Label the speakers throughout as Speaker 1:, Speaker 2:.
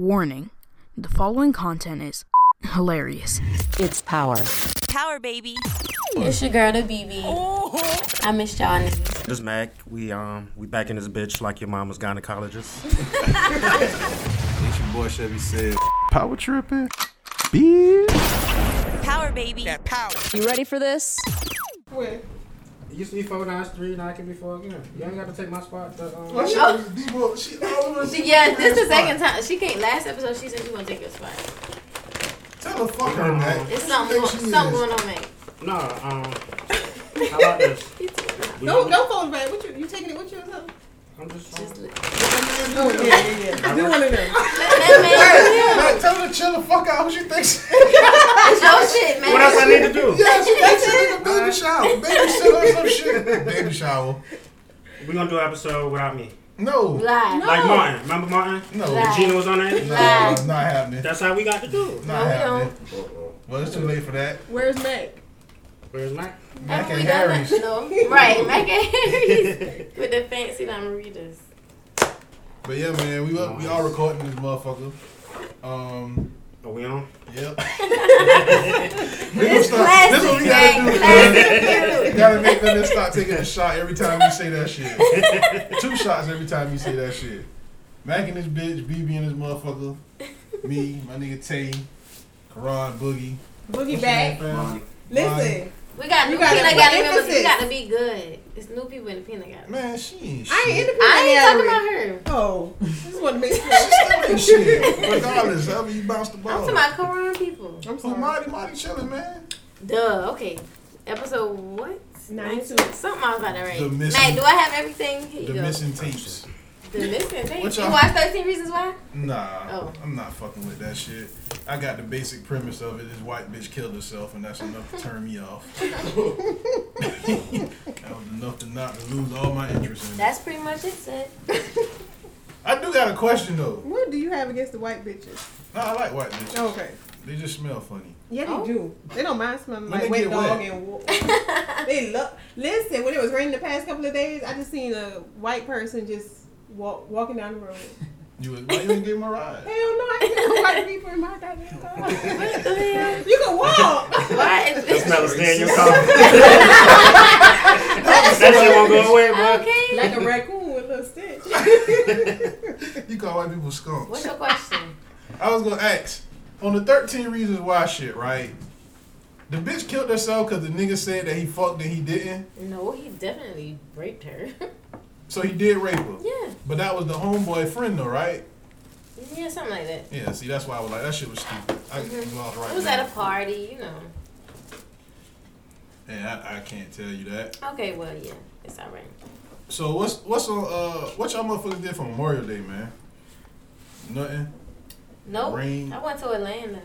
Speaker 1: Warning the following content is hilarious.
Speaker 2: It's power.
Speaker 3: Power baby.
Speaker 4: It's your girl, the BB. I miss y'all. niggas.
Speaker 5: This is Mac. We um we back in this bitch like your mama's gynecologist.
Speaker 6: It's your boy Chevy said.
Speaker 7: power tripping, bitch.
Speaker 3: Power baby.
Speaker 2: You ready for this?
Speaker 5: Wait. It used to be four nines three, now it can be four again. You ain't gotta take my spot. The, um,
Speaker 6: She always
Speaker 4: She, yeah, this is the second time. She came last episode. She said she gonna take your spot.
Speaker 6: Tell the fuck her, man.
Speaker 4: It's something, going, something going on, man.
Speaker 5: No, um how about this? We-
Speaker 8: No, no phones, man. What you you taking it with you or something?
Speaker 5: I'm just,
Speaker 8: Do one of them.
Speaker 4: That
Speaker 6: Man, tell her to chill the fuck out. Who she thinks?
Speaker 4: man, it's your shit, man.
Speaker 5: what else I need to do?
Speaker 6: Yes, baby, baby shower. Baby shower or some shit. Baby shower.
Speaker 5: We're gonna do an episode without me.
Speaker 6: No.
Speaker 4: Lie.
Speaker 8: Oh.
Speaker 5: Like Martin. Remember Martin?
Speaker 6: No.
Speaker 4: Nah.
Speaker 5: Gina was on there?
Speaker 6: No, it's not happening.
Speaker 5: That's how we got to do it.
Speaker 6: Not
Speaker 4: we
Speaker 6: happening. Well, it's too late for that.
Speaker 8: Where's Mac?
Speaker 5: Where's Mac?
Speaker 6: Mac
Speaker 4: We
Speaker 6: and
Speaker 4: done
Speaker 6: Harry's.
Speaker 4: that- No, right, Mac and Harry's with the fancy margaritas.
Speaker 6: But yeah, man, we up, we all recording this motherfucker. Um,
Speaker 5: Are we on?
Speaker 6: yep. this
Speaker 4: classic,
Speaker 6: This what we
Speaker 4: man.
Speaker 6: gotta do. man. We gotta make them stop taking a shot every time we say that shit. Two shots every time you say that shit. Mac and this bitch, BB and this motherfucker, me, my nigga Tay, Karan, Boogie.
Speaker 8: Boogie
Speaker 6: What's your name,
Speaker 8: back.
Speaker 6: fam?
Speaker 8: Listen,
Speaker 4: We got
Speaker 8: You
Speaker 4: new
Speaker 8: gotta
Speaker 4: peanut
Speaker 8: put
Speaker 4: gallery members. We
Speaker 8: emphasis.
Speaker 4: gotta be good. It's new people in the peanut gallery.
Speaker 6: Man, she ain't shit.
Speaker 8: I ain't in the
Speaker 4: I ain't talking
Speaker 8: gallery.
Speaker 4: about her.
Speaker 8: Oh, just want to make sure.
Speaker 6: She still ain't shit. Regardless, however you bounce the
Speaker 4: I'm
Speaker 6: ball.
Speaker 4: talking about Koran people.
Speaker 8: I'm
Speaker 6: Who
Speaker 8: sorry.
Speaker 6: Marty, Marty chilling, man.
Speaker 4: Duh. Okay. Episode what?
Speaker 8: 92.
Speaker 4: Something I was about to
Speaker 6: The
Speaker 4: write.
Speaker 6: missing-
Speaker 4: Mac, do I have everything? Here you
Speaker 6: The
Speaker 4: go.
Speaker 6: missing tapes.
Speaker 4: The missing thing.
Speaker 6: What
Speaker 4: You
Speaker 6: y'all-
Speaker 4: watch 13 Reasons Why?
Speaker 6: Nah,
Speaker 4: Oh.
Speaker 6: I'm not fucking with that shit. I got the basic premise of it: this white bitch killed herself, and that's enough to turn me off. that was enough to not to lose all my interest in it.
Speaker 4: That's pretty much it, said.
Speaker 6: I do got a question though.
Speaker 8: What do you have against the white bitches?
Speaker 6: Nah, I like white bitches.
Speaker 8: Okay.
Speaker 6: They just smell funny.
Speaker 8: Yeah, they
Speaker 4: Oh.
Speaker 8: do. They don't mind smelling
Speaker 6: When
Speaker 8: like
Speaker 6: they
Speaker 8: wet
Speaker 6: get
Speaker 8: dog
Speaker 6: wet.
Speaker 8: and water. they love. Listen, when it was raining the past couple of days, I just seen a white person just walk walking down the road.
Speaker 6: You was- why you didn't give him a ride?
Speaker 8: Hell no, I ain't no white people in my goddamn car.
Speaker 4: What the hell?
Speaker 8: you can walk.
Speaker 4: Why is
Speaker 5: That's
Speaker 4: this
Speaker 5: not a Daniel car. that shit won't go away, bro.
Speaker 4: okay?
Speaker 8: like a raccoon with a little stitch.
Speaker 6: You call white people skunks.
Speaker 4: What's your question?
Speaker 6: I was gonna ask on the 13 reasons why shit, right? The bitch killed herself because the nigga said that he fucked and he didn't,
Speaker 4: No, he definitely raped her.
Speaker 6: so he did rape her.
Speaker 4: yeah.
Speaker 6: But that was the homeboy friend though, right?
Speaker 4: Yeah, something like that.
Speaker 6: Yeah, see, that's why I was like, that shit was stupid. I you lost right
Speaker 4: Mm-hmm. It was
Speaker 6: there.
Speaker 4: at a party, you know.
Speaker 6: Yeah, I, I can't tell you that.
Speaker 4: Okay, well, yeah. It's all right.
Speaker 6: So what's what's on uh what y'all motherfuckers did for Memorial Day, man? Nothing.
Speaker 4: Nope.
Speaker 6: Rain.
Speaker 4: I went to Atlanta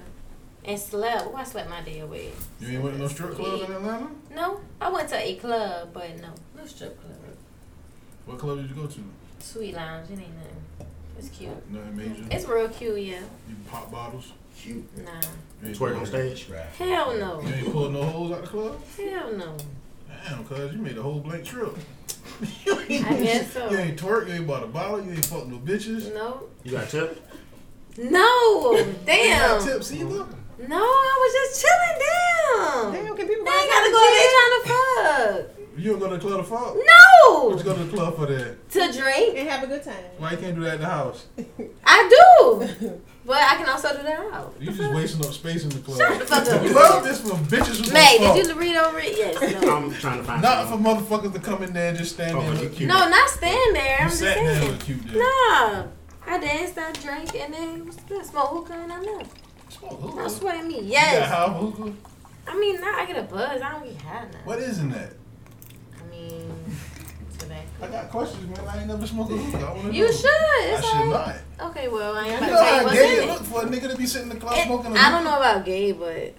Speaker 4: and slept. Oh, I slept my day away.
Speaker 6: You ain't went to no strip club in Atlanta.
Speaker 4: No, I went to a club, but no. No strip club.
Speaker 6: What club did you go to?
Speaker 4: Sweet lounge. It ain't nothing. It's cute.
Speaker 6: Nothing major.
Speaker 4: It's real cute, yeah.
Speaker 6: you pop bottles.
Speaker 4: Nah.
Speaker 6: You ain't
Speaker 5: Twerk on
Speaker 6: pulled-
Speaker 5: stage.
Speaker 4: Hell no.
Speaker 6: You ain't pulled no holes out the club.
Speaker 4: Hell no.
Speaker 6: Damn, cuz you made a whole blank trip.
Speaker 4: I guess so.
Speaker 6: You ain't twerk. You ain't bought a bottle. You ain't fucked no bitches.
Speaker 4: No.
Speaker 5: You got a tip?
Speaker 4: No.
Speaker 6: You ain't got
Speaker 4: Damn.
Speaker 6: tips either.
Speaker 4: No, I was just chilling. Damn.
Speaker 8: Damn, can people
Speaker 4: They
Speaker 8: ride
Speaker 4: ain't gotta
Speaker 8: down
Speaker 4: go
Speaker 8: the
Speaker 4: there trying to fuck.
Speaker 6: You don't go to the club to fuck. But you
Speaker 4: No.
Speaker 6: go to the club for that.
Speaker 4: To
Speaker 8: jet
Speaker 4: drink,
Speaker 8: And have a good time.
Speaker 6: Why you can't do that in the house?
Speaker 4: I do. But I can also do that out.
Speaker 6: You just wasting up space in the club.
Speaker 4: Shut the fuck up.
Speaker 6: The club is for bitches who
Speaker 4: Mate,
Speaker 6: fuck.
Speaker 4: did you read over it? Yes. No.
Speaker 5: I'm trying to find
Speaker 6: Not for
Speaker 5: something.
Speaker 6: motherfuckers to come in there and just stand
Speaker 5: Oh,
Speaker 6: there.
Speaker 5: but
Speaker 6: and
Speaker 5: you
Speaker 6: look
Speaker 5: cute.
Speaker 4: No, not stand there.
Speaker 6: You
Speaker 4: I'm just
Speaker 6: sat there and
Speaker 4: saying.
Speaker 6: look cute there.
Speaker 4: Nah. I danced, I drank, and then I smoked hookah and I left.
Speaker 6: Smoke hookah.
Speaker 4: Don't sweat at me.
Speaker 6: You got
Speaker 4: Yes.
Speaker 6: high hookah?
Speaker 4: I mean, now I get a buzz. I don't be high now.
Speaker 6: What isn't that?
Speaker 4: I mean, tobacco.
Speaker 6: I got questions, man. I ain't never smoked a hookah. I wanna
Speaker 4: You
Speaker 6: know.
Speaker 4: should.
Speaker 6: I
Speaker 4: It's
Speaker 6: should
Speaker 4: alright.
Speaker 6: not.
Speaker 4: Okay, well, I ain't
Speaker 6: You
Speaker 4: about
Speaker 6: know how
Speaker 4: to tell
Speaker 6: gay
Speaker 4: you
Speaker 6: it
Speaker 4: what's
Speaker 6: look for a nigga to be sitting in the club
Speaker 4: in
Speaker 6: smoking
Speaker 4: it.
Speaker 6: a
Speaker 4: I don't
Speaker 6: hookah?
Speaker 4: know about gay, but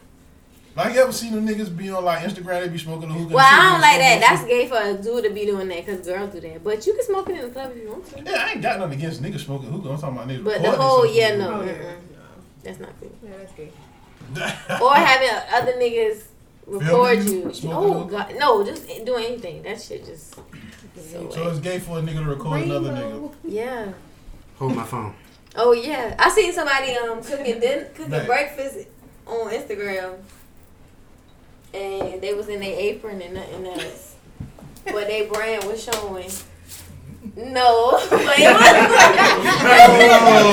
Speaker 6: Like, you ever seen them niggas be on, like, Instagram, they be smoking a hookah?
Speaker 4: well, I don't like that.
Speaker 6: and
Speaker 4: That's
Speaker 6: shit,
Speaker 4: gay for a dude to be doing that because girls do that. But you can smoke it in the club if you want to.
Speaker 6: they smoking- Yeah, I ain't got nothing against niggas smoking hookah. I'm talking about niggas
Speaker 4: But the
Speaker 6: recording
Speaker 4: whole
Speaker 6: themselves
Speaker 4: yeah,
Speaker 6: smoking
Speaker 4: no,
Speaker 8: Oh, yeah.
Speaker 4: mm-mm. that's not cool.
Speaker 8: Yeah, that's good.
Speaker 6: hookah.
Speaker 4: Or having other niggas record
Speaker 6: Filming you,
Speaker 4: you.
Speaker 6: smoking
Speaker 4: Oh
Speaker 6: hookah?
Speaker 4: god, no, just doing anything. That shit just so.
Speaker 6: So it's gay for a nigga to record another nigga.
Speaker 4: yeah.
Speaker 5: Hold my phone.
Speaker 4: Oh yeah, I seen somebody um cooking din- cooking
Speaker 6: Man.
Speaker 4: breakfast on Instagram, and they was in their apron and nothing else, but they brand was showing. No, but it
Speaker 6: Oh.
Speaker 4: was.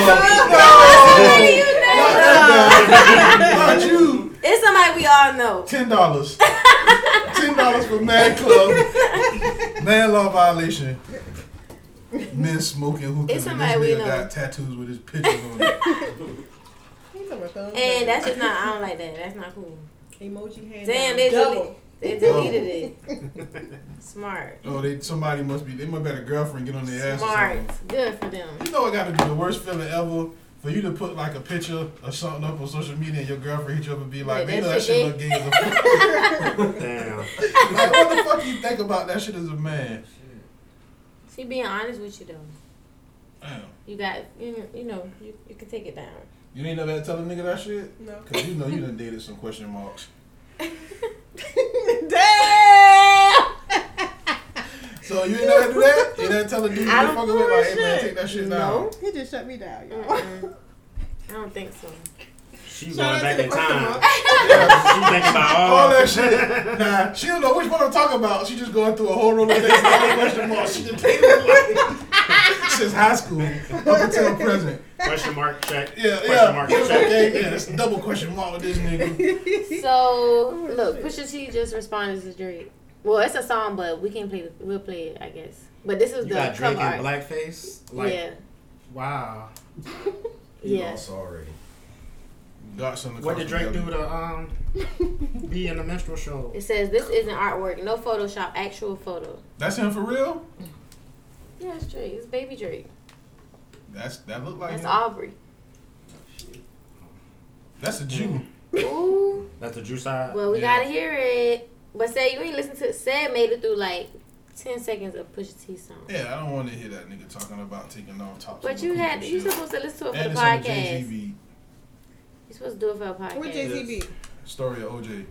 Speaker 4: How do you know?
Speaker 6: Not you.
Speaker 4: It's somebody we all know.
Speaker 6: Ten dollars. Ten dollars for Mad Club. Man law violation. Men smoking hookah.
Speaker 4: It's
Speaker 6: and
Speaker 4: somebody we
Speaker 6: this nigga
Speaker 4: know.
Speaker 6: got tattoos with his pictures on it.
Speaker 8: He's a thumb.
Speaker 4: And that's just not. I don't like that. That's not cool.
Speaker 8: emoji hand.
Speaker 4: Damn,
Speaker 8: down.
Speaker 4: they
Speaker 8: double.
Speaker 4: deleted, they deleted it. Smart,
Speaker 6: Oh, they somebody must be. They must have had a girlfriend get on their ass. or
Speaker 4: smart,
Speaker 6: something.
Speaker 4: good for them.
Speaker 6: You know, it got to be the worst feeling ever for you to put like a picture or something up on social media and your girlfriend hit you up and be like,
Speaker 4: Wait,
Speaker 6: "Man, that
Speaker 4: that's
Speaker 6: shit
Speaker 4: your
Speaker 6: look gay." as a fuck."
Speaker 5: Damn.
Speaker 6: like, what the fuck you think about that shit as a man?
Speaker 4: She being honest with you though.
Speaker 6: Damn.
Speaker 4: You got you, you know you, you can take it down.
Speaker 6: You ain't never had to tell a nigga that shit?
Speaker 8: No.
Speaker 6: Cause you know you done dated some question marks. So you ain't never do that? You never tell a dude you
Speaker 4: I don't
Speaker 6: fucking
Speaker 4: do
Speaker 6: with like,
Speaker 4: that
Speaker 6: hey man,
Speaker 4: shit.
Speaker 6: take that shit down.
Speaker 4: No.
Speaker 8: He just shut me down, y'all.
Speaker 4: Mm-mm. I don't think so.
Speaker 5: She
Speaker 8: Shout
Speaker 5: going
Speaker 8: out
Speaker 5: back
Speaker 8: to the
Speaker 5: in
Speaker 8: question
Speaker 5: time.
Speaker 8: mark.
Speaker 5: She thinking about all,
Speaker 6: All that shit. Nah, she don't know which one I'm talking about. She just going through a whole roll of things. All the question marks. She done dated like since high school up until present.
Speaker 5: Question mark check.
Speaker 6: Yeah,
Speaker 5: question
Speaker 6: yeah.
Speaker 5: mark
Speaker 6: It's
Speaker 5: check.
Speaker 6: okay, yeah, it's double question mark with this nigga.
Speaker 4: So look, Pusha T just responded to Drake. Well, it's a song, but we can play. the- We'll play it, I guess. But this is
Speaker 9: You
Speaker 4: the
Speaker 9: got Drake
Speaker 4: cover
Speaker 9: in
Speaker 4: art.
Speaker 9: blackface. Like,
Speaker 4: yeah,
Speaker 5: Wow.
Speaker 9: you
Speaker 4: yeah.
Speaker 9: lost already.
Speaker 6: Got something.
Speaker 5: What did Drake do to um be in the minstrel show?
Speaker 4: It says this isn't artwork, no Photoshop, actual photo.
Speaker 6: That's him for real?
Speaker 4: Yeah, it's Drake. It's baby Drake.
Speaker 6: That's that look like
Speaker 4: That's
Speaker 6: him.
Speaker 9: Mm-hmm.
Speaker 4: Aubrey.
Speaker 6: That's a Jew.
Speaker 5: Mm-hmm.
Speaker 4: Ooh.
Speaker 5: That's the juice side.
Speaker 4: Well, we
Speaker 6: Yeah.
Speaker 4: gotta hear it. But say you ain't listen to. Said made it through like ten seconds of Pusha T song.
Speaker 6: Yeah, I don't want to hear that nigga talking about taking off top.
Speaker 4: But you had you supposed to listen to it for
Speaker 6: and
Speaker 4: the
Speaker 6: it's on Jay
Speaker 4: podcast.
Speaker 6: Z
Speaker 4: You're supposed to do it for a
Speaker 8: Where
Speaker 4: podcast.
Speaker 8: Jay Z be?
Speaker 6: story of OJ.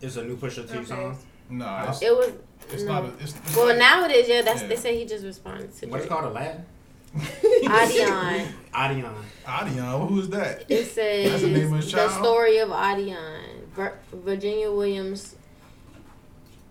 Speaker 5: It's a new Pusha T
Speaker 8: Okay.
Speaker 5: song.
Speaker 6: Nah, it's,
Speaker 4: It was
Speaker 6: it's
Speaker 4: no.
Speaker 6: not. A, it's, it's
Speaker 4: well nowadays, yeah. That's
Speaker 6: Yeah.
Speaker 4: they say he just responded to
Speaker 5: What
Speaker 4: Drake.
Speaker 5: is it called? Aladdin?
Speaker 4: Adion.
Speaker 5: Adion.
Speaker 6: Adion. Who's that?
Speaker 4: It says
Speaker 6: That's the name of his
Speaker 4: the
Speaker 6: child?
Speaker 4: story of Adion. Vir- Virginia Williams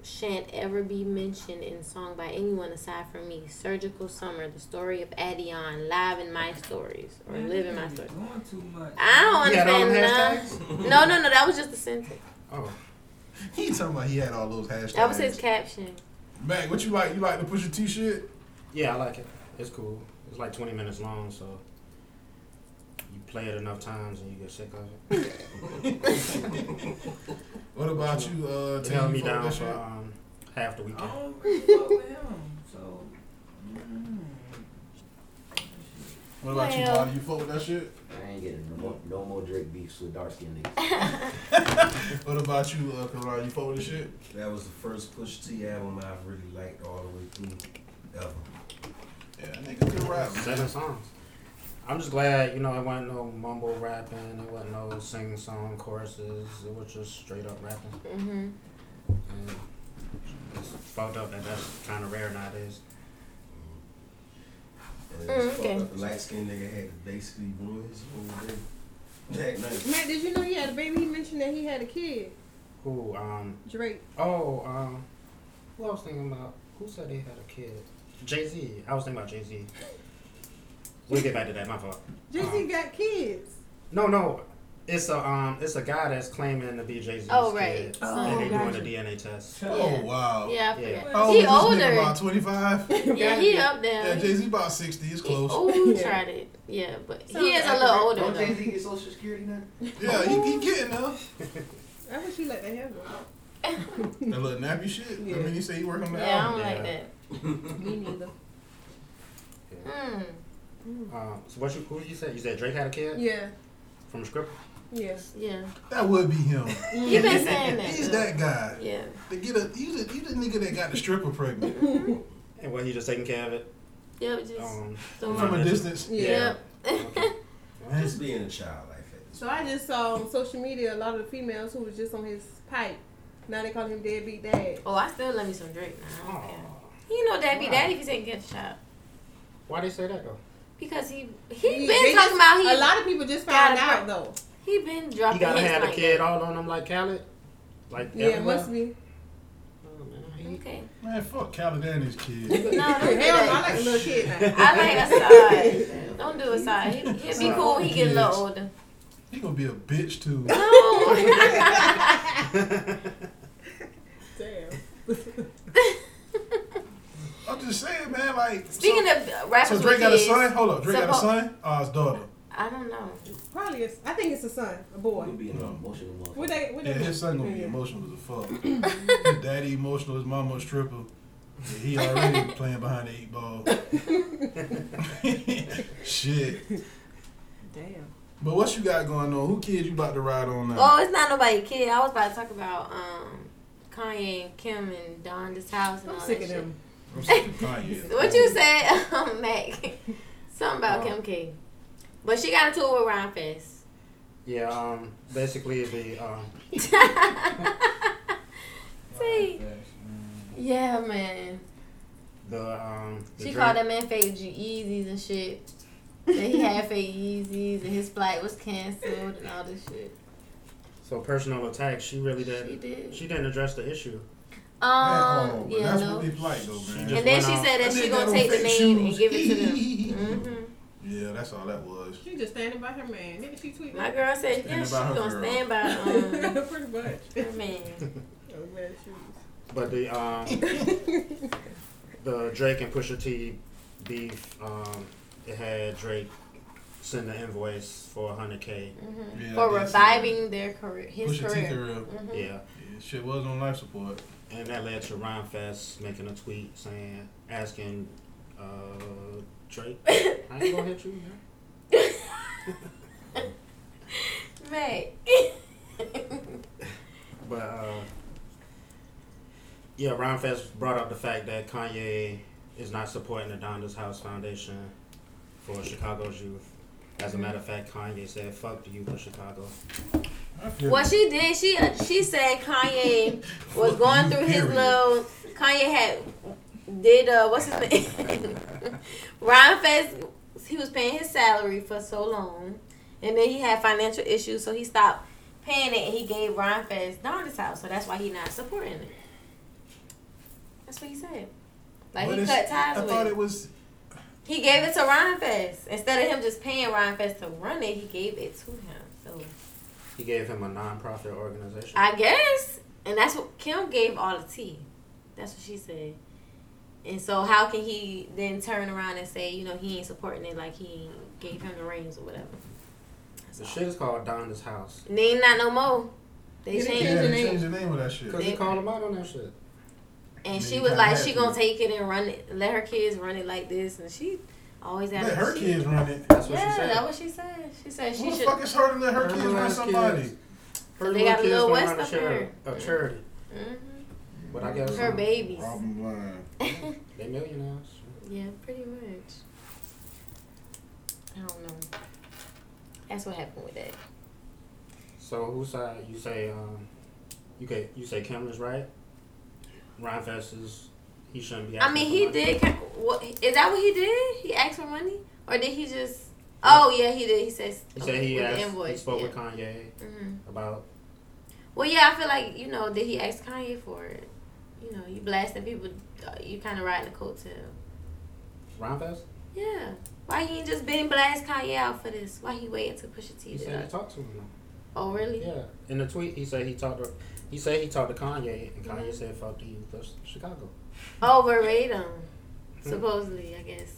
Speaker 4: shan't ever be mentioned in song by anyone aside from me. Surgical Summer, the story of Adion, live in my stories or live in my stories.
Speaker 10: Doing too much.
Speaker 4: I don't
Speaker 5: You had all them
Speaker 4: understand
Speaker 5: hashtags?
Speaker 4: none. No, no, no. That was just a sentence.
Speaker 5: Oh.
Speaker 6: He talking about he had all those hashtags.
Speaker 4: That was his caption.
Speaker 6: Mac, what you like? You like to push your t shit?
Speaker 5: Yeah, I like it. It's cool. It's like 20 minutes long, so you play it enough times and you get sick of it.
Speaker 6: What about you? Uh,
Speaker 5: It
Speaker 6: Tay,
Speaker 5: held
Speaker 6: you
Speaker 5: me down
Speaker 6: fuck with that
Speaker 5: for
Speaker 6: shit?
Speaker 5: um, half the
Speaker 10: I
Speaker 8: Oh,
Speaker 5: weekend.
Speaker 10: don't really fuck with him, so. mm,
Speaker 6: What about you,
Speaker 4: Well.
Speaker 6: Bobby? You fuck with that shit?
Speaker 9: I ain't getting no more, no more Drake beefs with dark skinned niggas.
Speaker 6: What about you, uh, Karan? You fuck with this shit?
Speaker 10: That was the first Push T album I've really liked all the way through, ever.
Speaker 6: Yeah, that nigga good rap. man.
Speaker 5: Seven songs. I'm just glad, you know, it wasn't no mumble rapping, it wasn't no sing song choruses, it was just straight up rapping.
Speaker 4: hmm
Speaker 5: And it's fucked up that that's kind of rare nowadays.
Speaker 10: And it was
Speaker 4: Mm,
Speaker 10: fucked
Speaker 4: okay.
Speaker 10: up. The light skinned nigga had to basically ruin his whole day. That night.
Speaker 8: Matt, did you know he had a baby? He mentioned that he had a kid.
Speaker 5: Who, um,
Speaker 8: Drake.
Speaker 5: oh, um, who I was thinking about? Who said they had a kid? Jay Z. I was thinking about Jay Z. We'll get back to that, my fault.
Speaker 8: Jay Z
Speaker 4: Oh.
Speaker 5: Um,
Speaker 8: got kids.
Speaker 5: No, no. It's a um, it's a guy that's claiming to be Jay Z.
Speaker 4: Oh, right.
Speaker 5: Kid,
Speaker 4: Oh,
Speaker 5: and they doing
Speaker 8: gotcha.
Speaker 5: the DNA test.
Speaker 6: Oh wow.
Speaker 4: Yeah, I
Speaker 5: Yeah.
Speaker 4: forgot.
Speaker 6: How old
Speaker 4: He
Speaker 6: is this nigga?
Speaker 4: older.
Speaker 6: About twenty five.
Speaker 4: Yeah, he up there.
Speaker 6: Yeah, Jay Z about sixty. It's close.
Speaker 4: Oh, he
Speaker 8: Yeah.
Speaker 4: tried it. Yeah, but
Speaker 8: Sounds
Speaker 4: he is a little
Speaker 8: accurate.
Speaker 4: older
Speaker 9: Don't Jay
Speaker 4: though.
Speaker 9: Z get Social Security now?
Speaker 6: Yeah, he, he getting there.
Speaker 8: I wish he let that happen.
Speaker 6: That little nappy shit.
Speaker 8: Yeah.
Speaker 6: I mean, he said he work on the
Speaker 4: Yeah, I
Speaker 6: album.
Speaker 4: don't
Speaker 5: Yeah.
Speaker 4: like that.
Speaker 8: Me neither.
Speaker 4: Mm.
Speaker 5: Um, so what you who you said? You said Drake had a kid
Speaker 8: Yeah.
Speaker 5: from Script.
Speaker 8: Yeah.
Speaker 4: Yeah,
Speaker 6: That would be him.
Speaker 4: you been saying that.
Speaker 6: He's
Speaker 4: though.
Speaker 6: that guy.
Speaker 4: Yeah.
Speaker 6: To get a, he's, a, he's the nigga that got the stripper pregnant
Speaker 5: And what he just taking care of it?
Speaker 4: Yep. Just
Speaker 5: Um,
Speaker 4: the
Speaker 6: from
Speaker 4: one.
Speaker 6: a distance.
Speaker 8: Yeah.
Speaker 4: Yep.
Speaker 5: okay.
Speaker 10: Just being a child like that.
Speaker 8: So I just saw on social media a lot of the females who was just on his pipe. Now they call him deadbeat dad.
Speaker 4: Oh, I still love me some Drake now. I don't
Speaker 5: Aw.
Speaker 4: care. You know, Daddy,
Speaker 5: Wow.
Speaker 4: Daddy, if you didn't get a shot.
Speaker 5: Why they say that though?
Speaker 4: Because he he
Speaker 8: They
Speaker 4: been
Speaker 8: just-
Speaker 4: talking about he
Speaker 8: a lot of people just
Speaker 4: got
Speaker 8: found
Speaker 4: a
Speaker 8: out
Speaker 4: per-
Speaker 8: though.
Speaker 4: he been
Speaker 5: You
Speaker 4: dropping
Speaker 5: gotta
Speaker 4: hints
Speaker 5: have a
Speaker 4: like
Speaker 5: kid
Speaker 4: that.
Speaker 5: all on him like Khaled. Like
Speaker 8: Yeah, it must be.
Speaker 5: Oh, man, I hate-
Speaker 4: Okay.
Speaker 6: Man, fuck Caladan's kid.
Speaker 4: No, don't
Speaker 8: Hell
Speaker 4: do
Speaker 8: no, I
Speaker 4: that.
Speaker 8: like a little kid now.
Speaker 4: I like Assad. Don't do Assad. He, he'll be cool. He get a little older.
Speaker 6: He gonna be a bitch too.
Speaker 4: No.
Speaker 8: Damn.
Speaker 6: I'm just saying, man. Like
Speaker 4: Speaking of
Speaker 6: so,
Speaker 4: rappers
Speaker 6: so Drake
Speaker 4: with
Speaker 6: got a
Speaker 4: kids,
Speaker 6: son. Hold up, Drake got a
Speaker 4: suppo-
Speaker 6: son. Uh, his daughter.
Speaker 4: I don't know.
Speaker 8: Probably is. I think it's a son, a
Speaker 9: He'll
Speaker 8: boy.
Speaker 9: be an emotional
Speaker 8: What
Speaker 9: motherfucker.
Speaker 8: they? What
Speaker 6: Yeah,
Speaker 8: they?
Speaker 6: his son gonna be
Speaker 8: Yeah.
Speaker 6: emotional as a fuck. his daddy emotional. His mama a stripper. Yeah, he already playing behind the eight ball. Shit.
Speaker 8: Damn.
Speaker 6: But what you got going on? Who kids you about to ride on now?
Speaker 4: Oh, it's not nobody kid. I was about to talk about um Kanye and Kim and Donda's house and
Speaker 8: I'm
Speaker 4: all
Speaker 8: sick
Speaker 4: that
Speaker 8: of
Speaker 4: shit.
Speaker 8: them.
Speaker 6: I'm sick of Kanye.
Speaker 4: What you said, um, Mac? Something about
Speaker 6: Uh-huh.
Speaker 4: Kim K. But she got into it with Ron Fest.
Speaker 5: Yeah, um, basically it'd be um,
Speaker 4: See? Yeah, man.
Speaker 5: the um.
Speaker 4: She
Speaker 5: The Drake-
Speaker 4: called that man fake Yeezys and shit. That he had fake Yeezys and his flight was canceled and all this shit.
Speaker 5: So personal attack. She really didn't.
Speaker 4: She did.
Speaker 5: She didn't address the issue.
Speaker 6: Oh,
Speaker 4: Um, yeah,
Speaker 6: that's
Speaker 4: no.
Speaker 6: what they like though,
Speaker 5: She
Speaker 6: man.
Speaker 5: just-
Speaker 4: And then she
Speaker 5: went
Speaker 4: said that
Speaker 6: off.
Speaker 4: she
Speaker 6: That
Speaker 4: gonna
Speaker 6: nigga
Speaker 4: take the
Speaker 6: don't fake
Speaker 4: name and
Speaker 6: shoes.
Speaker 4: give it to them. hmm
Speaker 6: yeah, that's all that was.
Speaker 8: She just standing by her man. Didn't she tweet
Speaker 4: My
Speaker 8: that?
Speaker 4: girl said, yeah,
Speaker 6: Standing
Speaker 4: she
Speaker 6: by her
Speaker 4: gonna
Speaker 6: girl.
Speaker 4: stand by um,
Speaker 8: Pretty much.
Speaker 4: her man.
Speaker 8: Oh, man, she-
Speaker 5: But the um, the Drake and Pusha T beef. Um, it had Drake send the invoice for 100k.
Speaker 6: Yeah,
Speaker 4: Mm-hmm. For
Speaker 6: I did see
Speaker 4: reviving their career,
Speaker 6: that.
Speaker 4: his
Speaker 6: Pusha T
Speaker 4: career. Mm-hmm.
Speaker 5: Yeah,
Speaker 6: career. Yeah, shit was on life support.
Speaker 5: and that led to Ryan Fest making a tweet saying asking uh, Drake, "I ain't gonna hit you." man."
Speaker 4: Right.
Speaker 5: But uh, yeah, Ron Fest brought up the fact that Kanye is not supporting the Donda's House Foundation for Chicago's youth. As
Speaker 4: Mm-hmm.
Speaker 5: a matter of fact, Kanye said, "Fuck the youth of Chicago."
Speaker 6: I feel
Speaker 4: Well, she did. She uh, she said Kanye was going through his
Speaker 6: Period.
Speaker 4: little. Kanye had did uh what's his name? Ryan Fest. He was paying his salary for so long, and then he had financial issues, so he stopped paying it. And he gave Ryan Fest Donda's house, so that's why he not supporting it. That's what he said. Like
Speaker 6: But
Speaker 4: he
Speaker 6: it's-
Speaker 4: cut ties
Speaker 6: I
Speaker 4: with.
Speaker 6: thought
Speaker 4: it.
Speaker 6: it was.
Speaker 4: He gave it to Ryan Fest. Instead of him just paying Ryan Fest to run it, he gave it to him. So
Speaker 5: He gave him a nonprofit organization.
Speaker 4: I guess. And that's what Kim gave all the tea. That's what she said. And so how can he then turn around and say, you know, he ain't supporting it like he gave him the rings or whatever.
Speaker 5: the shit is called Donda's House.
Speaker 4: And they ain't not no more. They
Speaker 8: Yeah, they
Speaker 4: changed
Speaker 6: Yeah,
Speaker 4: the
Speaker 6: they
Speaker 4: name.
Speaker 6: changed the name of that shit.
Speaker 5: Cause he called him out on that shit.
Speaker 4: And
Speaker 6: Yeah,
Speaker 4: she
Speaker 6: you
Speaker 4: was
Speaker 6: kinda
Speaker 4: like,
Speaker 6: had
Speaker 4: she
Speaker 6: to.
Speaker 4: gonna take it and run it let her kids run it like this and she always had
Speaker 6: Let her
Speaker 4: she-
Speaker 6: kids run it.
Speaker 5: That's what
Speaker 4: Yeah,
Speaker 5: she said.
Speaker 4: that's what she said. She said she
Speaker 6: Who the
Speaker 4: should
Speaker 6: fuck is her to let her
Speaker 5: Her
Speaker 6: kids
Speaker 5: little
Speaker 6: run
Speaker 5: ass
Speaker 6: somebody?
Speaker 5: kids.
Speaker 4: They got a
Speaker 5: kids
Speaker 4: little
Speaker 5: don't
Speaker 4: West
Speaker 5: run a
Speaker 4: up
Speaker 5: charity-
Speaker 4: there.
Speaker 5: A charity,
Speaker 4: Mhm.
Speaker 5: but I guess um,
Speaker 4: her babies.
Speaker 6: Robin Blind.
Speaker 5: they millionaires.
Speaker 4: Yeah, pretty much. I don't know. That's what happened with that.
Speaker 5: So whose side you say? Um, you could you say Kim is right. Ryan Fest is he shouldn't be.
Speaker 4: I
Speaker 5: asking
Speaker 4: mean,
Speaker 5: for
Speaker 4: he
Speaker 5: money.
Speaker 4: did. ca- What is that? What he did? He asked for money, or did he just? Oh yeah, he did. He says.
Speaker 5: He said he
Speaker 4: with the
Speaker 5: asked, he
Speaker 4: invoice,
Speaker 5: spoke
Speaker 4: yeah.
Speaker 5: with Kanye
Speaker 4: Mhm.
Speaker 5: about
Speaker 4: Well, yeah, I feel like you know, did he ask Kanye for it? You know, you blasting people. uh, You kind of riding the coattail.
Speaker 5: Rhyme Fest.
Speaker 4: Yeah. Why he ain't just been blast Kanye out for this? Why he waiting to push a T?
Speaker 5: He said he talked to him.
Speaker 4: Oh really?
Speaker 5: Yeah, in the tweet he said he talked to he said he talked to Kanye and Kanye
Speaker 4: Mhm.
Speaker 5: said fuck you, that's Chicago.
Speaker 4: Oh, verbatim.
Speaker 5: Hmm.
Speaker 4: Supposedly, I guess.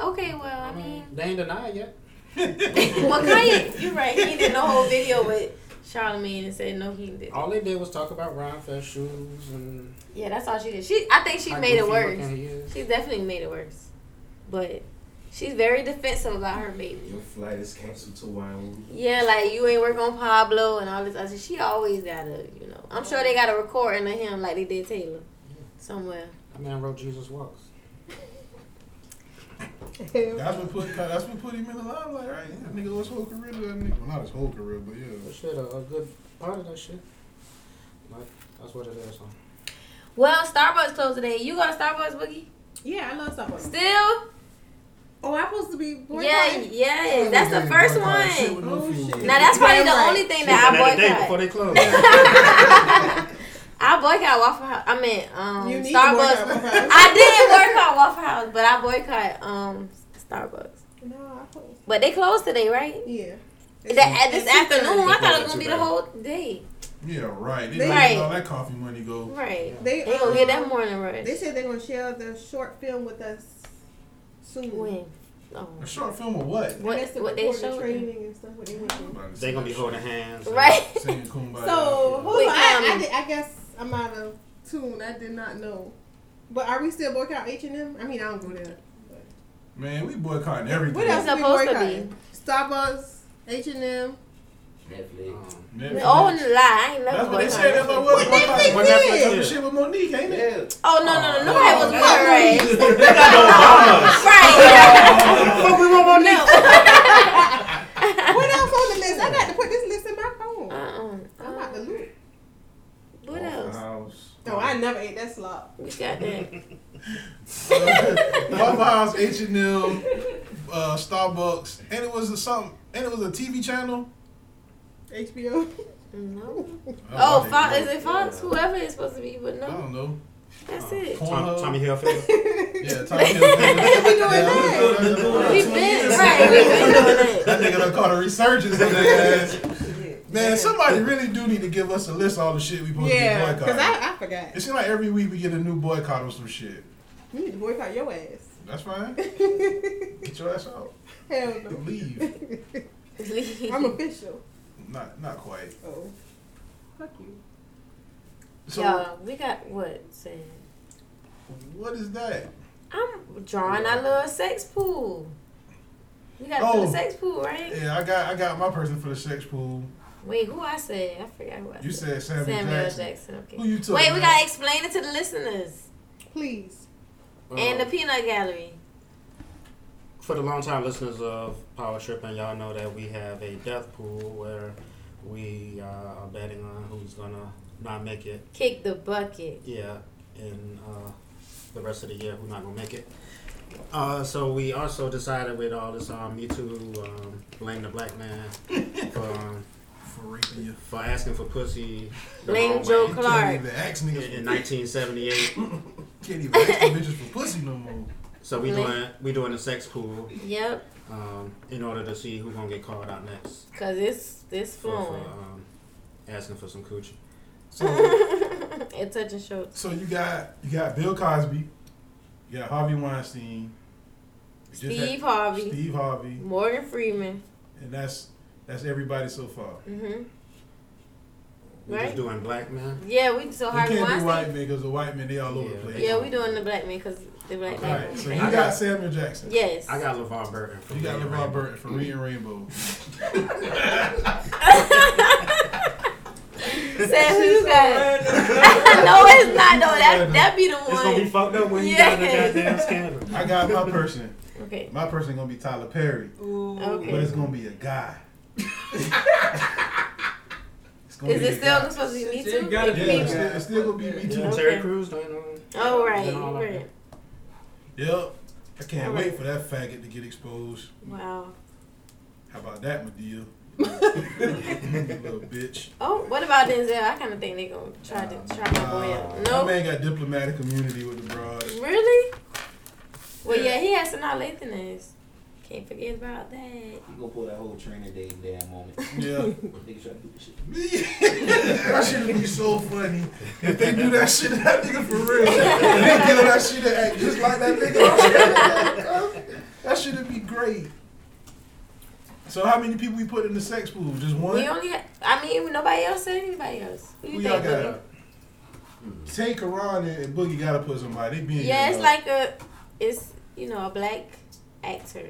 Speaker 4: Okay, well, I mean,
Speaker 5: they ain't denied yet.
Speaker 4: well, Kanye, you're right. He did the whole video with Charlamagne and said no, he did.
Speaker 10: Oh.
Speaker 5: All they did was talk about Ryan Fest shoes and
Speaker 4: Yeah, that's all she did. She, I think she
Speaker 5: how
Speaker 4: made it
Speaker 5: goofy
Speaker 4: worse.
Speaker 5: looking he is.
Speaker 4: She definitely made it worse. But she's very defensive about her baby.
Speaker 10: Your flight is canceled to Wyoming.
Speaker 4: Yeah, like you ain't work on Pablo and all this other. She always gotta, you know. I'm sure they got a recording of him like they did Taylor
Speaker 10: Mm-hmm.
Speaker 4: somewhere.
Speaker 5: That man wrote Jesus Walks.
Speaker 6: That's what put that's what put him in the limelight, right? That nigga was whole career to that nigga. Well, not his whole career, but
Speaker 5: But
Speaker 6: yeah.
Speaker 5: shit, a, a good part of that shit. Like, that's what it is. So.
Speaker 4: Well, Starbucks closed today. You go to Starbucks, Boogie?
Speaker 8: Yeah, I love Starbucks.
Speaker 4: Still?
Speaker 8: Oh, I'm supposed to be boycotting.
Speaker 4: Yeah, yeah, that's the first one.
Speaker 8: Oh, shit.
Speaker 4: Now that's probably the
Speaker 8: Damn right.
Speaker 4: only thing
Speaker 5: Chicken at
Speaker 4: that
Speaker 5: a day before
Speaker 4: I boycott.
Speaker 5: they close. That's
Speaker 4: I boycott Waffle House. I mean, um,
Speaker 8: You need
Speaker 4: Starbucks.
Speaker 8: to boycott Waffle House.
Speaker 4: I did boycott Waffle House, but I boycott um Starbucks.
Speaker 8: No, I close.
Speaker 4: But they closed today, right?
Speaker 8: Yeah.
Speaker 4: That, this
Speaker 8: It's too
Speaker 4: afternoon,
Speaker 5: early.
Speaker 4: I thought it was gonna
Speaker 5: Too
Speaker 4: be the
Speaker 5: early.
Speaker 4: whole day.
Speaker 6: Yeah, right. They
Speaker 8: They-
Speaker 6: don't
Speaker 4: Right.
Speaker 6: right. all that coffee money go.
Speaker 4: Right.
Speaker 8: They,
Speaker 4: They gonna get that
Speaker 8: um,
Speaker 4: morning rush.
Speaker 8: They said they're gonna share the short film with us soon.
Speaker 4: when? Oh.
Speaker 6: A short film of what?
Speaker 8: And
Speaker 4: What-
Speaker 8: that's to
Speaker 4: what they
Speaker 8: record the
Speaker 4: showed them.
Speaker 8: training and stuff. What they went through.
Speaker 5: They gonna be holding hands. and
Speaker 4: Right.
Speaker 6: Saying kumbaya.
Speaker 8: So who
Speaker 4: Wait,
Speaker 8: I, I,
Speaker 4: um,
Speaker 8: did- I guess I'm out of tune. I did not know. But are we still boycott H and M? I mean, I don't go there.
Speaker 6: Man, we boycotting everything.
Speaker 8: What else
Speaker 4: We're
Speaker 8: are we
Speaker 4: supposed to
Speaker 8: boycotting? Starbucks, H and M.
Speaker 9: Netflix.
Speaker 5: um,
Speaker 6: Netflix.
Speaker 4: Oh, no, lie. I ain't never
Speaker 6: That's what they
Speaker 4: boycotted.
Speaker 6: said. That's what was
Speaker 8: What Netflix
Speaker 5: What
Speaker 8: did?
Speaker 5: Netflix
Speaker 6: Talking
Speaker 5: is?
Speaker 6: shit with Monique, ain't it?
Speaker 9: Yeah.
Speaker 4: Oh, no, no, no. Nobody was worried.
Speaker 5: They got
Speaker 4: Right.
Speaker 5: no Obama's. Fuck, we want more
Speaker 4: No.
Speaker 8: What else on the list? I got to put this list in my phone.
Speaker 4: Uh-uh.
Speaker 8: I'm about to
Speaker 4: Uh,
Speaker 8: loot.
Speaker 6: Oh,
Speaker 4: What else?
Speaker 6: House.
Speaker 8: No, I never ate that slop.
Speaker 4: You got that.
Speaker 6: Waffle House, H and M, uh, Starbucks, and it was a something, and it was a TV channel.
Speaker 8: HBO.
Speaker 4: No.
Speaker 6: I don't
Speaker 4: Oh,
Speaker 6: know.
Speaker 4: Fox. Is it Fox? Whoever it's supposed to be, but no.
Speaker 6: I don't know.
Speaker 4: That's it.
Speaker 5: Tom,
Speaker 6: Pornhub.
Speaker 5: Tommy Hilfiger.
Speaker 6: Yeah, Tommy Hilfiger.
Speaker 8: we doing that?
Speaker 4: We've
Speaker 6: That
Speaker 4: been, right. We've been doing that.
Speaker 6: nigga done caught a resurgence in that ass. Man, somebody really do need to give us a list of all the shit we supposed to
Speaker 8: Yeah,
Speaker 6: be
Speaker 8: because
Speaker 6: boycotting.
Speaker 8: I, I forgot.
Speaker 6: It seems like every week we get a new boycott on some shit.
Speaker 8: You need to boycott your ass.
Speaker 6: That's fine. Get your ass out.
Speaker 8: Hell no.
Speaker 6: Leave.
Speaker 8: I'm official.
Speaker 6: Not not quite.
Speaker 8: Oh. Fuck you.
Speaker 6: So
Speaker 4: Y'all, we got what? Say.
Speaker 6: what is that?
Speaker 4: I'm drawing our little sex pool. We got to do
Speaker 6: Oh.
Speaker 4: the sex pool, right?
Speaker 6: Yeah, I got I got my person for the sex pool.
Speaker 4: Wait, who I said? I forgot who I
Speaker 6: You
Speaker 4: said.
Speaker 6: said Samuel,
Speaker 4: Samuel
Speaker 6: Jackson.
Speaker 4: Jackson.
Speaker 6: Who
Speaker 4: Okay.
Speaker 6: you took?
Speaker 4: Wait, we
Speaker 6: man?
Speaker 4: gotta explain it to the listeners
Speaker 8: Please.
Speaker 4: and the
Speaker 6: Oh.
Speaker 4: peanut gallery.
Speaker 5: Um, For the long time listeners of Power Trip, and y'all know that we have a death pool where we uh, are betting on who's gonna not make it.
Speaker 4: Kick the bucket.
Speaker 5: Yeah, and uh, the rest of the year, we're not gonna make it. Uh, so we also decided with all this um, Me Too, um, blame the black man for, um,
Speaker 6: for raping you.
Speaker 5: for asking for pussy. the
Speaker 4: Blame
Speaker 5: wrong
Speaker 4: Joe
Speaker 5: way
Speaker 4: Clark.
Speaker 6: Can't even ask
Speaker 5: In,
Speaker 6: niggas.
Speaker 5: in
Speaker 6: For,
Speaker 5: 1978,
Speaker 6: can't even ask them bitches for pussy no more.
Speaker 5: so we
Speaker 4: Blame-
Speaker 5: doing we doing a sex pool
Speaker 4: Yep,
Speaker 5: um, in order to see who gonna get called out next
Speaker 4: cause it's it's
Speaker 5: for, for
Speaker 4: flowing.
Speaker 5: um, asking for some coochie.
Speaker 6: So
Speaker 4: It touching shorts.
Speaker 6: so you got you got Bill Cosby, you got Harvey Weinstein, we just had-
Speaker 4: Steve Harvey,
Speaker 6: Steve Harvey,
Speaker 4: Morgan Freeman.
Speaker 6: and that's that's everybody so far.
Speaker 4: hmm
Speaker 5: We're
Speaker 4: Right.
Speaker 5: just doing black man.
Speaker 4: Yeah, we so
Speaker 6: You
Speaker 4: Harvey
Speaker 6: can't do white
Speaker 4: Weinstein.
Speaker 6: men because the white men they all over the
Speaker 5: Yeah.
Speaker 6: place.
Speaker 4: Yeah, we doing the black man cause the black
Speaker 6: All
Speaker 4: man.
Speaker 6: right, so you
Speaker 5: I
Speaker 6: got
Speaker 5: got-
Speaker 6: Samuel Jackson.
Speaker 4: Yes.
Speaker 5: I got LeVar Burton. from
Speaker 6: You got
Speaker 5: Red
Speaker 6: LeVar
Speaker 5: Rainbow.
Speaker 6: Burton for Reading Rainbow.
Speaker 4: Sam, who you got? no, it's not. No, that that be the
Speaker 5: It's gonna be
Speaker 4: one.
Speaker 5: fucked up when you
Speaker 4: Yeah.
Speaker 5: got in the goddamn scandal.
Speaker 6: I got my person.
Speaker 4: Okay.
Speaker 6: My person gonna be Tyler Perry, but
Speaker 4: Okay.
Speaker 6: it's gonna be a guy. It's gonna
Speaker 4: Is
Speaker 6: be
Speaker 4: it
Speaker 6: a
Speaker 4: still
Speaker 6: guy.
Speaker 4: supposed to be me
Speaker 10: Shit, you
Speaker 4: too?
Speaker 10: gotta
Speaker 6: Yeah,
Speaker 10: be
Speaker 6: it's still, it's still gonna be me too.
Speaker 5: Yeah, Terry Crews doing on.
Speaker 4: Oh right,
Speaker 5: Yeah, all of
Speaker 4: right.
Speaker 5: it.
Speaker 6: Yep. I can't
Speaker 4: Alright.
Speaker 6: wait for that faggot to get exposed.
Speaker 4: Wow.
Speaker 6: How about that, Medea? little bitch.
Speaker 4: Oh, what about Denzel? I kind of think they gonna try to try my boy out.
Speaker 6: Uh, My
Speaker 4: No,
Speaker 6: man got diplomatic immunity with the broad.
Speaker 4: really? Well, yeah, he has some Lathan is. Can't forget about that.
Speaker 9: You gonna pull that whole trainer day damn moment.
Speaker 6: Yeah.
Speaker 9: Niggas trying to do this shit.
Speaker 6: that shit would be so funny if they do that shit to that nigga for real. And they give that shit to act just like that nigga. that shit would be great. So how many people we put in the sex pool? Just one?
Speaker 4: We only. Had, I mean, nobody else said anybody else. Who
Speaker 6: Who
Speaker 4: you
Speaker 6: y'all
Speaker 4: think?
Speaker 6: got?
Speaker 4: Boogie?
Speaker 6: Take Karan and Boogie gotta put somebody. They being
Speaker 4: Yeah,
Speaker 6: here,
Speaker 4: it's
Speaker 6: dog.
Speaker 4: like a, it's you know a black actor.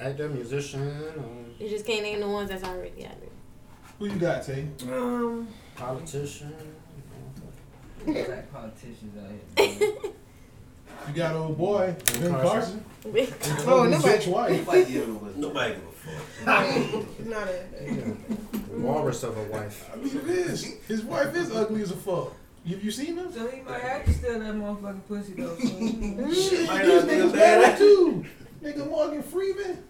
Speaker 5: Actor, musician, um,
Speaker 4: You just can't name the ones that's already out there.
Speaker 6: who you got, Tay?
Speaker 8: Um,
Speaker 5: politician.
Speaker 10: Black politicians out here.
Speaker 6: You got old boy, Ben
Speaker 5: Carson.
Speaker 6: Carson. His
Speaker 8: Oh, nobody-
Speaker 6: bitch wife.
Speaker 9: Nobody giving a
Speaker 10: Nobody give a fuck.
Speaker 8: not a.
Speaker 4: Mm.
Speaker 5: Walrus of a wife.
Speaker 6: I mean, it is. His wife is ugly as a fuck. Have you seen him?
Speaker 11: So he might have to steal that motherfucking pussy though. So.
Speaker 6: Shit, these
Speaker 9: might not be a
Speaker 6: niggas
Speaker 9: bad
Speaker 6: bad too. Nigga, Morgan Freeman.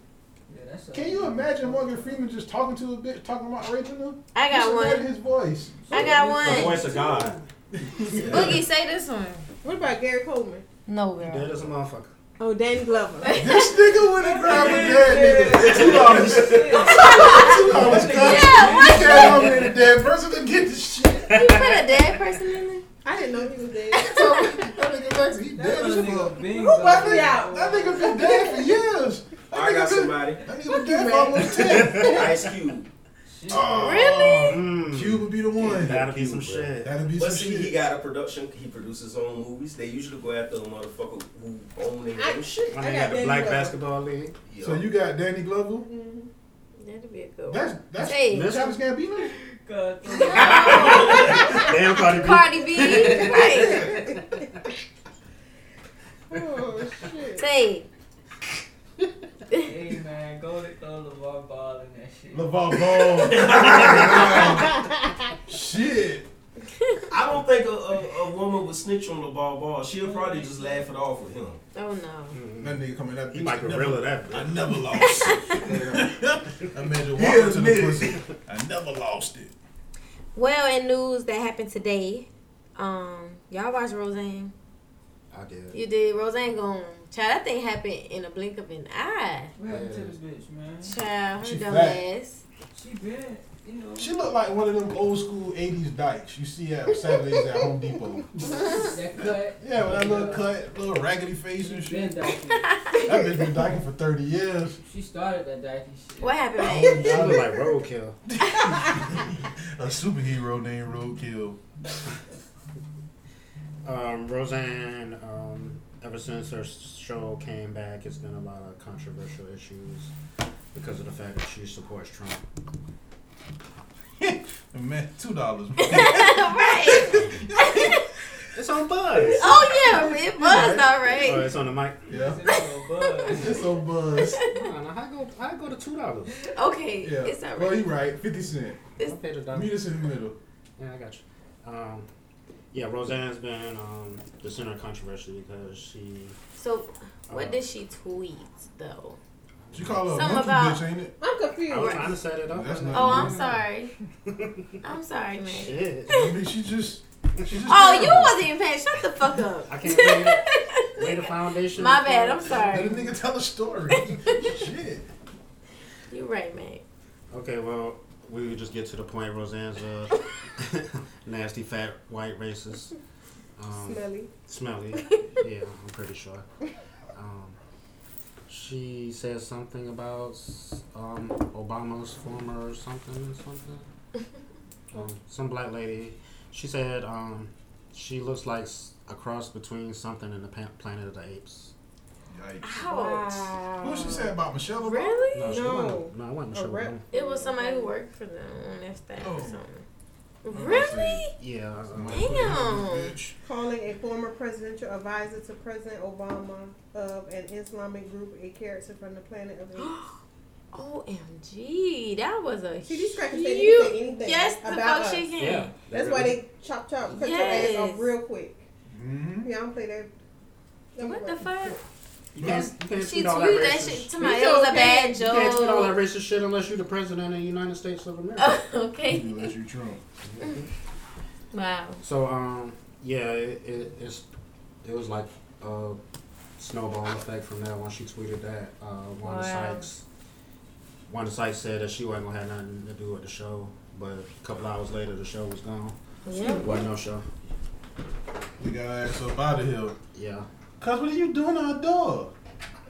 Speaker 10: Yeah, that's a-
Speaker 6: Can you imagine Morgan Freeman just talking to a bitch, talking about raping him?
Speaker 4: I got
Speaker 6: just imagine
Speaker 4: one.
Speaker 6: his voice.
Speaker 4: I got
Speaker 5: The
Speaker 4: one.
Speaker 5: voice of God.
Speaker 3: Boogie, say this one.
Speaker 8: What about Gary Coleman?
Speaker 1: No,
Speaker 5: Dead as a motherfucker.
Speaker 8: Oh, Danny Glover.
Speaker 6: This nigga went and grabbed a dead nigga. Two dollars. Two dollars. Yeah, what? You can't help me in a dead person to get this shit.
Speaker 4: You put a dead person in there?
Speaker 8: I didn't know he was dead.
Speaker 6: So, that nigga Max, he
Speaker 10: That
Speaker 6: dead as
Speaker 10: other
Speaker 6: a fuck.
Speaker 10: nigga been
Speaker 8: Who
Speaker 10: gone.
Speaker 8: busted out?
Speaker 6: That nigga been dead for years. That
Speaker 10: I
Speaker 6: nigga
Speaker 10: got
Speaker 6: been-
Speaker 10: somebody.
Speaker 6: That nigga been dead for almost ten.
Speaker 9: Ice Cube.
Speaker 10: Shit.
Speaker 6: Really?
Speaker 5: Mm.
Speaker 6: Cube would be the one.
Speaker 5: That'll be some
Speaker 9: Cube, bro.
Speaker 5: shit.
Speaker 6: That'd be
Speaker 10: But
Speaker 6: some
Speaker 10: see, he
Speaker 6: shit.
Speaker 10: got a production. He produces his own movies. They usually go after a motherfucker who own their
Speaker 8: I-
Speaker 10: own shit.
Speaker 5: My
Speaker 8: I
Speaker 5: nigga
Speaker 8: got
Speaker 5: got the
Speaker 8: Danny
Speaker 5: Black
Speaker 8: Glover.
Speaker 5: Basketball League.
Speaker 10: Yo.
Speaker 6: So you got Danny Glover.
Speaker 4: That'd be a good one.
Speaker 6: That's that's
Speaker 4: Hey.
Speaker 6: that's Travis Gambino.
Speaker 5: Damn, Cardi
Speaker 4: Cardi B.
Speaker 5: B.
Speaker 4: Right.
Speaker 8: Oh, shit.
Speaker 4: Say.
Speaker 11: Hey man, go to go LeVar Ball and that shit.
Speaker 6: LeVar Ball. Shit.
Speaker 10: I don't think a, a, a woman would snitch on LeVar Ball. She'll probably just laugh it off with him.
Speaker 4: Oh no.
Speaker 6: That nigga coming up.
Speaker 5: He might gorilla that
Speaker 6: I
Speaker 5: bitch.
Speaker 6: never lost. I made you
Speaker 10: He
Speaker 6: walk to the
Speaker 10: admitted.
Speaker 6: pussy. I never lost it.
Speaker 4: Well, in news that happened today, um, y'all watch Roseanne.
Speaker 5: I did.
Speaker 4: You did Roseanne gone. Child, that thing happened in a blink of an eye.
Speaker 11: What happened to this bitch, man?
Speaker 4: Child, her
Speaker 6: Mm-hmm. She
Speaker 4: dumb
Speaker 6: fat.
Speaker 4: ass.
Speaker 11: She been, you know,
Speaker 6: She looked like one of them old school '80s dykes you see at Saturdays at Home Depot.
Speaker 11: that cut.
Speaker 6: Yeah, with that little cut, little raggedy face and
Speaker 11: She been
Speaker 6: shit.
Speaker 11: dyking.
Speaker 6: That bitch been dyking for 30 years.
Speaker 11: She started that dyking shit.
Speaker 4: What happened, man?
Speaker 5: She look like roadkill.
Speaker 6: A superhero named Roadkill.
Speaker 5: Um, Roseanne, um, ever since her show came back, it's been a lot of controversial issues because of the fact that she supports Trump.
Speaker 6: Man, two dollars. Oh.
Speaker 4: right.
Speaker 5: It's on Buzz.
Speaker 4: Oh yeah, it buzzed all
Speaker 5: Oh,
Speaker 4: right.
Speaker 5: it's on the mic.
Speaker 6: yeah,
Speaker 11: It's a bug.
Speaker 6: it's on buzz.
Speaker 5: Nah, nah, I go, I go to two dollars.
Speaker 4: Okay,
Speaker 6: Yeah,
Speaker 4: it's all
Speaker 6: well,
Speaker 4: right.
Speaker 6: you right. Fifty cent.
Speaker 5: I paid a dollar.
Speaker 6: Meet us in the middle.
Speaker 5: Yeah, I got you. Um, yeah, Roseanne's been um, the center of controversy because she.
Speaker 4: So, what
Speaker 5: Uh,
Speaker 4: did she tweet though?
Speaker 6: She call her a
Speaker 4: Something
Speaker 6: monkey
Speaker 4: about-
Speaker 6: bitch, ain't it?
Speaker 8: I'm
Speaker 5: I was trying
Speaker 8: confused.
Speaker 5: to set it up.
Speaker 6: That's
Speaker 5: but-
Speaker 6: not-
Speaker 4: Oh, I'm sorry. I'm sorry, man.
Speaker 5: Shit.
Speaker 6: I mean, she just. She just
Speaker 4: Oh, you wasn't even paying. Shut the fuck up.
Speaker 5: I can't really lay the foundation.
Speaker 4: My bad. I'm
Speaker 6: Let a
Speaker 4: sorry.
Speaker 6: nigga tell a story. Shit.
Speaker 4: You're right, man.
Speaker 5: Okay, well, we could just get to the point. Roseanne's a nasty, fat, white, racist. Um,
Speaker 8: Smelly.
Speaker 5: smelly. yeah, I'm pretty sure. Um, she says something about um, Obama's former something something. Um, some black lady. She said um, she looks like s- a cross between something and the pa- Planet of the Apes.
Speaker 6: Yikes.
Speaker 4: Ouch.
Speaker 6: What she said about Michelle? Obama?
Speaker 4: Really?
Speaker 5: No, she
Speaker 8: No.
Speaker 5: wasn't. No, I wasn't
Speaker 8: A
Speaker 5: sure.
Speaker 8: rep-
Speaker 4: It was somebody who worked for them on their staff
Speaker 6: Oh.
Speaker 4: or something. Really?
Speaker 5: Yeah. uh, I- I-
Speaker 4: Damn.
Speaker 6: Bitch.
Speaker 8: Calling a former presidential advisor to President Obama of an Islamic group a character from the planet of the apes.
Speaker 4: OMG. That was a
Speaker 8: See, these crackers, they didn't say
Speaker 4: huge.
Speaker 8: anything
Speaker 4: Yes, the
Speaker 8: about
Speaker 4: fuck
Speaker 8: us.
Speaker 4: she can.
Speaker 5: Yeah.
Speaker 8: That's why they chop chop cut
Speaker 4: Yes.
Speaker 8: your ass off real quick.
Speaker 6: Mhm.
Speaker 8: Yeah, I don't play that. that
Speaker 4: What the
Speaker 8: work.
Speaker 4: fuck?
Speaker 5: You can't, you can't
Speaker 4: She
Speaker 5: tweet all that
Speaker 4: tweeted that
Speaker 5: racist.
Speaker 4: shit to
Speaker 5: You
Speaker 4: my. It
Speaker 5: can't-
Speaker 4: was a bad
Speaker 5: You can't tweet all that
Speaker 4: joke.
Speaker 5: racist shit unless you're the president of the United States of America.
Speaker 4: Okay.
Speaker 6: Unless you Trump.
Speaker 4: Oh. Wow.
Speaker 5: So um yeah, it, it it's it was like a snowball effect from that when she tweeted that. Uh
Speaker 4: Wow.
Speaker 5: Wanda Sykes Wanda Sykes said that she wasn't gonna have nothing to do with the show, but a couple hours later the show was gone.
Speaker 4: Yeah.
Speaker 5: Wasn't no show.
Speaker 6: We got our ass up out of here.
Speaker 5: Yeah.
Speaker 6: Cause what are you doing on a door?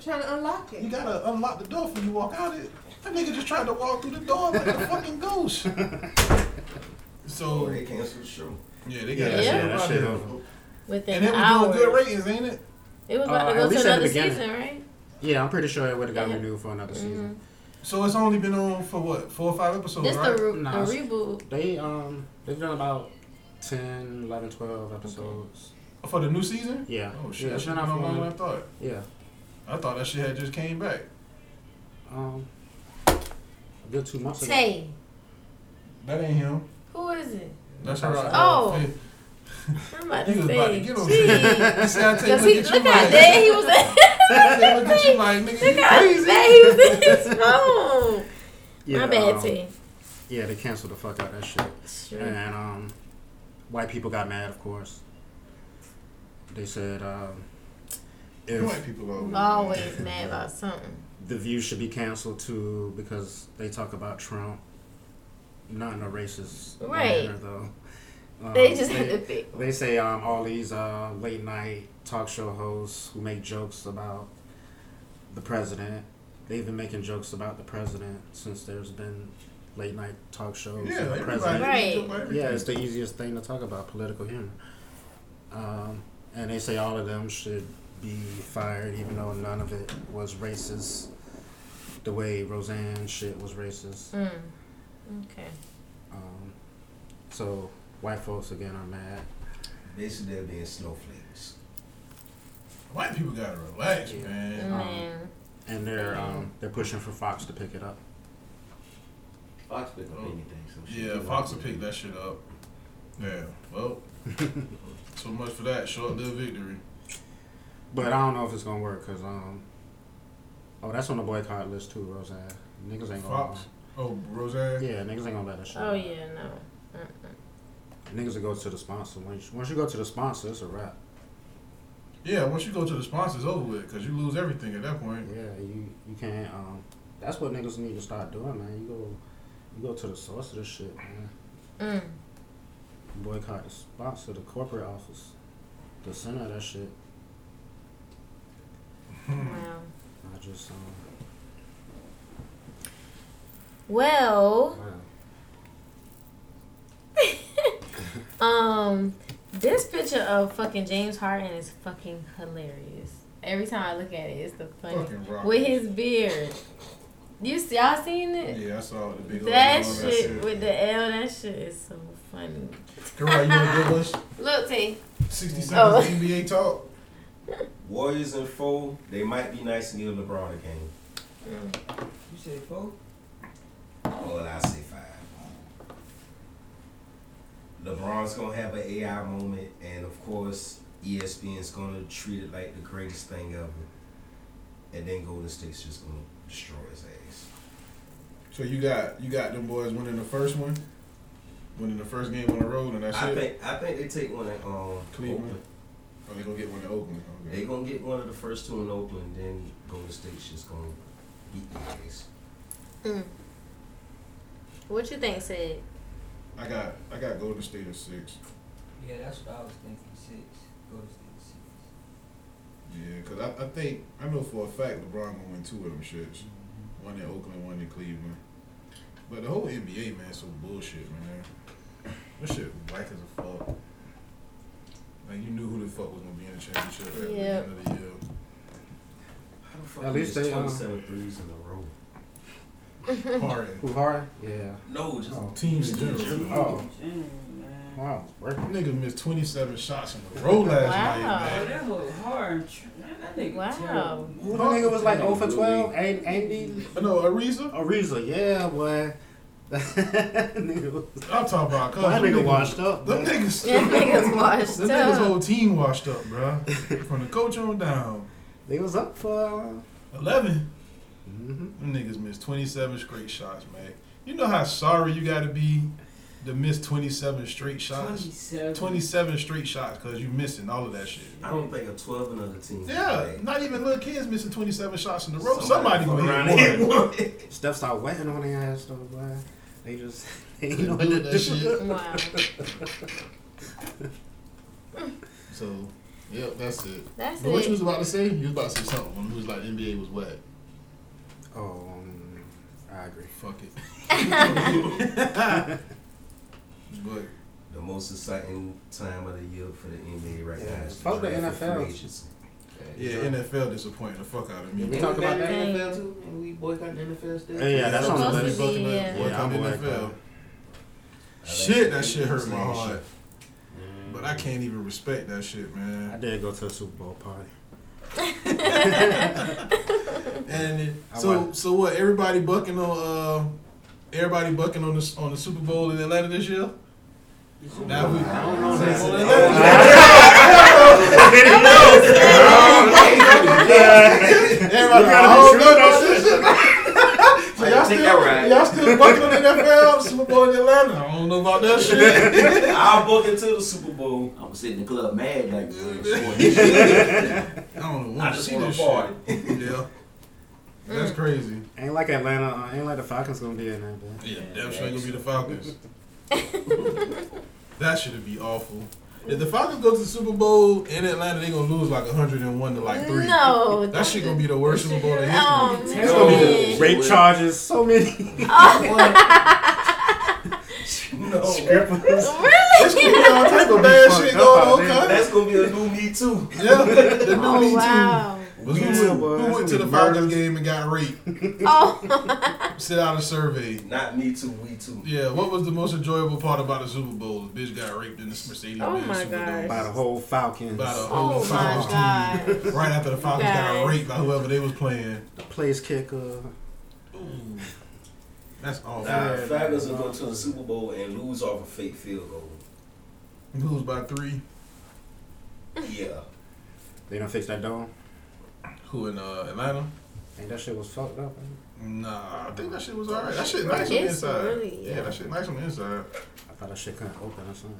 Speaker 8: Trying to unlock
Speaker 6: You
Speaker 8: it.
Speaker 6: gotta unlock the door before you walk out it. That nigga just tried to walk through the door like a fucking ghost.
Speaker 10: Oh,
Speaker 6: So
Speaker 10: they canceled the show.
Speaker 6: yeah, they
Speaker 5: Yeah,
Speaker 6: got
Speaker 5: that
Speaker 6: that
Speaker 5: shit-
Speaker 6: shit
Speaker 5: that
Speaker 6: up out
Speaker 5: shit
Speaker 6: of here.
Speaker 5: over.
Speaker 4: Within
Speaker 6: And it was
Speaker 4: hours.
Speaker 6: doing good ratings, ain't it?
Speaker 4: It was about to
Speaker 5: Uh,
Speaker 4: go
Speaker 5: at
Speaker 4: to
Speaker 5: least at the
Speaker 4: another
Speaker 5: beginning.
Speaker 4: season, right?
Speaker 5: Yeah, I'm pretty sure it would have got
Speaker 4: Yeah. Mm-hmm.
Speaker 5: renewed for another season.
Speaker 6: So it's only been on for what four or five episodes,
Speaker 4: This
Speaker 6: Oh, right?
Speaker 4: the, re-
Speaker 5: Nah,
Speaker 4: the
Speaker 5: it's-
Speaker 4: reboot.
Speaker 5: They um they've done about 10, 11, 12 episodes.
Speaker 6: for the new season.
Speaker 5: Yeah.
Speaker 6: Oh shit,
Speaker 5: Yeah,
Speaker 6: that
Speaker 5: it's
Speaker 6: shit
Speaker 5: been
Speaker 6: been
Speaker 5: out for
Speaker 6: on
Speaker 5: a
Speaker 6: longer than I
Speaker 5: while.
Speaker 6: thought.
Speaker 5: Yeah.
Speaker 6: I thought that shit had just came back.
Speaker 5: Um a good two months ago.
Speaker 4: Tay.
Speaker 6: That ain't him.
Speaker 4: Who is it?
Speaker 6: That's her.
Speaker 4: Oh.
Speaker 6: outfit.
Speaker 4: I'm about
Speaker 6: You
Speaker 4: to
Speaker 6: was
Speaker 4: say.
Speaker 6: about to get on
Speaker 4: Jeez.
Speaker 6: You see, I take a
Speaker 4: Cause
Speaker 6: look
Speaker 4: he,
Speaker 6: at you
Speaker 4: look how
Speaker 6: like-
Speaker 4: dead he was at.
Speaker 6: Take a look at you like, nigga,
Speaker 4: Look
Speaker 6: you
Speaker 4: how
Speaker 6: crazy.
Speaker 4: dead he was in his phone.
Speaker 5: Yeah,
Speaker 4: My bad, Mm-hmm.
Speaker 5: um,
Speaker 4: T.
Speaker 5: Yeah, they canceled the fuck out of that shit.
Speaker 4: Sure.
Speaker 5: And um, white people got mad, of course. They said um, if
Speaker 6: White people always.
Speaker 4: Always mad about something.
Speaker 5: the view should be canceled too because they talk about Trump, not in a racist
Speaker 4: Right.
Speaker 5: manner though. Um,
Speaker 4: They just had to pick.
Speaker 5: Oh, They say um, all these uh, late night talk show hosts who make jokes about the president. They've been making jokes about the president since there's been late night talk shows.
Speaker 6: Yeah,
Speaker 5: of the
Speaker 6: everybody-
Speaker 5: president.
Speaker 4: Right.
Speaker 5: Yeah, it's the easiest thing to talk about political humor. Um, and they say all of them should be fired, even though none of it was racist. The way Roseanne shit was racist.
Speaker 4: Mm. Okay.
Speaker 5: Um, so white folks again are mad.
Speaker 9: Basically, they're being snowflakes.
Speaker 6: White people gotta relax,
Speaker 5: Yeah.
Speaker 6: man.
Speaker 4: Man.
Speaker 5: and they're um, they're pushing for Fox to pick it up.
Speaker 9: Fox pick up anything, so shit.
Speaker 6: Yeah, Fox will pick that shit up. Yeah, well, so much for that short-lived victory.
Speaker 5: But I don't know if it's gonna work because um, oh that's on the boycott list too, Roseanne. Niggas ain't gonna
Speaker 6: Fox. Oh, Roseanne.
Speaker 5: yeah niggas ain't gonna let that shit.
Speaker 4: Oh yeah, no. Mm-mm.
Speaker 5: Niggas will go to the sponsor. Once you, once you go to the sponsor, it's a wrap.
Speaker 6: Yeah, once you go to the sponsors, over with, cause you lose everything at that point.
Speaker 5: Yeah, you you can't. Um, that's what niggas need to start doing, man. You go you go to the source of this shit, man.
Speaker 4: Mm.
Speaker 5: Boycott the sponsor, the corporate office, the center of that shit.
Speaker 4: Wow.
Speaker 5: I just um,
Speaker 4: Well,
Speaker 5: wow.
Speaker 4: um, this picture of fucking James Harden is fucking hilarious. Every time I look at it, it's the funniest.
Speaker 6: Fucking rock.
Speaker 4: With his beard, you see, y'all seen it?
Speaker 6: Yeah, I saw the big. old
Speaker 4: That
Speaker 6: one,
Speaker 4: shit, with the L, that shit is so funny.
Speaker 6: Corral, you wanna give us
Speaker 4: Look, T.
Speaker 6: sixty
Speaker 4: Oh.
Speaker 6: seconds of NBA talk?
Speaker 10: Warriors in four, they might be nice and give LeBron a game.
Speaker 11: You said four?
Speaker 10: Well, I say five. LeBron's gonna have an AI moment, and of course, ESPN's gonna treat it like the greatest thing ever. And then Golden State's just gonna destroy his ass.
Speaker 6: So you got you got them boys winning the first one, winning the first game on the road, and that's
Speaker 10: I
Speaker 6: it.
Speaker 10: think I think they take one at um
Speaker 6: Cleveland.
Speaker 10: Oakland.
Speaker 6: Oh, they gonna get one in Oakland.
Speaker 10: They
Speaker 6: Okay.
Speaker 10: gonna get one of the first two in Oakland, then Golden State's just gonna beat the ass.
Speaker 4: Mm. What you think, Sid?
Speaker 6: I got I got Golden State at six.
Speaker 11: Yeah, that's what I was thinking. Six. Go to six. six.
Speaker 6: Yeah, cause I, I think I know for a fact LeBron gonna win two of them shits.
Speaker 11: Mm-hmm.
Speaker 6: One in Oakland, one in Cleveland. But the whole NBA man, so bullshit, man. This shit whack as a fuck. Like you knew who the fuck was gonna be in the championship at the
Speaker 4: Yep.
Speaker 6: end of the year.
Speaker 10: How the fuck
Speaker 5: At
Speaker 10: at
Speaker 5: least
Speaker 10: least
Speaker 5: they, um,
Speaker 10: 27 threes in a row?
Speaker 6: Harden,
Speaker 5: Who hard? Yeah.
Speaker 10: No, just
Speaker 5: Oh.
Speaker 6: teams in general.
Speaker 5: Oh
Speaker 11: Damn, man.
Speaker 5: wow, work.
Speaker 6: Nigga missed 27 shots in a row last
Speaker 11: Oh,
Speaker 6: night, man.
Speaker 11: that was hard. Man, that nigga
Speaker 4: Wow.
Speaker 11: terrible.
Speaker 5: Who the nigga was like 0 for 12? Ain't ain't he?
Speaker 6: No, Ariza.
Speaker 5: Ariza, yeah, boy. nigga was-
Speaker 6: I'm talking about. cuz
Speaker 5: Well, that
Speaker 6: them
Speaker 5: nigga
Speaker 6: niggas-
Speaker 5: washed up.
Speaker 6: Them
Speaker 5: man.
Speaker 6: niggas.
Speaker 4: Them niggas washed
Speaker 6: Them niggas
Speaker 4: up.
Speaker 6: whole team washed up, bro. From the coach on down.
Speaker 5: They was up for. uh,
Speaker 6: 11.
Speaker 5: hmm
Speaker 6: Them niggas missed 27 straight shots, man. You know how sorry you gotta be to miss 27 straight shots?
Speaker 11: 27.
Speaker 6: 27 straight shots because you missing all of that shit.
Speaker 10: I don't think a 12 and other team.
Speaker 6: Yeah, not even little kids missing 27 shots in a row. Somebody, gonna
Speaker 10: fuck
Speaker 6: hit
Speaker 10: around
Speaker 6: one.
Speaker 10: and hit one.
Speaker 5: Stuff started wetting on their ass though, boy. They just they ain't know what
Speaker 6: Couldn't do
Speaker 5: to
Speaker 6: that
Speaker 5: do.
Speaker 6: shit.
Speaker 4: Wow.
Speaker 6: So, yep, that's it.
Speaker 4: That's
Speaker 6: But what you was
Speaker 4: it.
Speaker 6: about to say? You was about to say something when it was like NBA was wet.
Speaker 5: Oh, um, I agree.
Speaker 6: Fuck it. but
Speaker 10: The most exciting time of the year for the NBA right
Speaker 5: Yeah,
Speaker 10: now. is
Speaker 5: fuck the
Speaker 10: draft and free
Speaker 5: NFL.
Speaker 10: agency.
Speaker 6: yeah, NFL disappointed the fuck out of me.
Speaker 5: We talk about that
Speaker 4: NFL
Speaker 9: too, and we boycott the NFL still.
Speaker 5: Yeah, yeah, that's on the
Speaker 4: Supposed
Speaker 5: list.
Speaker 4: to be, yeah.
Speaker 5: Yeah, I'm
Speaker 6: Boycott
Speaker 5: like,
Speaker 6: the NFL.
Speaker 5: uh,
Speaker 10: I like
Speaker 6: Shit,
Speaker 10: the
Speaker 6: that shit hurt my
Speaker 10: NBA
Speaker 6: heart.
Speaker 10: shit.
Speaker 6: But I can't even respect that shit,
Speaker 5: I
Speaker 6: man.
Speaker 5: did go to a Super Bowl party.
Speaker 6: And it-
Speaker 5: I
Speaker 6: so,
Speaker 5: want-
Speaker 6: so what? Everybody bucking on, uh, everybody bucking on the on the Super Bowl in Atlanta this year. Now we. I don't know. So Oh, y'all
Speaker 10: Take that
Speaker 6: still,
Speaker 10: ride.
Speaker 6: y'all still bucking on the NFL Super Bowl in Atlanta? I don't know about that shit.
Speaker 10: I'll book into the Super Bowl.
Speaker 9: I'm sitting in the club mad like man, sport this shit.
Speaker 6: I don't know.
Speaker 10: I
Speaker 6: When
Speaker 10: just
Speaker 6: see
Speaker 10: wanna
Speaker 6: this
Speaker 10: party.
Speaker 6: shit. Yeah, that's crazy.
Speaker 5: Ain't like Atlanta, uh, ain't like the Falcons gonna be in there, man.
Speaker 6: Yeah, damn sure ain't gonna be the Falcons. that should be awful. If the Falcons go to the Super Bowl in Atlanta, they gonna lose like 101 to like three.
Speaker 4: No,
Speaker 6: that shit gonna be the worst Super Bowl in history.
Speaker 4: Oh,
Speaker 6: It's gonna be the-
Speaker 4: man.
Speaker 5: Rape charges, so many.
Speaker 9: Oh.
Speaker 10: No.
Speaker 6: It's gonna be all type of bad shit going on. cuz.
Speaker 10: That's gonna be a new me too.
Speaker 6: Yeah, the new
Speaker 4: Oh,
Speaker 6: Me Too.
Speaker 4: wow.
Speaker 6: Was who,
Speaker 5: Yeah, boy,
Speaker 6: went, who
Speaker 5: that's
Speaker 6: went to
Speaker 5: gonna
Speaker 6: the
Speaker 5: be
Speaker 6: Falcons game and got raped?
Speaker 4: Oh,
Speaker 6: Sit out a survey.
Speaker 10: Not me too, we too.
Speaker 6: Yeah, what was the most enjoyable part about the Super Bowl? The bitch got raped in this Mercedes
Speaker 4: Oh
Speaker 6: Benz
Speaker 4: my
Speaker 6: Superdome
Speaker 4: gosh.
Speaker 5: By the whole Falcons.
Speaker 6: by the whole
Speaker 4: oh
Speaker 6: Falcons
Speaker 4: my
Speaker 6: team.
Speaker 4: God.
Speaker 6: Right after the Falcons got
Speaker 4: Guys.
Speaker 6: raped by whoever they was playing.
Speaker 5: the place kicker.
Speaker 6: Ooh, that's awful.
Speaker 10: Nah, Falcons will go to the Super Bowl and lose off a fake field goal.
Speaker 6: Lose by three.
Speaker 10: Yeah.
Speaker 5: They done fix that dome.
Speaker 6: Who in uh, Atlanta?
Speaker 5: Ain't that shit was fucked up. man.
Speaker 6: Nah, I think that shit was alright. That shit nice on the
Speaker 4: It's
Speaker 6: inside.
Speaker 4: really-
Speaker 6: yeah. that shit nice on the inside.
Speaker 5: I thought that shit couldn't open or something.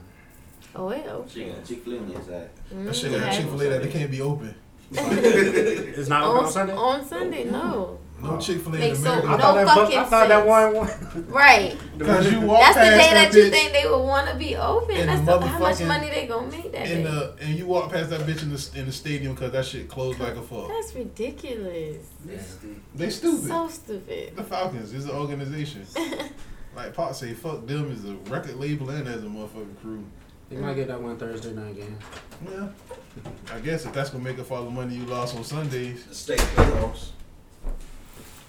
Speaker 4: Oh, well.
Speaker 9: She got Chick Fil A on the inside.
Speaker 6: That shit got
Speaker 4: Mm-hmm.
Speaker 6: Chick Fil A that they can't be open.
Speaker 5: It's not open on
Speaker 4: On,
Speaker 5: Sunday.
Speaker 4: on Sunday,
Speaker 6: Oh.
Speaker 4: no.
Speaker 6: No Chick Fil A in
Speaker 4: Makes so-
Speaker 6: America.
Speaker 5: I
Speaker 4: oh, No
Speaker 5: thought that.
Speaker 4: fucking
Speaker 5: I thought that
Speaker 4: sense.
Speaker 5: one. one
Speaker 4: Right.
Speaker 6: Cause you walk
Speaker 4: That's the
Speaker 6: past
Speaker 4: day that you
Speaker 6: bitch
Speaker 4: think they would want to be open.
Speaker 6: In
Speaker 4: That's
Speaker 6: the
Speaker 4: the, how much
Speaker 6: motherfucking-
Speaker 4: money they gonna make that day.
Speaker 6: in uh, the and you walk past that bitch in the in the stadium because that shit closed like a fuck.
Speaker 4: That's ridiculous.
Speaker 6: They stupid.
Speaker 4: So stupid.
Speaker 6: The Falcons is an organization. like Pop say, fuck them is a record label and as a motherfucking crew.
Speaker 5: they might get that one Thursday night game.
Speaker 6: Yeah. I guess if that's gonna make up for all the money you lost on Sundays.
Speaker 10: The state playoffs.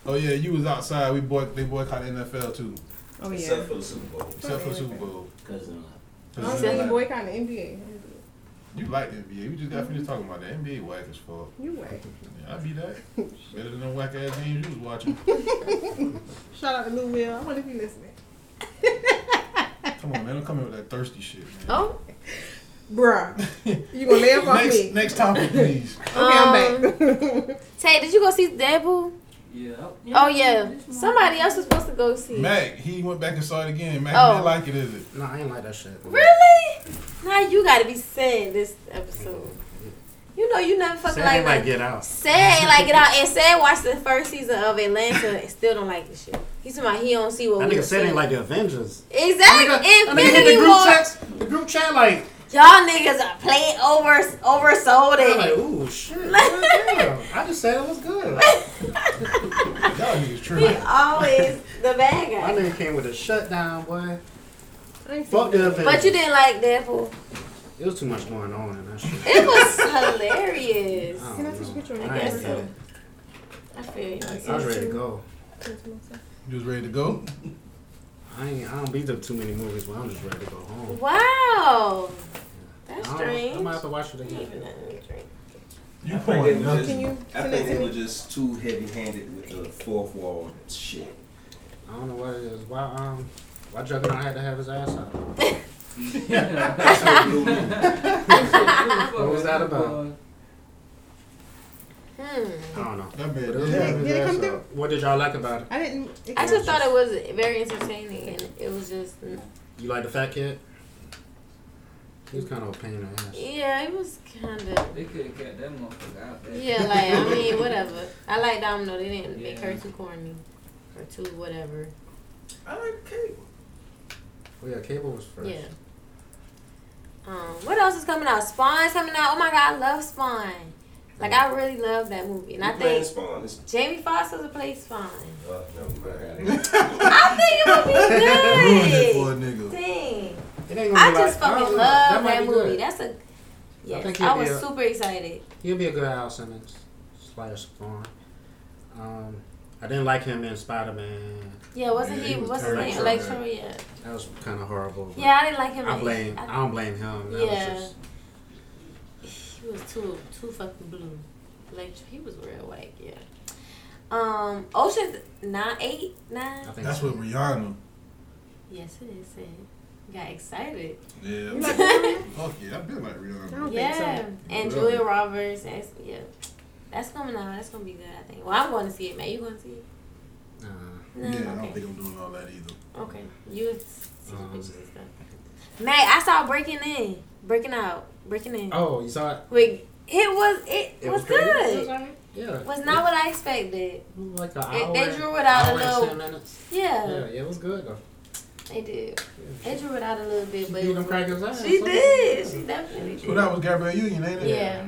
Speaker 6: Oh yeah, you was outside. We boy they boycott NFL too,
Speaker 8: Oh yeah.
Speaker 10: Except for the Super Bowl.
Speaker 6: except for the Super Bowl.
Speaker 9: Cause uh,
Speaker 8: I'm
Speaker 6: 'Cause you,
Speaker 8: saying you
Speaker 6: like,
Speaker 8: boycott the NBA.
Speaker 6: you like the NBA. We just got finished talking about the NBA whack as fuck.
Speaker 8: You whack.
Speaker 6: Yeah, I be that. Better than them whack ass games you was watching.
Speaker 8: Shout out to Lou Will. I wonder if you listening.
Speaker 6: Come on, man. Don't come in with that thirsty shit, man.
Speaker 4: Oh,
Speaker 8: Bruh. You gonna lay up on
Speaker 6: next,
Speaker 8: me.
Speaker 6: next topic, please.
Speaker 8: Okay, I'm back.
Speaker 4: Tay, did you go see Deadpool?
Speaker 11: Yeah. I-
Speaker 4: Oh yeah. Somebody else was supposed to go see. it.
Speaker 6: Mac, he went back and saw it again. Mac
Speaker 4: Oh.
Speaker 6: didn't like it, is it?
Speaker 5: No, I ain't like that shit.
Speaker 4: Really? Now you gotta be saying this episode. You know you never fucking
Speaker 5: Say
Speaker 4: like
Speaker 5: they might
Speaker 4: that.
Speaker 5: get out.
Speaker 4: Say ain't like it out and say watch the first season of Atlanta and still don't like the shit. He's talking about he don't see what
Speaker 5: That
Speaker 4: we
Speaker 5: nigga
Speaker 4: were
Speaker 5: said
Speaker 4: saying.
Speaker 5: ain't like the Avengers.
Speaker 4: exactly.
Speaker 5: That nigga hit the
Speaker 4: Infinity
Speaker 5: group
Speaker 4: War.
Speaker 5: chat. The group chat like,
Speaker 4: Y'all niggas are playing over oversold
Speaker 5: I'm like,
Speaker 4: it.
Speaker 5: ooh shit. Damn. I just said it was good.
Speaker 6: Y'all niggas
Speaker 4: We
Speaker 6: tripping.
Speaker 4: always the bad
Speaker 5: My
Speaker 4: guy.
Speaker 5: nigga came with a shutdown, boy.
Speaker 8: I ain't
Speaker 5: Fuck
Speaker 8: seen
Speaker 5: the
Speaker 8: it.
Speaker 5: Avengers.
Speaker 4: But you didn't like Deadpool.
Speaker 5: It was too much going on in that shit.
Speaker 4: It was hilarious.
Speaker 5: I
Speaker 8: Can I
Speaker 5: don't
Speaker 8: just
Speaker 5: know.
Speaker 8: get your
Speaker 5: I ain't
Speaker 4: name?
Speaker 5: get it.
Speaker 4: I feel you.
Speaker 5: I was ready to go.
Speaker 6: You was ready to go?
Speaker 5: I ain't, I don't be to too many movies, but I'm just ready to go home.
Speaker 4: Wow.
Speaker 5: I
Speaker 4: That's
Speaker 5: don't-
Speaker 4: strange.
Speaker 5: I might have to watch it
Speaker 4: You ain't even
Speaker 5: again.
Speaker 4: let me drink.
Speaker 6: You
Speaker 10: I think
Speaker 6: pouring
Speaker 10: it was
Speaker 6: nothing.
Speaker 8: Can you
Speaker 10: I
Speaker 8: send
Speaker 10: think
Speaker 8: that
Speaker 10: they
Speaker 8: to
Speaker 10: were
Speaker 8: me?
Speaker 10: just too heavy handed with the fourth wall shit.
Speaker 5: I don't know what it is. Why um why Juggernaut had to have his ass out?
Speaker 11: what
Speaker 5: was that about?
Speaker 4: Hmm.
Speaker 5: I don't know.
Speaker 6: That man
Speaker 5: But it was
Speaker 6: did have
Speaker 5: good.
Speaker 6: his
Speaker 8: Did it
Speaker 6: ass
Speaker 8: come through?
Speaker 6: out.
Speaker 5: What did y'all like about it?
Speaker 8: I didn't. it
Speaker 4: I
Speaker 8: came-
Speaker 4: just thought it was very entertaining, and it was just
Speaker 5: You like the fat kid? He was kind of a pain in the ass.
Speaker 4: yeah, it was kind of
Speaker 11: They could have kept that motherfucker out there.
Speaker 4: yeah. Like I mean, whatever. I like Domino. They didn't make her
Speaker 11: Yeah.
Speaker 4: too corny or too whatever.
Speaker 10: I like cake.
Speaker 5: Oh yeah, Cable was first.
Speaker 4: Yeah. Um, what else is coming out? Spawn's coming out. Oh my god, I love Spawn. Like I really love that movie, and I think
Speaker 10: Spawn is.
Speaker 4: Jamie Foxx was a play Spawn.
Speaker 10: Oh, never mind.
Speaker 4: I think it
Speaker 6: Ruined it
Speaker 4: would
Speaker 6: for
Speaker 4: be
Speaker 6: a nigga.
Speaker 4: good. Dang.
Speaker 5: It ain't
Speaker 4: I
Speaker 5: be
Speaker 4: just
Speaker 5: like,
Speaker 4: fucking
Speaker 5: oh,
Speaker 4: love that,
Speaker 5: might be
Speaker 4: movie.
Speaker 5: good.
Speaker 4: That's a yes.
Speaker 5: think
Speaker 4: I,
Speaker 5: it'd
Speaker 4: was
Speaker 5: be a-
Speaker 4: super excited.
Speaker 5: He'll be a good Al Simmons slash Spawn. Um, I didn't like him in Spider Man.
Speaker 4: Yeah, wasn't
Speaker 6: Yeah,
Speaker 4: he?
Speaker 6: he was
Speaker 4: what's his name?
Speaker 6: terrible.
Speaker 4: Electro. Yeah.
Speaker 5: That was kind of horrible. but
Speaker 4: Yeah, I didn't like him.
Speaker 5: I
Speaker 4: in-
Speaker 5: blame. I,
Speaker 4: I-
Speaker 5: don't blame him. That
Speaker 4: Yeah.
Speaker 5: was just,
Speaker 4: He was too too fucking blue. Electro. He was real whack. Yeah. Um, Ocean's nine eight
Speaker 5: I
Speaker 4: nine.
Speaker 5: think
Speaker 6: That's what Rihanna.
Speaker 4: Yes, it is. Sad. Got excited.
Speaker 6: Yeah.
Speaker 4: You like Mario?
Speaker 6: Fuck yeah, I've been like real.
Speaker 4: I don't think so. Yeah. And
Speaker 6: Yeah.
Speaker 4: Julia Roberts. That's, yeah. That's coming out. That's going to be good, I think. Well, I'm going to see it, man. You going to see it?
Speaker 5: Nah.
Speaker 4: No,
Speaker 6: yeah, I
Speaker 4: okay.
Speaker 6: don't think I'm doing all that either.
Speaker 4: Okay. You would see the
Speaker 5: Um,
Speaker 4: pictures and stuff. Meg, I saw Breaking In. Breaking Out. Breaking In.
Speaker 5: Oh, you saw it?
Speaker 4: Wait, it was, it,
Speaker 5: It
Speaker 4: was,
Speaker 5: was pretty good.
Speaker 4: good.
Speaker 5: Yeah.
Speaker 4: Was not what I expected.
Speaker 5: Like an
Speaker 4: It-
Speaker 5: hour.
Speaker 4: they drew it out a
Speaker 5: hour and
Speaker 4: little-
Speaker 5: 10 minutes.
Speaker 4: Yeah.
Speaker 5: Yeah, yeah, it was good though.
Speaker 4: They did. They drew it out a little bit,
Speaker 5: She
Speaker 4: but
Speaker 5: beat
Speaker 4: it
Speaker 5: them
Speaker 4: was
Speaker 5: crackers ass,
Speaker 4: She
Speaker 5: so-
Speaker 4: did. She definitely did.
Speaker 6: So that was Gabrielle Union, ain't it?
Speaker 4: Yeah.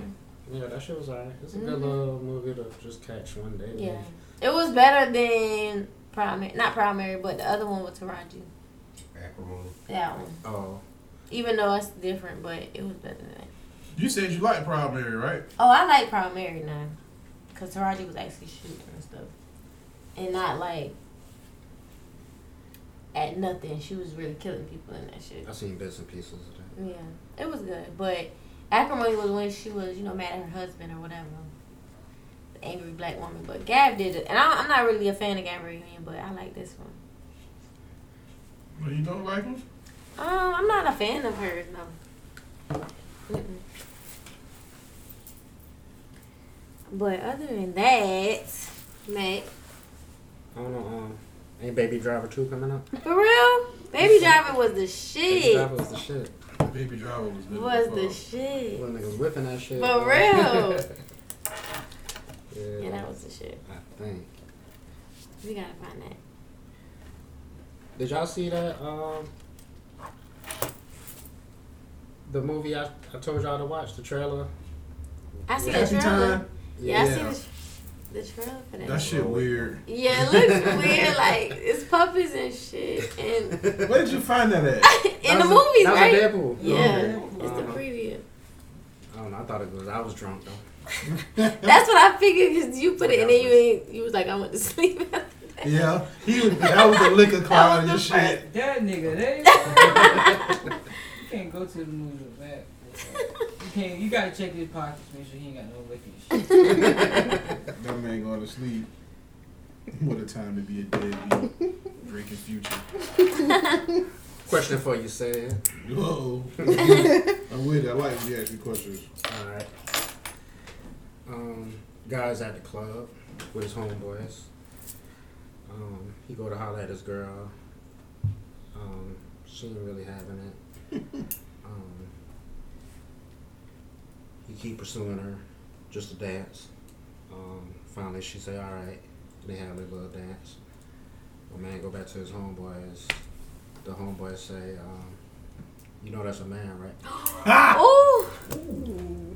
Speaker 5: Yeah, that shit was alright. It's a good
Speaker 4: Mhm.
Speaker 5: little movie to just catch one day.
Speaker 4: Yeah. It was better than primary, not primary, but the other one with Taraji.
Speaker 10: Acrimony.
Speaker 4: That one.
Speaker 5: Oh.
Speaker 4: Even though it's different, but it was better than that.
Speaker 6: You said you like primary, right?
Speaker 4: Oh, I like primary now, cause Taraji was actually shooting and stuff, and not like at nothing. She was really killing people in that shit.
Speaker 5: I seen bits and pieces of that.
Speaker 4: Yeah, it was good, but acrimony was when she was, you know, mad at her husband or whatever, the angry black woman. But Gab did it, and I, I'm not really a fan of Gabrielle Union, but I like this one.
Speaker 6: Well, you don't like him?
Speaker 4: Um, I'm not a fan of hers, no. Mm-mm. But other than that, Mac,
Speaker 5: I don't know. Um, ain't Baby Driver two coming up?
Speaker 4: for real, Baby Driver was the
Speaker 5: Baby
Speaker 4: shit.
Speaker 5: Driver was the shit.
Speaker 6: Baby Driver was good.
Speaker 4: Was the
Speaker 6: fuck.
Speaker 4: shit.
Speaker 5: When niggas whipping that shit.
Speaker 4: For
Speaker 5: boy.
Speaker 4: real.
Speaker 5: yeah.
Speaker 4: Yeah, that was the shit.
Speaker 5: I think.
Speaker 4: We gotta find that.
Speaker 5: Did y'all see that? Um, the movie I, I told y'all to watch, the trailer.
Speaker 4: I see
Speaker 6: Happy
Speaker 4: the trailer.
Speaker 6: time.
Speaker 4: Yeah,
Speaker 5: Yeah.
Speaker 4: I see the, the trailer for that.
Speaker 6: That shit weird.
Speaker 4: Yeah, it looks weird. Like it's puppies and shit, and
Speaker 6: Where did you find that at?
Speaker 4: in the
Speaker 5: was a-
Speaker 4: movies,
Speaker 5: that was a
Speaker 4: right?
Speaker 5: Deadpool.
Speaker 4: Yeah,
Speaker 5: Yeah.
Speaker 4: it's the
Speaker 5: Uh-huh.
Speaker 4: preview.
Speaker 5: I don't know. I thought it was. I was drunk though.
Speaker 4: That's what I figured because you put it and then you ain't, you was like, I went to sleep.
Speaker 6: Yeah, he was. That was the liquor cloud and your
Speaker 4: was the
Speaker 6: shit.
Speaker 11: That nigga, they. you can't go to the movies with that. You can't. You gotta check his pockets, make sure he ain't got no liquor and shit.
Speaker 6: That man going to sleep. What a time to be a deadbeat. Drinking future.
Speaker 5: Question for you, said.
Speaker 6: Whoa. I'm with it. I like when you ask me questions.
Speaker 5: All right. Um, guys at the club with his homeboys. Um, he go to holler at his girl. Um, she ain't really having it. um, he keep pursuing her, just to dance. Um, finally, she say, "All right." They have their little dance. The man go back to his homeboys. The homeboys say, um, "You know that's a man, right?"
Speaker 4: Ooh.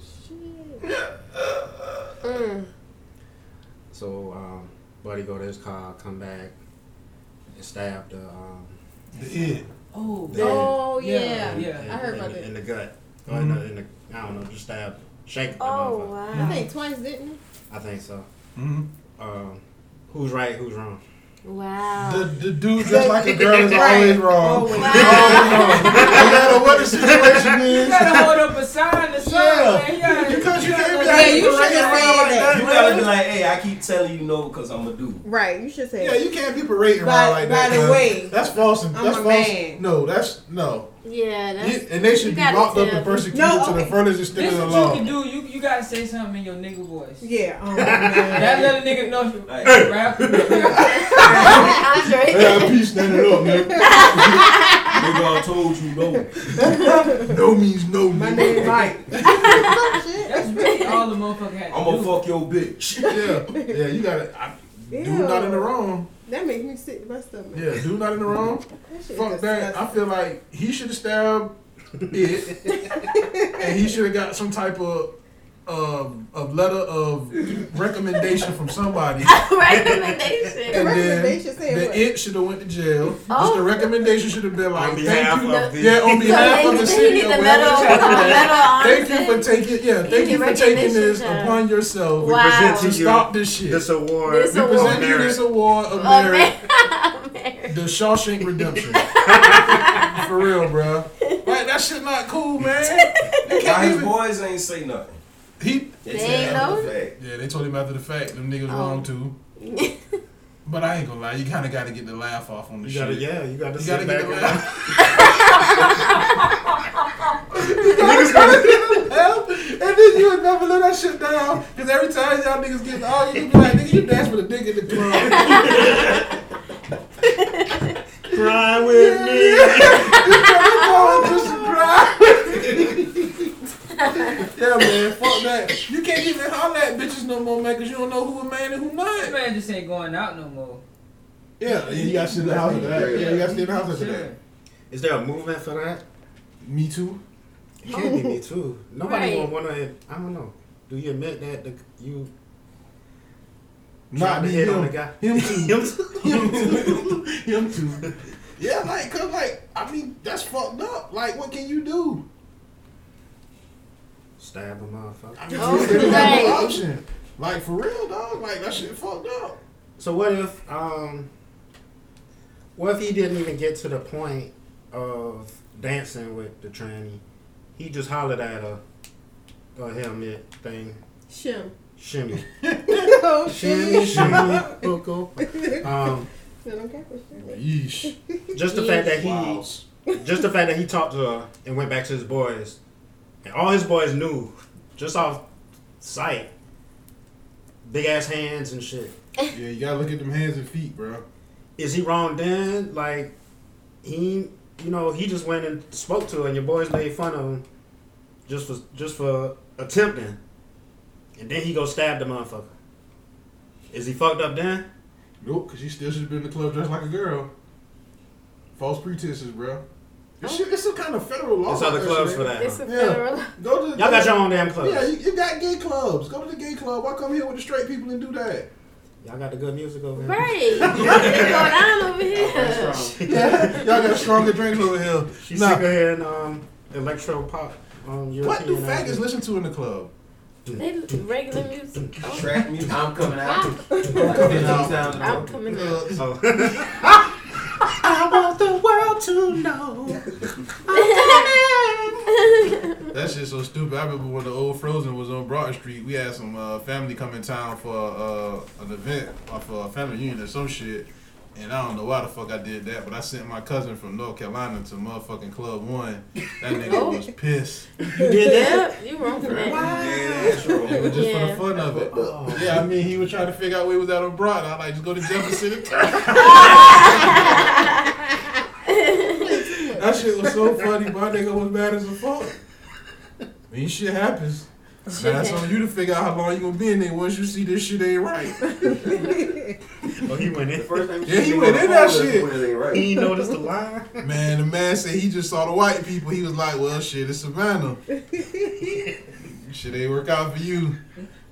Speaker 4: Mm.
Speaker 5: So um, Buddy go to his car, come back, and stab the um,
Speaker 6: The end.
Speaker 11: Oh,
Speaker 5: the
Speaker 8: Oh
Speaker 11: Yeah,
Speaker 8: yeah,
Speaker 11: yeah.
Speaker 8: I heard
Speaker 5: in,
Speaker 8: about
Speaker 5: in,
Speaker 8: that.
Speaker 5: in the gut. Or in the, in the, I don't know, just stab, shake the
Speaker 4: Oh
Speaker 5: motherfucker.
Speaker 4: wow.
Speaker 8: I think twice didn't. it?
Speaker 5: I think so.
Speaker 6: Mm-hmm.
Speaker 5: Um, who's right? Who's wrong?
Speaker 6: The,
Speaker 4: Wow.
Speaker 6: the dude dressed like a girl is
Speaker 8: Right.
Speaker 6: always wrong. Always wrong.
Speaker 8: Always.
Speaker 6: No matter what the situation
Speaker 11: You
Speaker 6: is.
Speaker 11: gotta hold up a sign to say,
Speaker 6: Yeah.
Speaker 11: man. You gotta,
Speaker 6: Because you can't be
Speaker 8: Yeah,
Speaker 6: acting
Speaker 8: you should
Speaker 6: like
Speaker 8: have
Speaker 6: around
Speaker 8: said
Speaker 6: like
Speaker 8: that.
Speaker 10: You gotta be like, hey, I keep telling you no because I'm a dude.
Speaker 8: Right, you should say.
Speaker 6: Yeah, you can't be parading
Speaker 8: By-
Speaker 6: around like
Speaker 8: by
Speaker 6: that.
Speaker 8: the
Speaker 6: cuz.
Speaker 8: way,
Speaker 6: that's false. and-
Speaker 8: I'm
Speaker 6: that's
Speaker 8: a
Speaker 6: false.
Speaker 8: man.
Speaker 6: No, that's no.
Speaker 4: Yeah,
Speaker 6: You-
Speaker 4: that's
Speaker 6: and they should
Speaker 4: you
Speaker 6: be
Speaker 4: gotta
Speaker 6: locked up
Speaker 4: tell.
Speaker 6: and persecuted
Speaker 8: No,
Speaker 6: to the
Speaker 8: okay.
Speaker 6: furthest extent
Speaker 11: this
Speaker 6: of
Speaker 11: what
Speaker 6: the law.
Speaker 11: you can do. You you gotta say something in your nigga voice.
Speaker 8: Yeah. Um,
Speaker 11: That
Speaker 8: man.
Speaker 11: let a nigga know you
Speaker 10: Like,
Speaker 11: rap. Nigga,
Speaker 4: Andre.
Speaker 6: Yeah, I'm peace standing up, man.
Speaker 10: I told you no.
Speaker 6: No means no.
Speaker 8: My
Speaker 6: nigga.
Speaker 8: name Mike.
Speaker 11: That's really all the motherfucker had.
Speaker 10: I'm gonna fuck your bitch.
Speaker 6: Yeah, yeah, you gotta. I,
Speaker 8: Ew.
Speaker 6: do not in the wrong.
Speaker 8: That makes me sick to my stomach.
Speaker 6: Yeah, do not in the wrong.
Speaker 8: That shit
Speaker 6: Fuck
Speaker 8: is
Speaker 6: that. I
Speaker 8: disgusting.
Speaker 6: feel like he should have stabbed it, and he should have got some type of of, of letter of recommendation from somebody.
Speaker 4: Recommendation.
Speaker 6: And then
Speaker 8: recommendation said
Speaker 6: the
Speaker 8: what?
Speaker 6: it should have went to jail. Just the
Speaker 4: Oh.
Speaker 6: recommendation should have been like,
Speaker 10: On
Speaker 6: thank
Speaker 10: behalf
Speaker 6: you.
Speaker 10: of the
Speaker 6: yeah, on behalf
Speaker 4: So
Speaker 6: of the
Speaker 4: they-
Speaker 6: city
Speaker 4: he
Speaker 6: of
Speaker 4: need a medal,
Speaker 6: West
Speaker 4: a medal of
Speaker 6: Thank you for
Speaker 4: honor.
Speaker 6: taking
Speaker 4: need
Speaker 6: yeah, thank you for taking
Speaker 4: recognition,
Speaker 6: this
Speaker 4: child.
Speaker 6: upon yourself
Speaker 4: Wow.
Speaker 6: to
Speaker 4: To
Speaker 6: stop this shit.
Speaker 7: This award.
Speaker 4: This
Speaker 6: we
Speaker 4: award.
Speaker 6: present you this award of
Speaker 4: Oh,
Speaker 6: merit.
Speaker 4: man. Man.
Speaker 6: The Shawshank Redemption. For real, bro. Like that shit not cool, man. You
Speaker 10: Now
Speaker 6: can't
Speaker 10: his
Speaker 6: even.
Speaker 10: boys ain't say nothing.
Speaker 6: He,
Speaker 10: They,
Speaker 4: They
Speaker 10: tell
Speaker 4: ain't
Speaker 10: him the fact.
Speaker 6: Oh. yeah, they told him after the fact them niggas wrong too. But I ain't gonna lie, you kind of got to get the laugh off on the
Speaker 5: You
Speaker 6: shit.
Speaker 5: gotta- yeah, you gotta
Speaker 6: you
Speaker 5: sit
Speaker 6: gotta
Speaker 5: back
Speaker 6: get the
Speaker 5: and
Speaker 6: laugh. Help, and then you would never let that shit down. Cause every time y'all niggas get all you be like, nigga, you dance with a dick in the club.
Speaker 5: Cry with me.
Speaker 6: yeah, man, fuck that. You can't even holler at bitches no more, man, cause you don't know who a man and who not.
Speaker 11: Man just ain't going out no more.
Speaker 6: Yeah, you got to stay in the house after that. Yeah, you got to stay in the house after that.
Speaker 5: Is there a movement for that?
Speaker 6: Me too.
Speaker 5: It can't be me too. Nobody
Speaker 6: Right.
Speaker 5: gonna wanna. I don't know. Do you admit that the, you?
Speaker 6: Nah,
Speaker 5: trying to
Speaker 6: me,
Speaker 5: hit
Speaker 6: him,
Speaker 5: on the guy.
Speaker 6: him too. him too. him too. Yeah, like, cause like, I mean, that's fucked up. Like, what can you do?
Speaker 5: Stab a motherfucker.
Speaker 6: I mean, there's no option. Like for real, dog. Like that shit fucked up.
Speaker 5: So what if um, what if he didn't even get to the point of dancing with the tranny? He just hollered at her, a helmet thing,
Speaker 8: Shim.
Speaker 5: shimmy,
Speaker 8: oh,
Speaker 5: shimmy, shimmy, buckle. Um,
Speaker 6: Yeesh.
Speaker 5: Just the fact that he, just the fact that he talked to her and went back to his boys, and all his boys knew, just off sight, big ass hands and shit.
Speaker 6: Yeah, you gotta look at them hands and feet, bro.
Speaker 5: Is he wrong then? Like he, you know, he just went and spoke to her, and your boys made fun of him, just for just for attempting, and then he go stab the motherfucker. Is he fucked up then?
Speaker 6: Nope, cause she still should have been in the club dressed like a girl. False pretenses, bro. This shit, it's some kind of federal law.
Speaker 5: There's other
Speaker 6: out there,
Speaker 5: clubs
Speaker 6: shit.
Speaker 5: for that. It's a
Speaker 12: federal law.
Speaker 6: Go to the-
Speaker 5: Y'all got your own damn clubs.
Speaker 6: Yeah, you, you got gay clubs. Go to the gay club. Why come here with the straight people and do that?
Speaker 5: Y'all got the good music over here.
Speaker 4: Right. What's going on over here?
Speaker 6: Yeah, y'all got stronger drinks over here.
Speaker 5: She's
Speaker 6: Nah.
Speaker 5: nah. sicker here in um, electro pop. Um,
Speaker 6: What do
Speaker 5: European
Speaker 6: faggots
Speaker 5: album.
Speaker 6: listen to in the club?
Speaker 4: They regular music.
Speaker 10: Track music. I'm coming out.
Speaker 6: I'm coming out.
Speaker 4: I'm coming up.
Speaker 5: Oh, I want the world to know.
Speaker 6: That shit so stupid. I remember when the old Frozen was on Broad Street. We had some uh, family come in town for uh, an event, or for a family reunion or some shit. And I don't know why the fuck I did that, but I sent my cousin from North Carolina to motherfucking Club One. That nigga was pissed.
Speaker 5: You did that?
Speaker 4: Yep, you wrong for that.
Speaker 6: It was just
Speaker 4: Yeah.
Speaker 6: for the fun of it. Yeah, I mean, he was trying to figure out where he was at on Broad. I like just go to Jefferson. and- that shit was so funny. My nigga was mad as a fuck. I mean, shit happens.
Speaker 5: Shit
Speaker 6: Now it's on you to figure out how long you gonna be in there once you see this shit ain't right.
Speaker 5: Oh, he went in.
Speaker 13: First time
Speaker 6: Yeah, he went in that shit.
Speaker 5: He noticed the line.
Speaker 6: Man, the man said he just saw the white people. He was like, well, shit, it's Savannah. shit ain't work out for you.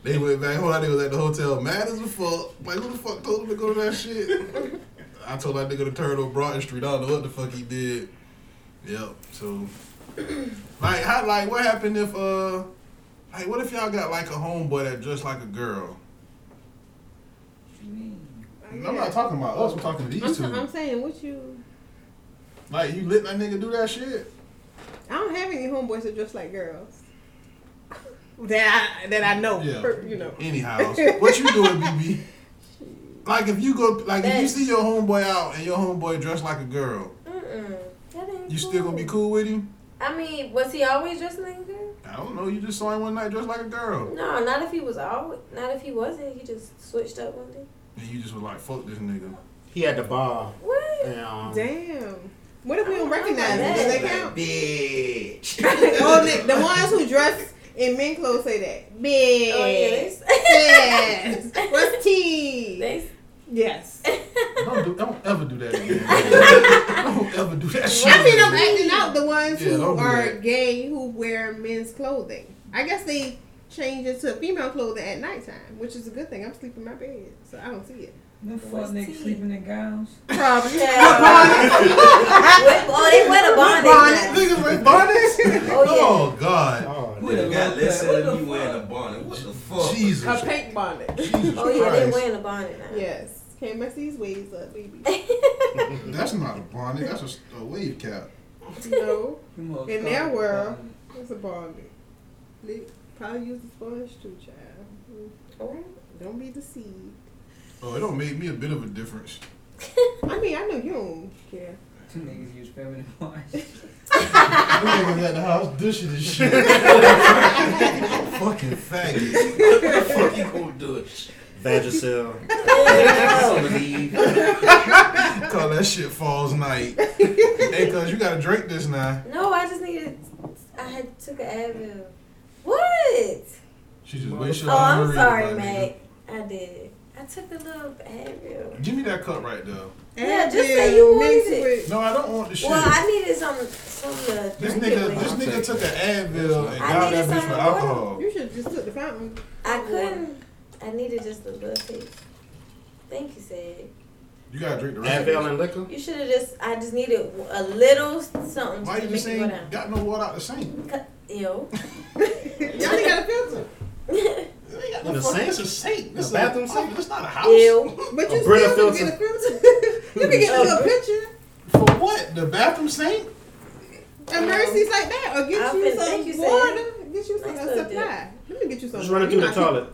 Speaker 6: They went back home. That nigga was at the hotel mad as a fuck. Like, who the fuck told him to go to that shit? I told that nigga to turn on Broughton Street. I don't know what the fuck he did. Yep, so. Like, how, like, what happened if, uh, like, what if y'all got, like, a homeboy that dressed like a girl? I'm not talking about us. I'm talking to
Speaker 8: I'm,
Speaker 6: these
Speaker 8: t- I'm
Speaker 6: two.
Speaker 8: saying, what you?
Speaker 6: Like, you let that nigga do that shit?
Speaker 8: I don't have any homeboys that dress like girls. That I, that I know,
Speaker 6: Yeah.
Speaker 8: per- you know.
Speaker 6: Anyhow, what you doing, BB? Like if you go, like if you see your homeboy out and your homeboy dressed like a girl,
Speaker 4: Mm-mm. That ain't
Speaker 6: you still
Speaker 4: Mm-hmm.
Speaker 6: gonna be cool with him?
Speaker 4: I mean, was he always dressed like a girl?
Speaker 6: I don't know. You just saw him one night dressed like a girl,
Speaker 4: No, not if he was always. Not if he wasn't. He just switched up one day.
Speaker 6: and you just was like, "Fuck this nigga."
Speaker 5: He had the bar.
Speaker 4: What? Oh,
Speaker 5: And, um,
Speaker 8: Damn. What if we don't recognize
Speaker 4: know
Speaker 8: them? Does that count?
Speaker 5: Bitch.
Speaker 8: oh, the, the ones who dress in men clothes say that. Bitch.
Speaker 4: Oh, yes.
Speaker 8: yes. What's tea?
Speaker 4: They-
Speaker 8: yes.
Speaker 6: Don't do, don't ever do that again. don't ever do that shit.
Speaker 8: I mean, I'm acting out the ones
Speaker 6: Yeah, don't
Speaker 8: who
Speaker 6: do
Speaker 8: are
Speaker 6: that.
Speaker 8: gay who wear men's clothing. I guess they change it to female clothing at nighttime, which is a good thing. I'm sleeping in my bed, so I don't see it.
Speaker 11: Them fuck niggas sleeping in gowns.
Speaker 8: Probably.
Speaker 4: oh, they wear the bonnet.
Speaker 6: Niggas wear bonnets.
Speaker 4: Oh, yeah.
Speaker 6: Oh God.
Speaker 10: Nigga got less than you wearing a bonnet. What the fuck?
Speaker 6: Jesus.
Speaker 8: A pink bonnet.
Speaker 4: Oh yeah, they
Speaker 6: Christ.
Speaker 4: wearing a bonnet now.
Speaker 8: Yes. Can't mess these waves up, baby.
Speaker 6: That's not a bonnet. That's a s- a, wave cap.
Speaker 8: No.
Speaker 11: Them hoes
Speaker 8: In their
Speaker 11: fuck.
Speaker 8: world, it's a bonnet. They probably use a sponge too, child. Mm. Don't be deceived.
Speaker 6: Oh, it don't make me a bit of a difference.
Speaker 8: I mean, I know you don't care.
Speaker 11: Two niggas use feminine parts.
Speaker 6: Them niggas at the house dishing and shit.
Speaker 10: Fucking faggot. What the fuck you gonna do?
Speaker 5: Vagisil.
Speaker 6: Call that shit Falls Night. hey, cuz, you gotta drink this now.
Speaker 4: No, I just needed. I had took an Advil. What?
Speaker 6: She just wasted
Speaker 4: oh,
Speaker 6: all her
Speaker 4: I'm
Speaker 6: real
Speaker 4: sorry,
Speaker 6: life,
Speaker 4: Mac. I did. I took a little Advil.
Speaker 6: nigga. Give me that cup right there.
Speaker 4: Yeah, just say you wanted
Speaker 8: mixed
Speaker 4: it.
Speaker 8: with-
Speaker 6: No, I don't want the shit.
Speaker 4: Well, I needed some, some to
Speaker 6: this
Speaker 4: drink it
Speaker 6: nigga,
Speaker 4: with.
Speaker 6: this nigga took an Advil and
Speaker 4: I
Speaker 6: down
Speaker 4: needed
Speaker 6: that bitch
Speaker 4: some
Speaker 6: with
Speaker 4: water.
Speaker 6: alcohol.
Speaker 8: You should just took the fountain.
Speaker 4: I couldn't. I needed just a little taste. Thank you, Sid.
Speaker 6: You gotta drink the rest.
Speaker 5: Advil and
Speaker 6: of it.
Speaker 5: liquor.
Speaker 4: You should have just. I just needed a little something.
Speaker 6: Why
Speaker 4: just to
Speaker 6: you
Speaker 4: make
Speaker 6: just
Speaker 4: it go
Speaker 6: ain't
Speaker 4: down.
Speaker 6: got no water out the sink?
Speaker 4: Yo.
Speaker 8: Y'all ain't got a filter.
Speaker 6: You ain't got
Speaker 5: In
Speaker 6: no
Speaker 5: the
Speaker 6: fuck-
Speaker 5: sink?
Speaker 6: It's a sink.
Speaker 5: In
Speaker 6: It's
Speaker 5: the
Speaker 6: a
Speaker 5: bathroom
Speaker 6: bathroom
Speaker 5: sink?
Speaker 6: sink. It's not a house.
Speaker 4: Ew.
Speaker 8: But you
Speaker 5: A Brita
Speaker 8: still can get a
Speaker 5: filter.
Speaker 8: filter. you can get a little picture.
Speaker 6: For what? The bathroom sink?
Speaker 8: Emergencies like that, or get
Speaker 4: I
Speaker 8: you
Speaker 4: finna- thank you,
Speaker 8: some
Speaker 4: Sam.
Speaker 8: water. Get you some
Speaker 4: I
Speaker 8: a
Speaker 4: still
Speaker 8: supply. Let me get you some.
Speaker 5: Just run it
Speaker 8: You
Speaker 5: through the
Speaker 8: not-
Speaker 5: toilet.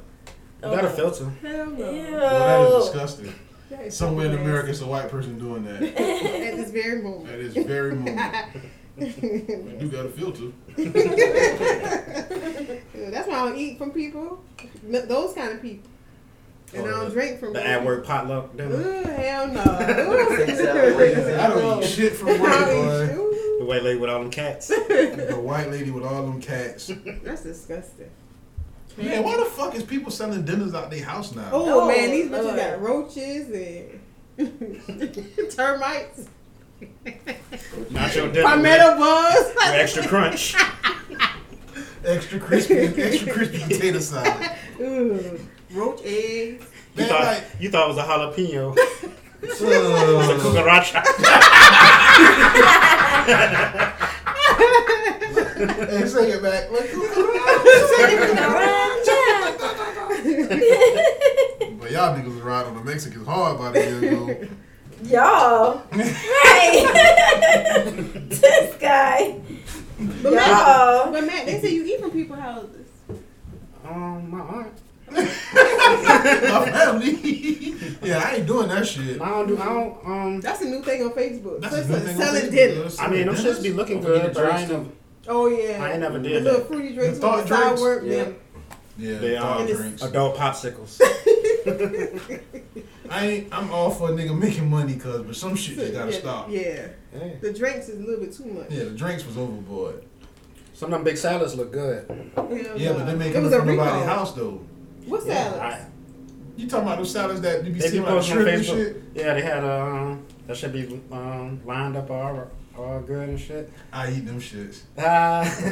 Speaker 5: You got a filter.
Speaker 8: Hell no.
Speaker 6: Well, that is
Speaker 4: Ew.
Speaker 6: disgusting.
Speaker 8: That is
Speaker 6: Somewhere in
Speaker 8: so
Speaker 6: America, it's a white person doing that.
Speaker 8: nasty. At this very moment.
Speaker 6: That is very moving. You do got a filter.
Speaker 8: That's why I don't eat from people. Th- Those kind of people. And
Speaker 5: Oh,
Speaker 8: I don't drink from Mm.
Speaker 5: The
Speaker 8: people.
Speaker 5: at work potluck dinner.
Speaker 8: Ooh, hell no.
Speaker 6: I don't eat shit from work, boy.
Speaker 8: Ooh,
Speaker 5: The white lady with all them cats.
Speaker 6: The white lady with all them cats.
Speaker 8: That's disgusting.
Speaker 6: Man, why the fuck is people selling dinners out their house now?
Speaker 8: Oh
Speaker 4: No,
Speaker 8: man, these
Speaker 4: Lord.
Speaker 8: bitches got roaches and termites,
Speaker 5: Not your dinner.
Speaker 8: palmetto bugs.
Speaker 5: with extra crunch.
Speaker 6: Extra crispy, extra crispy potato salad.
Speaker 8: Ooh, roach eggs.
Speaker 5: You
Speaker 6: Man,
Speaker 5: thought,
Speaker 6: like,
Speaker 5: you thought it was a jalapeno. It's a
Speaker 6: uh,
Speaker 5: cucaracha.
Speaker 6: hey, sing it back. but y'all niggas was riding on the Mexicans hard about a year ago.
Speaker 4: Y'all. Right. this guy.
Speaker 8: But Matt,
Speaker 4: Y'all.
Speaker 8: but Matt, they say you eat from people's houses.
Speaker 5: um, my aunt.
Speaker 6: My family. yeah, I ain't doing that shit.
Speaker 5: I don't do. I don't. Um.
Speaker 8: That's a new thing on Facebook.
Speaker 6: That's
Speaker 8: That's
Speaker 6: a good thing on
Speaker 8: selling
Speaker 6: Facebook,
Speaker 8: dinner.
Speaker 6: though.
Speaker 5: I mean, them shits be looking good, but I
Speaker 14: Drying them.
Speaker 8: Oh yeah.
Speaker 5: I ain't never
Speaker 8: the
Speaker 5: did
Speaker 8: little
Speaker 5: that.
Speaker 8: fruity drinks
Speaker 6: The
Speaker 8: with the
Speaker 6: thought
Speaker 8: sour.
Speaker 14: drinks?
Speaker 8: Yeah.
Speaker 6: Yeah,
Speaker 5: They
Speaker 6: thought
Speaker 5: are
Speaker 6: drinks.
Speaker 5: adult popsicles.
Speaker 6: I ain't, I'm all for a nigga making money, cuz, but some shit just gotta
Speaker 8: yeah,
Speaker 6: stop. Yeah.
Speaker 8: Yeah.
Speaker 5: Yeah.
Speaker 8: The drinks is a little bit too much.
Speaker 6: the drinks was overboard.
Speaker 5: Some of them big salads look good.
Speaker 8: Hell
Speaker 6: Yeah, but
Speaker 8: no.
Speaker 6: they
Speaker 8: Oh, It
Speaker 6: make it
Speaker 8: was a
Speaker 6: from nobody's
Speaker 8: recall.
Speaker 6: house, though.
Speaker 8: What
Speaker 5: Yeah,
Speaker 8: salad?
Speaker 5: I-
Speaker 6: You talking about those salads that you be
Speaker 5: They be
Speaker 6: seeing on the
Speaker 5: posting on
Speaker 6: strip and
Speaker 5: Facebook.
Speaker 6: shit?
Speaker 5: Yeah, they had um. That should be um lined up all all good and shit.
Speaker 6: I eat them shits.
Speaker 5: Ah.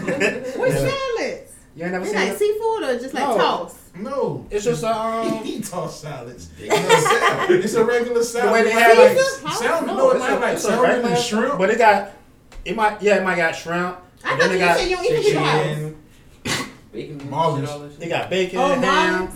Speaker 8: What
Speaker 5: Yeah.
Speaker 8: salads?
Speaker 5: You ain't never
Speaker 8: They
Speaker 5: seen
Speaker 8: like
Speaker 5: it.
Speaker 8: seafood or just like
Speaker 5: No.
Speaker 8: toss?
Speaker 6: No.
Speaker 5: It's just a um.
Speaker 6: He toss salads. You know what I'm saying? it's a regular salad.
Speaker 5: way they
Speaker 6: It
Speaker 5: have,
Speaker 6: might
Speaker 5: like,
Speaker 6: like salmon.
Speaker 8: no,
Speaker 6: No, it
Speaker 5: It's
Speaker 6: might
Speaker 5: a,
Speaker 6: like
Speaker 5: it's a
Speaker 6: salmon
Speaker 5: regular
Speaker 6: and shrimp.
Speaker 5: but it got. It might. Yeah, it might got shrimp.
Speaker 8: I
Speaker 5: but then
Speaker 8: thought
Speaker 5: it
Speaker 8: you
Speaker 5: got
Speaker 8: said you don't eat from people's house.
Speaker 14: Chicken.
Speaker 11: Bacon wings,
Speaker 6: Marvelous.
Speaker 11: shit, all that shit.
Speaker 5: They got bacon,
Speaker 8: Oh,
Speaker 5: ham,
Speaker 8: Marlins.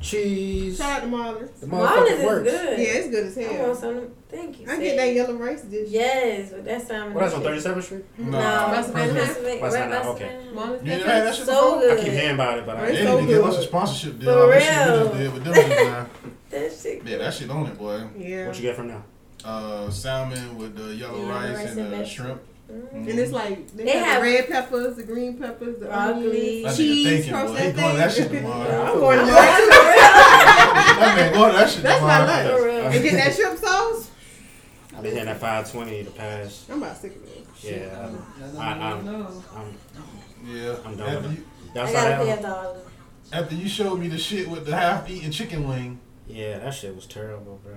Speaker 5: cheese.
Speaker 8: Shout out to Marlins.
Speaker 5: The
Speaker 4: Mine
Speaker 5: motherfucking
Speaker 4: is
Speaker 5: works.
Speaker 8: Yeah,
Speaker 4: good.
Speaker 8: it's good as
Speaker 4: I want
Speaker 8: hell.
Speaker 4: some. Thank you.
Speaker 8: I
Speaker 4: Sid.
Speaker 8: get that yellow rice dish.
Speaker 4: Yes, but that's not.
Speaker 5: What, that's on 37th Street?
Speaker 4: No,
Speaker 6: No.
Speaker 8: Pennsylvania.
Speaker 4: Pennsylvania.
Speaker 5: Pennsylvania,
Speaker 4: Right,
Speaker 5: okay.
Speaker 4: Pennsylvania.
Speaker 8: Marlins
Speaker 6: You ain't
Speaker 8: dish.
Speaker 6: had that shit
Speaker 4: So
Speaker 6: before?
Speaker 5: I keep
Speaker 4: good.
Speaker 5: hearing about it, but I
Speaker 6: They
Speaker 5: ain't.
Speaker 8: It's
Speaker 6: need
Speaker 8: so
Speaker 6: to get us a
Speaker 8: good.
Speaker 6: sponsorship deal.
Speaker 4: For
Speaker 6: All that shit we just
Speaker 4: real.
Speaker 6: did, but them niggas now.
Speaker 4: That shit.
Speaker 6: Yeah, that shit on it, boy.
Speaker 8: Yeah.
Speaker 5: What you get from now?
Speaker 6: Uh, salmon with the yellow
Speaker 4: Yeah,
Speaker 6: rice,
Speaker 4: rice
Speaker 6: and,
Speaker 4: and
Speaker 6: the
Speaker 4: vegetables.
Speaker 6: shrimp.
Speaker 8: Mm-hmm.
Speaker 6: Mm-hmm.
Speaker 8: And it's like they,
Speaker 4: They
Speaker 8: have,
Speaker 4: have-
Speaker 8: the red peppers, the green peppers, the
Speaker 4: Broccoli.
Speaker 6: That nigga
Speaker 8: onions, cheese,
Speaker 6: thinking, boy.
Speaker 8: crust
Speaker 6: He going that shit tomorrow.
Speaker 5: I'm
Speaker 8: going
Speaker 5: going
Speaker 8: to
Speaker 5: to
Speaker 6: that man going that shit
Speaker 8: That's
Speaker 6: tomorrow.
Speaker 8: my lunch.
Speaker 4: For real.
Speaker 8: And get that shrimp sauce.
Speaker 5: I've been hitting that 520 the past.
Speaker 8: I'm about sick of it.
Speaker 5: Yeah.
Speaker 11: That's
Speaker 5: I,
Speaker 11: not
Speaker 5: I'm,
Speaker 11: know.
Speaker 5: I'm,
Speaker 6: Yeah.
Speaker 5: I'm done
Speaker 6: after,
Speaker 5: with
Speaker 6: you,
Speaker 5: y'all
Speaker 4: I
Speaker 5: saw
Speaker 4: gotta pay
Speaker 5: that
Speaker 4: a
Speaker 5: one?
Speaker 4: dollar.
Speaker 6: after you showed me the shit with the half-eaten chicken wing,
Speaker 5: Yeah, that shit was terrible, bro.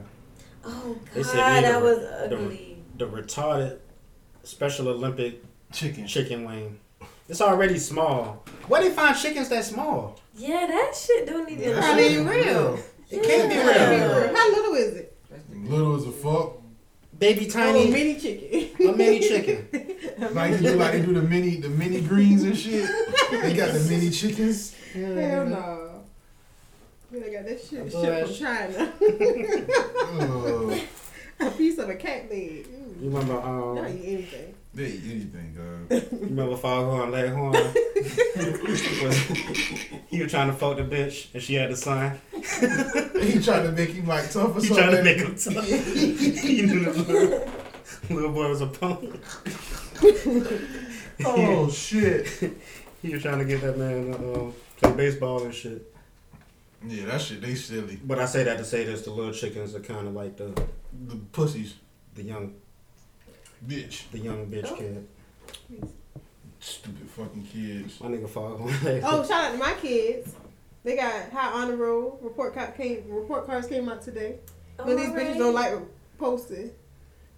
Speaker 4: Oh
Speaker 5: They
Speaker 4: God,
Speaker 5: said either
Speaker 4: that was
Speaker 5: the-
Speaker 4: ugly.
Speaker 5: The retarded Special Olympic
Speaker 6: chicken.
Speaker 5: chicken wing. It's already small. Where they find chickens that small?
Speaker 4: Yeah, that shit don't even.
Speaker 6: Yeah, that
Speaker 8: Probably
Speaker 6: shit
Speaker 8: ain't
Speaker 6: was
Speaker 8: real.
Speaker 5: It can't be
Speaker 6: Yeah.
Speaker 5: real.
Speaker 4: Oh,
Speaker 8: How little is it?
Speaker 6: Little as a fuck.
Speaker 5: Baby
Speaker 8: Oh,
Speaker 5: tiny,
Speaker 8: mini chicken.
Speaker 5: a mini chicken.
Speaker 6: Like they do, like they do the mini, the mini greens and shit. They got the mini chickens.
Speaker 8: Hell
Speaker 6: Mm-hmm.
Speaker 8: no. Man, I got that shit, shit from
Speaker 5: Bless.
Speaker 8: China.
Speaker 6: Ugh.
Speaker 8: a piece of a cat leg. Mm.
Speaker 5: You remember,
Speaker 8: I
Speaker 5: um,
Speaker 8: don't eat anything.
Speaker 6: They eat anything, dog.
Speaker 5: You remember Foghorn Leghorn? he was trying to fuck the bitch, and she had the sign.
Speaker 6: he trying to make him like tough or
Speaker 5: He
Speaker 6: something.
Speaker 5: tried to make him tough. he knew the little, little boy was a punk.
Speaker 6: Oh, shit!
Speaker 5: he was trying to get that man to uh, play baseball and shit.
Speaker 6: Yeah, that shit they silly.
Speaker 5: But I say that to say this: the little chickens are kind of like the
Speaker 6: the pussies,
Speaker 5: the young
Speaker 6: bitch,
Speaker 5: the young bitch
Speaker 8: Oh.
Speaker 5: kid.
Speaker 6: Stupid fucking kids.
Speaker 5: My nigga Foghorn.
Speaker 8: Oh, shout out to my kids. They got high honor roll. Report card came. Report cards came out today. but these bitches don't like posting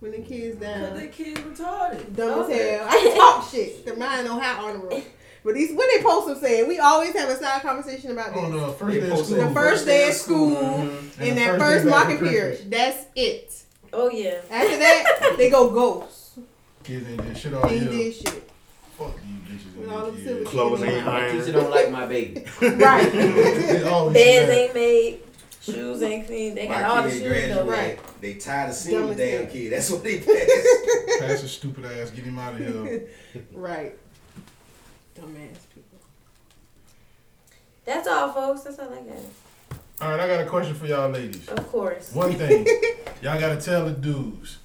Speaker 8: when the kids down.
Speaker 11: Cause the kids retarded.
Speaker 8: Dumb
Speaker 11: Okay.
Speaker 8: as hell. I talk shit. The mind on high honor roll. But these when they post them saying we always have a side conversation about this.
Speaker 6: On the first day of school.
Speaker 8: The first day of school
Speaker 6: Mhm.
Speaker 8: and
Speaker 6: And the first day
Speaker 8: that first
Speaker 6: back
Speaker 8: marking
Speaker 6: from
Speaker 8: period. That's it.
Speaker 4: Oh yeah.
Speaker 8: After that, they go ghosts.
Speaker 6: Kids ain't did shit all
Speaker 8: They
Speaker 6: year.
Speaker 8: did shit.
Speaker 6: Fuck you bitches.
Speaker 8: With all them silly
Speaker 5: Clothes
Speaker 8: shit.
Speaker 5: ain't
Speaker 15: My
Speaker 5: iron.
Speaker 10: Oh,
Speaker 15: teacher don't like my baby.
Speaker 6: They always
Speaker 4: Beds
Speaker 6: mad.
Speaker 4: ain't made, shoes ain't clean. They got
Speaker 10: My
Speaker 4: all the
Speaker 10: kid
Speaker 4: shoes though.
Speaker 10: graduated. They tired
Speaker 4: Dumb
Speaker 10: of seeing the
Speaker 4: as
Speaker 10: damn
Speaker 4: hell.
Speaker 10: kid. That's what they passed.
Speaker 6: Pass his stupid ass. Get him out of here.
Speaker 8: Right. Dumbass people.
Speaker 4: That's all, folks. That's all I got.
Speaker 6: All right, I got a question for y'all ladies.
Speaker 4: Of course.
Speaker 6: One thing, y'all gotta tell the dudes,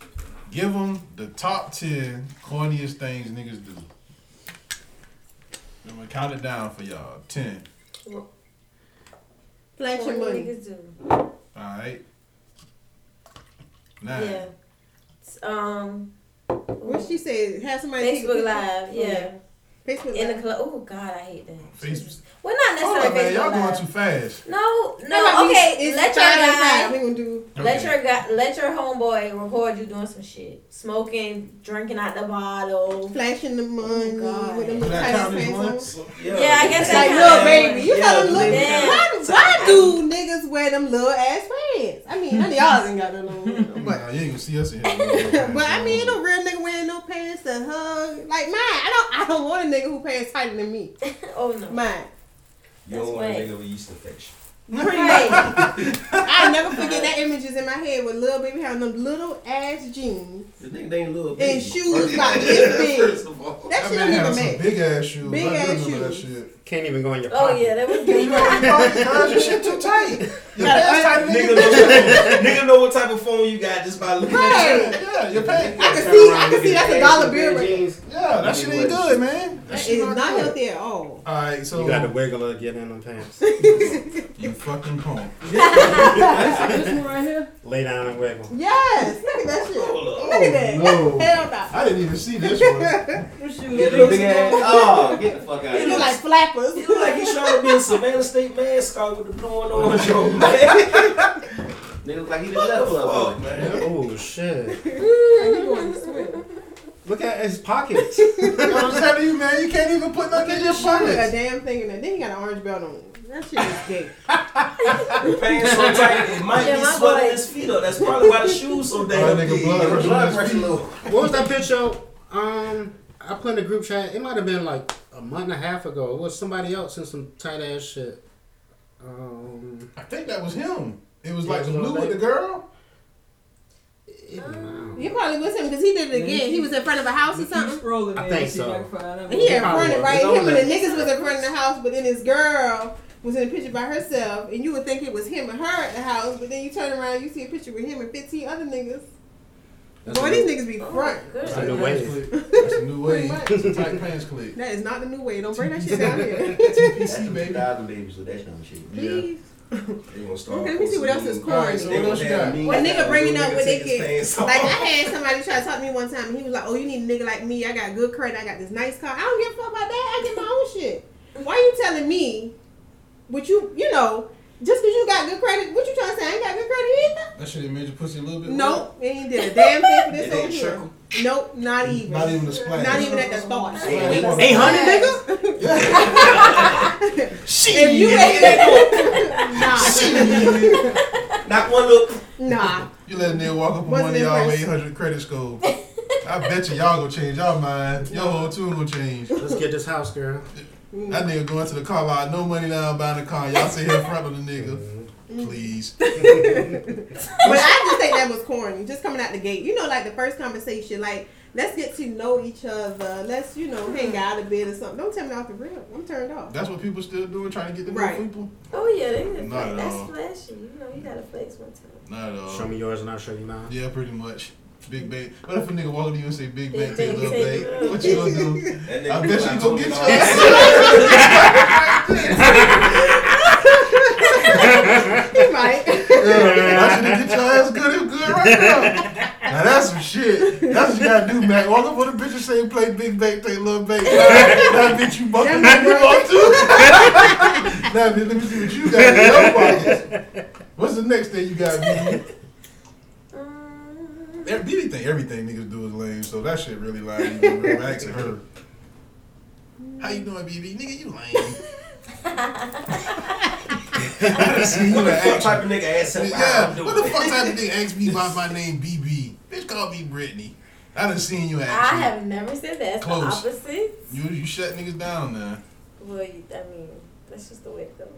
Speaker 6: give them the top ten corniest things niggas do. I'm gonna count it down for y'all. Ten.
Speaker 8: Flash your
Speaker 4: Corny
Speaker 8: money.
Speaker 4: Niggas do.
Speaker 6: All right. Nine.
Speaker 4: Yeah. It's, Um.
Speaker 8: What she said? Have somebody take
Speaker 4: Facebook
Speaker 8: a picture. Oh,
Speaker 4: Live. Yeah.
Speaker 8: Facebook
Speaker 4: In the
Speaker 8: Live.
Speaker 4: club. Oh God, I hate that.
Speaker 6: Facebook.
Speaker 4: Well, not
Speaker 6: Hold on,
Speaker 4: necessarily
Speaker 6: man.
Speaker 4: Facebook
Speaker 6: Y'all going
Speaker 4: Live.
Speaker 6: too fast.
Speaker 4: No,
Speaker 8: might
Speaker 4: no.
Speaker 8: be-
Speaker 4: Okay,
Speaker 8: it's
Speaker 4: let your
Speaker 8: five and
Speaker 4: guy.
Speaker 8: five. We gonna do.
Speaker 4: Let
Speaker 6: Okay.
Speaker 4: your guy, let your homeboy record you doing some shit, smoking, drinking out the bottle.
Speaker 8: Flashing the money
Speaker 4: Oh God.
Speaker 8: with them
Speaker 6: Can
Speaker 8: little
Speaker 6: I
Speaker 8: tight
Speaker 6: count this
Speaker 8: pants
Speaker 6: once?
Speaker 4: Yeah, I guess that
Speaker 8: on. Like
Speaker 4: kinda-
Speaker 8: little baby, you
Speaker 15: Yeah,
Speaker 8: got them little.
Speaker 4: yeah.
Speaker 8: Why, why do niggas wear them little ass pants? I mean, none of y'all ain't got no little.
Speaker 6: Nah,
Speaker 8: But
Speaker 6: you ain't gonna see us in here.
Speaker 8: but I mean, ain't no real nigga wearing no pants to hug like mine. I don't. I don't want a nigga who pants tighter than me.
Speaker 4: Oh no.
Speaker 8: Mine.
Speaker 10: You don't
Speaker 4: That's
Speaker 10: want a
Speaker 4: whack.
Speaker 10: nigga with yeast infection.
Speaker 8: Pretty much. I never forget that image is in my head with little baby having them little ass jeans
Speaker 10: The nigga ain't little baby.
Speaker 8: and shoes like this
Speaker 10: First of all,
Speaker 8: big. That
Speaker 6: That
Speaker 8: shit
Speaker 6: man
Speaker 8: don't
Speaker 6: had
Speaker 8: even
Speaker 6: on some
Speaker 8: make.
Speaker 6: big ass shoes.
Speaker 8: Big
Speaker 6: I do
Speaker 8: ass
Speaker 6: remember That
Speaker 8: shoes.
Speaker 6: shit.
Speaker 5: Can't even go in your
Speaker 4: Oh
Speaker 5: pocket.
Speaker 4: yeah, that was big.
Speaker 6: Cause your shit too tight. Your pants tighter than
Speaker 10: nigga,
Speaker 6: your
Speaker 10: know, nigga know what type of phone you got just by looking at
Speaker 8: Right.
Speaker 10: you.
Speaker 6: Yeah, your pants.
Speaker 8: I can see, I can see that's a dollar bill right there.
Speaker 15: Jeans.
Speaker 6: Yeah, that shit ain't good, man.
Speaker 8: That
Speaker 6: shit
Speaker 8: is not healthy at all.
Speaker 6: All right, so
Speaker 5: You got to wiggle or get in them pants.
Speaker 6: You fucking punk.
Speaker 11: this one right here.
Speaker 5: Lay down and wiggle.
Speaker 8: Yes, look at that shit. Look at that.
Speaker 6: no.
Speaker 8: Hell Oh, no.
Speaker 6: I didn't even see this one.
Speaker 11: What shoes?
Speaker 15: Get the big ass. Oh, get the fuck out of
Speaker 8: They
Speaker 15: here.
Speaker 8: look like flappers.
Speaker 10: He look like he's trying to be a Savannah State mascot with the blue and orange on, man.
Speaker 15: They look like he the level up.
Speaker 10: Fuck, man.
Speaker 5: Oh shit!
Speaker 8: you going to swim.
Speaker 5: Look at his pockets.
Speaker 6: I'm telling you, man, you can't even put nothing in your
Speaker 8: Look at that
Speaker 6: pockets.
Speaker 8: damn thing in there. Then he got an orange belt on. That shit is gay.
Speaker 10: The pants so tight, it might
Speaker 4: Yeah,
Speaker 10: be
Speaker 4: my
Speaker 10: sweating
Speaker 4: boy.
Speaker 10: his feet up. That's probably why the shoes so damn
Speaker 6: nigga,
Speaker 10: big.
Speaker 6: blood pressure
Speaker 10: Blood
Speaker 6: on his
Speaker 10: pressure
Speaker 6: feet.
Speaker 10: low.
Speaker 5: What was that picture? Um, I put in the group chat. It might have been like a month and a half ago. It was somebody else in some tight ass shit. Um,
Speaker 6: I think that was him. It was
Speaker 5: Yeah,
Speaker 6: like
Speaker 5: it
Speaker 6: the
Speaker 5: was
Speaker 6: blue
Speaker 5: all
Speaker 6: with the girl.
Speaker 5: it- no.
Speaker 8: You probably was him because he did it again. He was in front of a house or something.
Speaker 11: Scrolling
Speaker 5: I
Speaker 11: man,
Speaker 5: think
Speaker 11: see if
Speaker 5: so.
Speaker 11: I can find out.
Speaker 8: And he in front of, right?
Speaker 5: It's
Speaker 8: Him
Speaker 5: on
Speaker 8: and the
Speaker 5: there.
Speaker 8: niggas was in front of the house, but then his girl was in a picture by herself. And you would think it was him and her at the house, but then you turn around, you see a picture with him and 15 other niggas.
Speaker 5: That's
Speaker 8: Boy,
Speaker 5: a-
Speaker 8: these niggas be front.
Speaker 4: Good.
Speaker 5: That's a new
Speaker 6: Pants
Speaker 5: wave.
Speaker 6: clip. That's a new way.
Speaker 8: Pretty
Speaker 6: It's a tight pants clip.
Speaker 8: That is not the new way. Don't bring that shit down here.
Speaker 15: That's the
Speaker 6: TPC, baby.
Speaker 15: 2000 baby, so that's not shit.
Speaker 6: Yeah.
Speaker 8: Please.
Speaker 10: They gonna start
Speaker 8: Okay, let me see what else is
Speaker 10: posting
Speaker 8: corny.
Speaker 10: memes.
Speaker 6: So
Speaker 10: They
Speaker 6: what
Speaker 10: gonna
Speaker 6: else you
Speaker 10: have
Speaker 6: got?
Speaker 10: memes
Speaker 8: When
Speaker 10: that
Speaker 8: nigga
Speaker 10: a
Speaker 8: bringing
Speaker 10: real
Speaker 8: up
Speaker 10: nigga
Speaker 8: what they
Speaker 10: take his pants
Speaker 8: get.
Speaker 10: off.
Speaker 8: Like I had somebody try to talk to me one time and he was like, Oh, you need a nigga like me, I got good credit, I got this nice car. I don't give a fuck about that. I get my own shit. Why you telling me what you you know, just because you got good credit, what you trying to say? I ain't got good credit
Speaker 6: That shit made your pussy a little bit.
Speaker 8: either? Nope, it ain't did a damn thing for
Speaker 10: It
Speaker 8: this
Speaker 10: ain't
Speaker 8: over here.
Speaker 10: trickle.
Speaker 8: Nope, not
Speaker 6: wet.
Speaker 8: even.
Speaker 6: Not even a splash.
Speaker 8: Not even at the thought.
Speaker 15: Eight-
Speaker 5: Eight hundred.
Speaker 8: nigga? if you ain't that
Speaker 10: Knock one look.
Speaker 8: Nah. Nah.
Speaker 6: You let a nigga walk up on
Speaker 8: Wasn't
Speaker 6: one of y'all with
Speaker 8: impressed.
Speaker 6: 800 credit score. I bet you y'all gonna change y'all mind. Your whole tune gonna change.
Speaker 5: Let's get this house, girl.
Speaker 6: That nigga going to the car lot, no money down, buying a car. Y'all sit here in front of the nigga. Please.
Speaker 8: But I just think that was corny, just coming out the gate. You know, like the first conversation, like Let's get to know each other. Let's, you know,
Speaker 4: Hmm.
Speaker 8: hang out a bit or something. Don't tell me off the real. I'm turned off.
Speaker 6: That's what people still doing, trying to get the new
Speaker 8: Right.
Speaker 6: people.
Speaker 4: Oh yeah, they did flex.
Speaker 6: Not at all.
Speaker 4: That's flashy. You know, you gotta flex one time.
Speaker 6: Not at all.
Speaker 5: Show me yours and I'll show you mine.
Speaker 6: Yeah, pretty much. Big bang. What if a nigga walk up to you and say big bang,
Speaker 4: Big
Speaker 6: take
Speaker 4: bang,
Speaker 6: little
Speaker 4: take
Speaker 6: bang?
Speaker 4: love.
Speaker 6: What you gonna do?
Speaker 10: That nigga
Speaker 6: I bet you
Speaker 10: like
Speaker 6: gonna
Speaker 10: Tony
Speaker 6: get your ass.
Speaker 8: He
Speaker 10: Hawk.
Speaker 8: might.
Speaker 6: Yeah, I should get your ass good and good right now. Now that's some shit. That's what you gotta do, man. Walk up on the bitch and say play big bang, take little bang. That bitch you bucking
Speaker 8: That
Speaker 6: that you want to. Now let me see what you got in your pockets. What's the next thing you got, BB? Every- BB think everything niggas do is lame, so that shit really lame. You can go back to her. How you doing, BB? Nigga, you lame.
Speaker 10: What the fuck type of nigga ass him how I'm
Speaker 6: Yeah,
Speaker 10: doing?
Speaker 6: what the fuck type of nigga asked me by my name BB? Bitch call me Brittany. I done seen you
Speaker 4: I
Speaker 6: action.
Speaker 4: have never said that. That's the
Speaker 6: Close.
Speaker 4: opposite.
Speaker 6: You you shut niggas down now.
Speaker 4: Well, you, I mean, that's just the way it goes.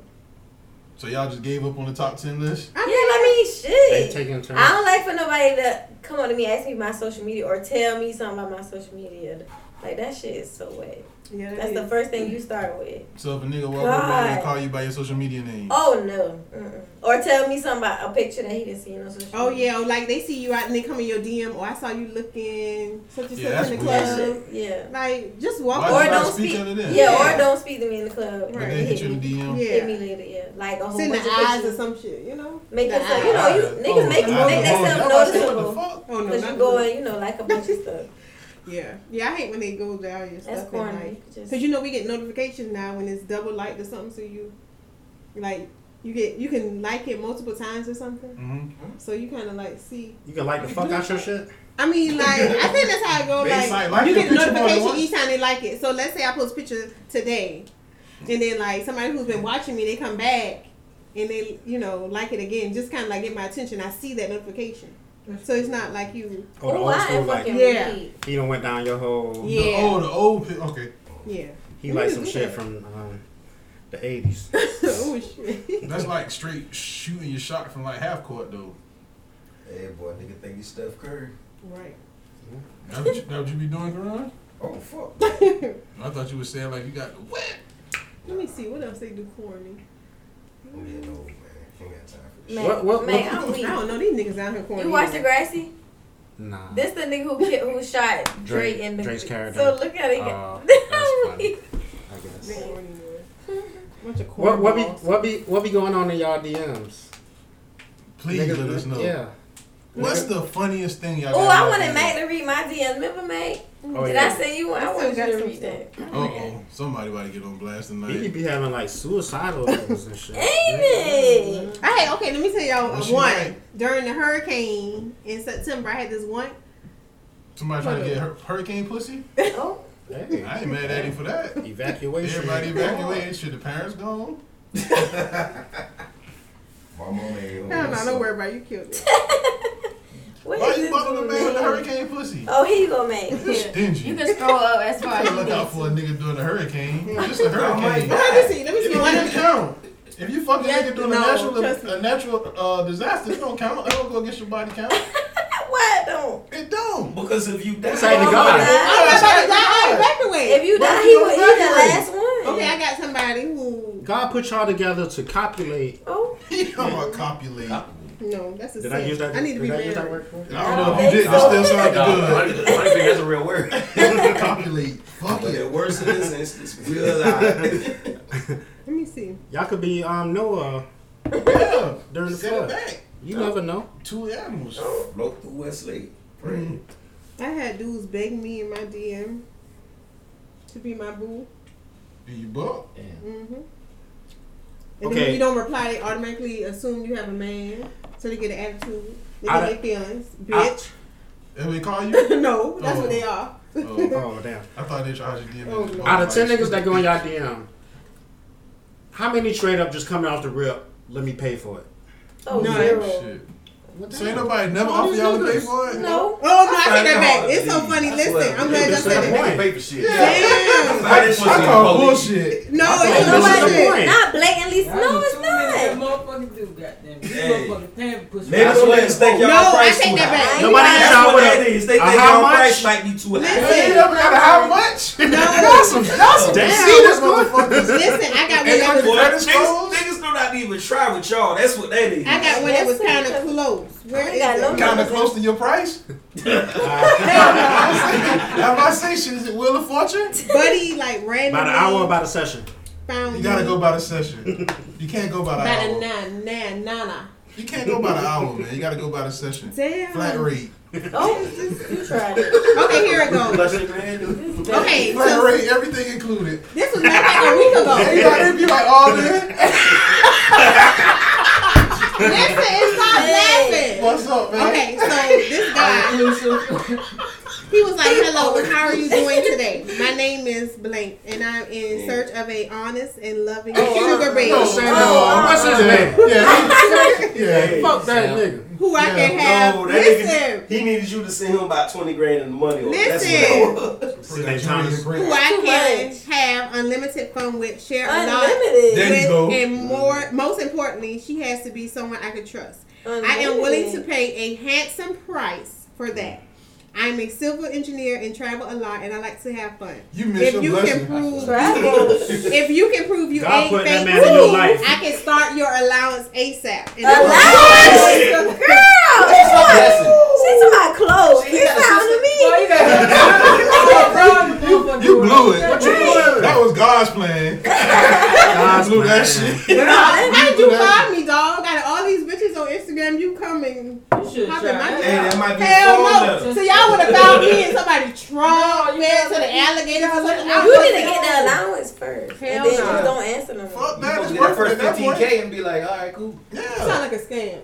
Speaker 6: So y'all just gave up on the top ten list?
Speaker 4: Yeah, I mean, shit.
Speaker 6: They taking turns.
Speaker 4: I don't like for nobody to come on to me, ask me my social media, or tell me something about my social media. Like that shit is so wet.
Speaker 8: Yeah,
Speaker 4: That's the first thing you start with.
Speaker 6: So if a nigga walk up on you and
Speaker 4: God.
Speaker 6: call you by your social media name.
Speaker 4: Oh no. Mm-mm. Or tell me something about a picture that he didn't see on social.
Speaker 8: Oh yeah, or like they see you out and they come in your DM, or I saw you looking such and
Speaker 6: Yeah,
Speaker 8: such in
Speaker 6: that's
Speaker 8: the
Speaker 6: weird.
Speaker 8: club.
Speaker 4: Yeah.
Speaker 8: Like just walk.
Speaker 6: Why
Speaker 8: up.
Speaker 6: you gotta speak under
Speaker 4: Yeah,
Speaker 6: them?
Speaker 4: or don't speak to me in the club.
Speaker 6: But they hit you in the DM.
Speaker 8: Yeah.
Speaker 4: Hit me later, yeah. Like a whole
Speaker 8: Send the
Speaker 4: bunch of
Speaker 8: eyes or
Speaker 4: pictures.
Speaker 8: some shit, you know.
Speaker 4: Make
Speaker 8: The
Speaker 4: yourself, you know, you
Speaker 6: eyes.
Speaker 4: niggas
Speaker 6: Oh,
Speaker 4: make make
Speaker 6: eyes. Oh,
Speaker 4: themselves
Speaker 6: that's what the
Speaker 4: noticeable.
Speaker 6: fuck?
Speaker 8: Oh, no,
Speaker 4: Cause
Speaker 8: not
Speaker 4: you go and you know like a bunch of stuff.
Speaker 8: Yeah, yeah. I hate when they go down your
Speaker 4: That's
Speaker 8: stuff
Speaker 4: corny.
Speaker 8: at night
Speaker 4: Just-
Speaker 8: because you know we get notifications now when it's double liked or something. So you, like, you get you can like it multiple times or something.
Speaker 6: Mhm.
Speaker 8: So you kind of like see.
Speaker 5: You can like the fuck out your shit?
Speaker 8: I mean, like, I think that's how it go.
Speaker 5: They
Speaker 8: Like,
Speaker 5: might like
Speaker 8: you
Speaker 5: the
Speaker 8: get a
Speaker 5: picture more than
Speaker 8: notification
Speaker 5: once.
Speaker 8: each time they like it. So let's say I post a picture today, and then like somebody who's been watching me, they come back and they you know like it again, just kind of like get my attention. I see that notification, so it's not like you.
Speaker 5: Oh, the old school like
Speaker 8: yeah,
Speaker 5: he done went down your whole
Speaker 8: Yeah. Oh,
Speaker 6: the old pi- okay.
Speaker 8: yeah.
Speaker 5: He liked some shit from um, the eighties.
Speaker 8: oh shit.
Speaker 6: That's like straight shooting your shot from like half court though.
Speaker 10: Hey boy, nigga think you Steph Curry.
Speaker 8: Right.
Speaker 6: That what you, that what you be doing, Karan?
Speaker 10: Oh fuck.
Speaker 6: I thought you were saying like you got the what?
Speaker 8: Let me see what else they do corny.
Speaker 10: I'm getting old, man. Ain't got time for this
Speaker 4: Man,
Speaker 10: shit.
Speaker 4: man,
Speaker 8: I
Speaker 4: I'm weak.
Speaker 8: don't know these niggas out here corny.
Speaker 4: You watch the Grassy?
Speaker 5: Nah.
Speaker 4: This the nigga who ki- who shot Drake,
Speaker 5: Drake-
Speaker 4: in the
Speaker 5: Drake's character.
Speaker 4: So look at it.
Speaker 5: Oh, I guess.
Speaker 8: They corny, man. Bunch of
Speaker 5: What
Speaker 8: corny.
Speaker 5: what be what be what be going on in y'all DMs?
Speaker 6: Please
Speaker 5: Niggas-
Speaker 6: let us know.
Speaker 5: Yeah.
Speaker 6: What's the funniest thing y'all
Speaker 4: oh,
Speaker 6: got
Speaker 4: I
Speaker 6: in
Speaker 4: wanted
Speaker 6: your
Speaker 4: Mac to read my DM. Remember Mac?
Speaker 5: Oh,
Speaker 4: Did
Speaker 5: yeah.
Speaker 4: I say you want? I
Speaker 8: I still
Speaker 4: wanted you
Speaker 8: got
Speaker 4: to
Speaker 8: some
Speaker 4: read that.
Speaker 6: DM? Uh-oh. Somebody about to get on blast
Speaker 5: He
Speaker 6: tonight.
Speaker 5: be having like suicidal niggas and shit.
Speaker 4: Amen.
Speaker 8: I had okay. Let me tell y'all
Speaker 6: What
Speaker 8: uh,
Speaker 6: she
Speaker 8: one
Speaker 6: like?
Speaker 8: during the hurricane in September. I had this one.
Speaker 6: Somebody trying to get hur- hurricane pussy?
Speaker 4: Oh,
Speaker 5: Hey,
Speaker 6: I ain't mad at him for that.
Speaker 5: Evacuation.
Speaker 6: Everybody evacuated. Should the parents go
Speaker 10: My mama ain't
Speaker 8: I don't
Speaker 10: home,
Speaker 8: know.
Speaker 10: so-
Speaker 8: Don't worry about it. You killed it.
Speaker 4: what
Speaker 6: Why
Speaker 4: is
Speaker 6: you
Speaker 4: this
Speaker 6: bumping the
Speaker 4: dude
Speaker 6: man with the
Speaker 4: name?
Speaker 6: hurricane pussy?
Speaker 4: Oh, here you go, Mac.
Speaker 6: You're stingy.
Speaker 16: You can scroll up as far as
Speaker 6: Can't
Speaker 16: you
Speaker 6: look
Speaker 16: need.
Speaker 6: out for a nigga during a hurricane. Just a
Speaker 10: Oh, my
Speaker 6: hurricane.
Speaker 10: God.
Speaker 8: Let me see. Let me
Speaker 6: It
Speaker 8: see.
Speaker 6: don't
Speaker 8: One
Speaker 6: even
Speaker 8: of
Speaker 6: count. If you fucking
Speaker 8: Yeah,
Speaker 6: nigga doing
Speaker 8: no,
Speaker 6: a
Speaker 8: trust
Speaker 6: natural, a natural uh, disaster, it don't count. It don't go against your body count.
Speaker 4: Why don't?
Speaker 6: It don't.
Speaker 10: Because if you die,
Speaker 5: Say to
Speaker 4: Oh,
Speaker 5: God.
Speaker 4: God.
Speaker 8: I'm not about to die.
Speaker 6: Why?
Speaker 8: I evacuate.
Speaker 4: If you
Speaker 6: Why
Speaker 4: die,
Speaker 6: you
Speaker 4: he
Speaker 6: don't
Speaker 4: was he the
Speaker 6: graduate?
Speaker 4: last one.
Speaker 8: okay, I got somebody who.
Speaker 5: God put y'all together to copulate.
Speaker 4: Oh,
Speaker 6: I'm gonna copulate. I
Speaker 8: No, that's a
Speaker 5: Did
Speaker 8: sin.
Speaker 5: I use that?
Speaker 8: I need to
Speaker 5: did
Speaker 8: be
Speaker 5: I
Speaker 8: married.
Speaker 5: use that word? for it?
Speaker 6: don't know if you did. It still sounded
Speaker 17: I
Speaker 6: good.
Speaker 17: don't think that's a real word.
Speaker 6: Copulate. Fuck
Speaker 10: But
Speaker 6: it.
Speaker 10: the worst of this instance, we alive.
Speaker 8: Let me see.
Speaker 5: Y'all could be um Noah
Speaker 6: Yeah.
Speaker 5: during the
Speaker 6: Send it
Speaker 5: flood.
Speaker 6: back.
Speaker 5: You never know.
Speaker 6: Two animals.
Speaker 10: Broke through Westlake. Pray.
Speaker 8: I had dudes beg me in my DM to be my boo.
Speaker 6: Do you buck?
Speaker 8: Mm-hmm. And then
Speaker 5: Okay.
Speaker 8: when you don't reply, they automatically assume you have a man, so they get an attitude. They
Speaker 5: I
Speaker 8: get their
Speaker 5: don't-
Speaker 8: feelings,
Speaker 5: I-
Speaker 8: bitch.
Speaker 6: And we call you?
Speaker 8: no, that's what they are.
Speaker 6: Oh,
Speaker 5: Oh damn.
Speaker 6: I thought they tried to give me.
Speaker 8: Oh,
Speaker 6: the
Speaker 8: no.
Speaker 6: buck.
Speaker 5: Out of ten niggas that go in y'all DM, how many straight up just coming off the rip? Let me pay for it.
Speaker 4: oh,
Speaker 8: No.
Speaker 4: zero.
Speaker 6: Shit. So ain't nobody never offered
Speaker 5: these
Speaker 6: y'all to pay
Speaker 5: niggas?
Speaker 6: for it?
Speaker 4: No.
Speaker 8: Oh no, I take
Speaker 10: That's
Speaker 8: that
Speaker 10: all
Speaker 8: back.
Speaker 10: it
Speaker 8: It's so
Speaker 10: is.
Speaker 8: funny.
Speaker 10: That's
Speaker 8: Listen,
Speaker 10: what
Speaker 8: I'm
Speaker 10: it is.
Speaker 8: glad y'all
Speaker 5: That's
Speaker 8: said
Speaker 5: what
Speaker 8: that.
Speaker 5: Point.
Speaker 17: Paper shit.
Speaker 8: Damn.
Speaker 10: Buy this
Speaker 6: I call
Speaker 10: pussy in the police.
Speaker 6: bullshit.
Speaker 8: No,
Speaker 5: I
Speaker 8: it's
Speaker 5: thought
Speaker 8: not
Speaker 5: this was the
Speaker 8: bullshit.
Speaker 5: point.
Speaker 4: Not blatantly. No, it's not.
Speaker 11: that motherfucker do, goddamn. You
Speaker 10: Hey.
Speaker 11: motherfucking paying for pussy.
Speaker 10: Maybe that's what niggas think y'all price too high.
Speaker 11: Nobody
Speaker 10: That's
Speaker 11: y'all
Speaker 10: what
Speaker 11: with
Speaker 10: that
Speaker 11: a-
Speaker 10: is. They
Speaker 11: a
Speaker 10: think
Speaker 11: how
Speaker 10: y'all
Speaker 11: much?
Speaker 10: price might be too high.
Speaker 8: Listen. You never got a how much? No.
Speaker 10: Y'all some- y'all some
Speaker 8: Damn.
Speaker 10: serious motherfuckers.
Speaker 8: Listen, I got
Speaker 10: Hey,
Speaker 8: one that
Speaker 10: boy,
Speaker 8: was-
Speaker 10: niggas, niggas do not even try with y'all. That's what that is.
Speaker 8: I got one that was kind of close. Where is it?
Speaker 6: Kind of close to your price. Have I say shit? Is it Wheel of Fortune?
Speaker 8: Buddy,
Speaker 5: About
Speaker 8: like
Speaker 5: an
Speaker 8: randomly
Speaker 5: hour, about a session.
Speaker 8: found
Speaker 6: You gotta
Speaker 8: me.
Speaker 6: go by the session. You can't go by the
Speaker 8: About a
Speaker 6: hour.
Speaker 8: nine, nine, nana.
Speaker 6: You can't go by the hour, man. You gotta go by the session.
Speaker 8: Damn.
Speaker 6: Flat rate.
Speaker 4: Oh.
Speaker 8: You tried it. Okay, here it goes. Okay,
Speaker 6: Flat
Speaker 8: so-
Speaker 6: rate, everything included.
Speaker 8: This was like a week ago.
Speaker 6: They like, they be like, "Oh, all in.
Speaker 8: Listen, it's not laughing.
Speaker 6: What's up, man?
Speaker 8: Okay, so this guy, he was like, "Hello, how are you doing today? My name is blank, and I'm in search of a honest and loving sugar baby.
Speaker 5: No, say no. What's his name?
Speaker 10: Yeah.
Speaker 5: Oh, uh, Fuck that
Speaker 10: Yeah.
Speaker 5: nigga.
Speaker 8: Who I can have?
Speaker 10: No, that
Speaker 8: listen,
Speaker 10: nigga, he needed you to send him about 20 grand in the money. Order.
Speaker 8: Listen.
Speaker 10: That's what that was.
Speaker 8: who I can have unlimited fun with, share a lot
Speaker 10: Unlimited. There you
Speaker 8: with,
Speaker 10: go.
Speaker 8: and more. Most importantly, she has to be someone I can trust. I am willing to
Speaker 4: Unlimited.
Speaker 8: pay a handsome price for that. I'm a civil engineer and travel a lot, and I like to have fun.
Speaker 6: You missed
Speaker 8: if
Speaker 6: your
Speaker 8: you
Speaker 6: blessing.
Speaker 8: can prove,
Speaker 6: Travel.
Speaker 8: if you can prove you
Speaker 5: God
Speaker 8: ain't
Speaker 5: put that
Speaker 8: fake,
Speaker 5: man in your
Speaker 8: me,
Speaker 5: life.
Speaker 8: I can start your allowance ASAP. And
Speaker 4: Allowance?
Speaker 8: girl.
Speaker 4: She's my clothes. You found me.
Speaker 6: You, you blew it. That was God's plan. God blew that shit.
Speaker 8: How did
Speaker 6: blew
Speaker 8: you
Speaker 6: that-
Speaker 8: find me, dog? Out of all these bitches on Instagram, you coming?
Speaker 11: should
Speaker 8: popping
Speaker 11: try
Speaker 8: my
Speaker 11: it.
Speaker 8: shit.
Speaker 11: Hey, that might be
Speaker 8: Hell
Speaker 11: phone
Speaker 8: no!
Speaker 11: letter.
Speaker 8: So y'all would have found me in somebody trunk, fed to the alligator. or something. I
Speaker 4: You
Speaker 8: would've-
Speaker 4: need to get the allowance first.
Speaker 8: Hell
Speaker 4: and then
Speaker 8: no.
Speaker 4: just don't answer them. Fuck
Speaker 10: You supposed to get that first 15K and be like, all right, cool.
Speaker 8: Sound like a scam.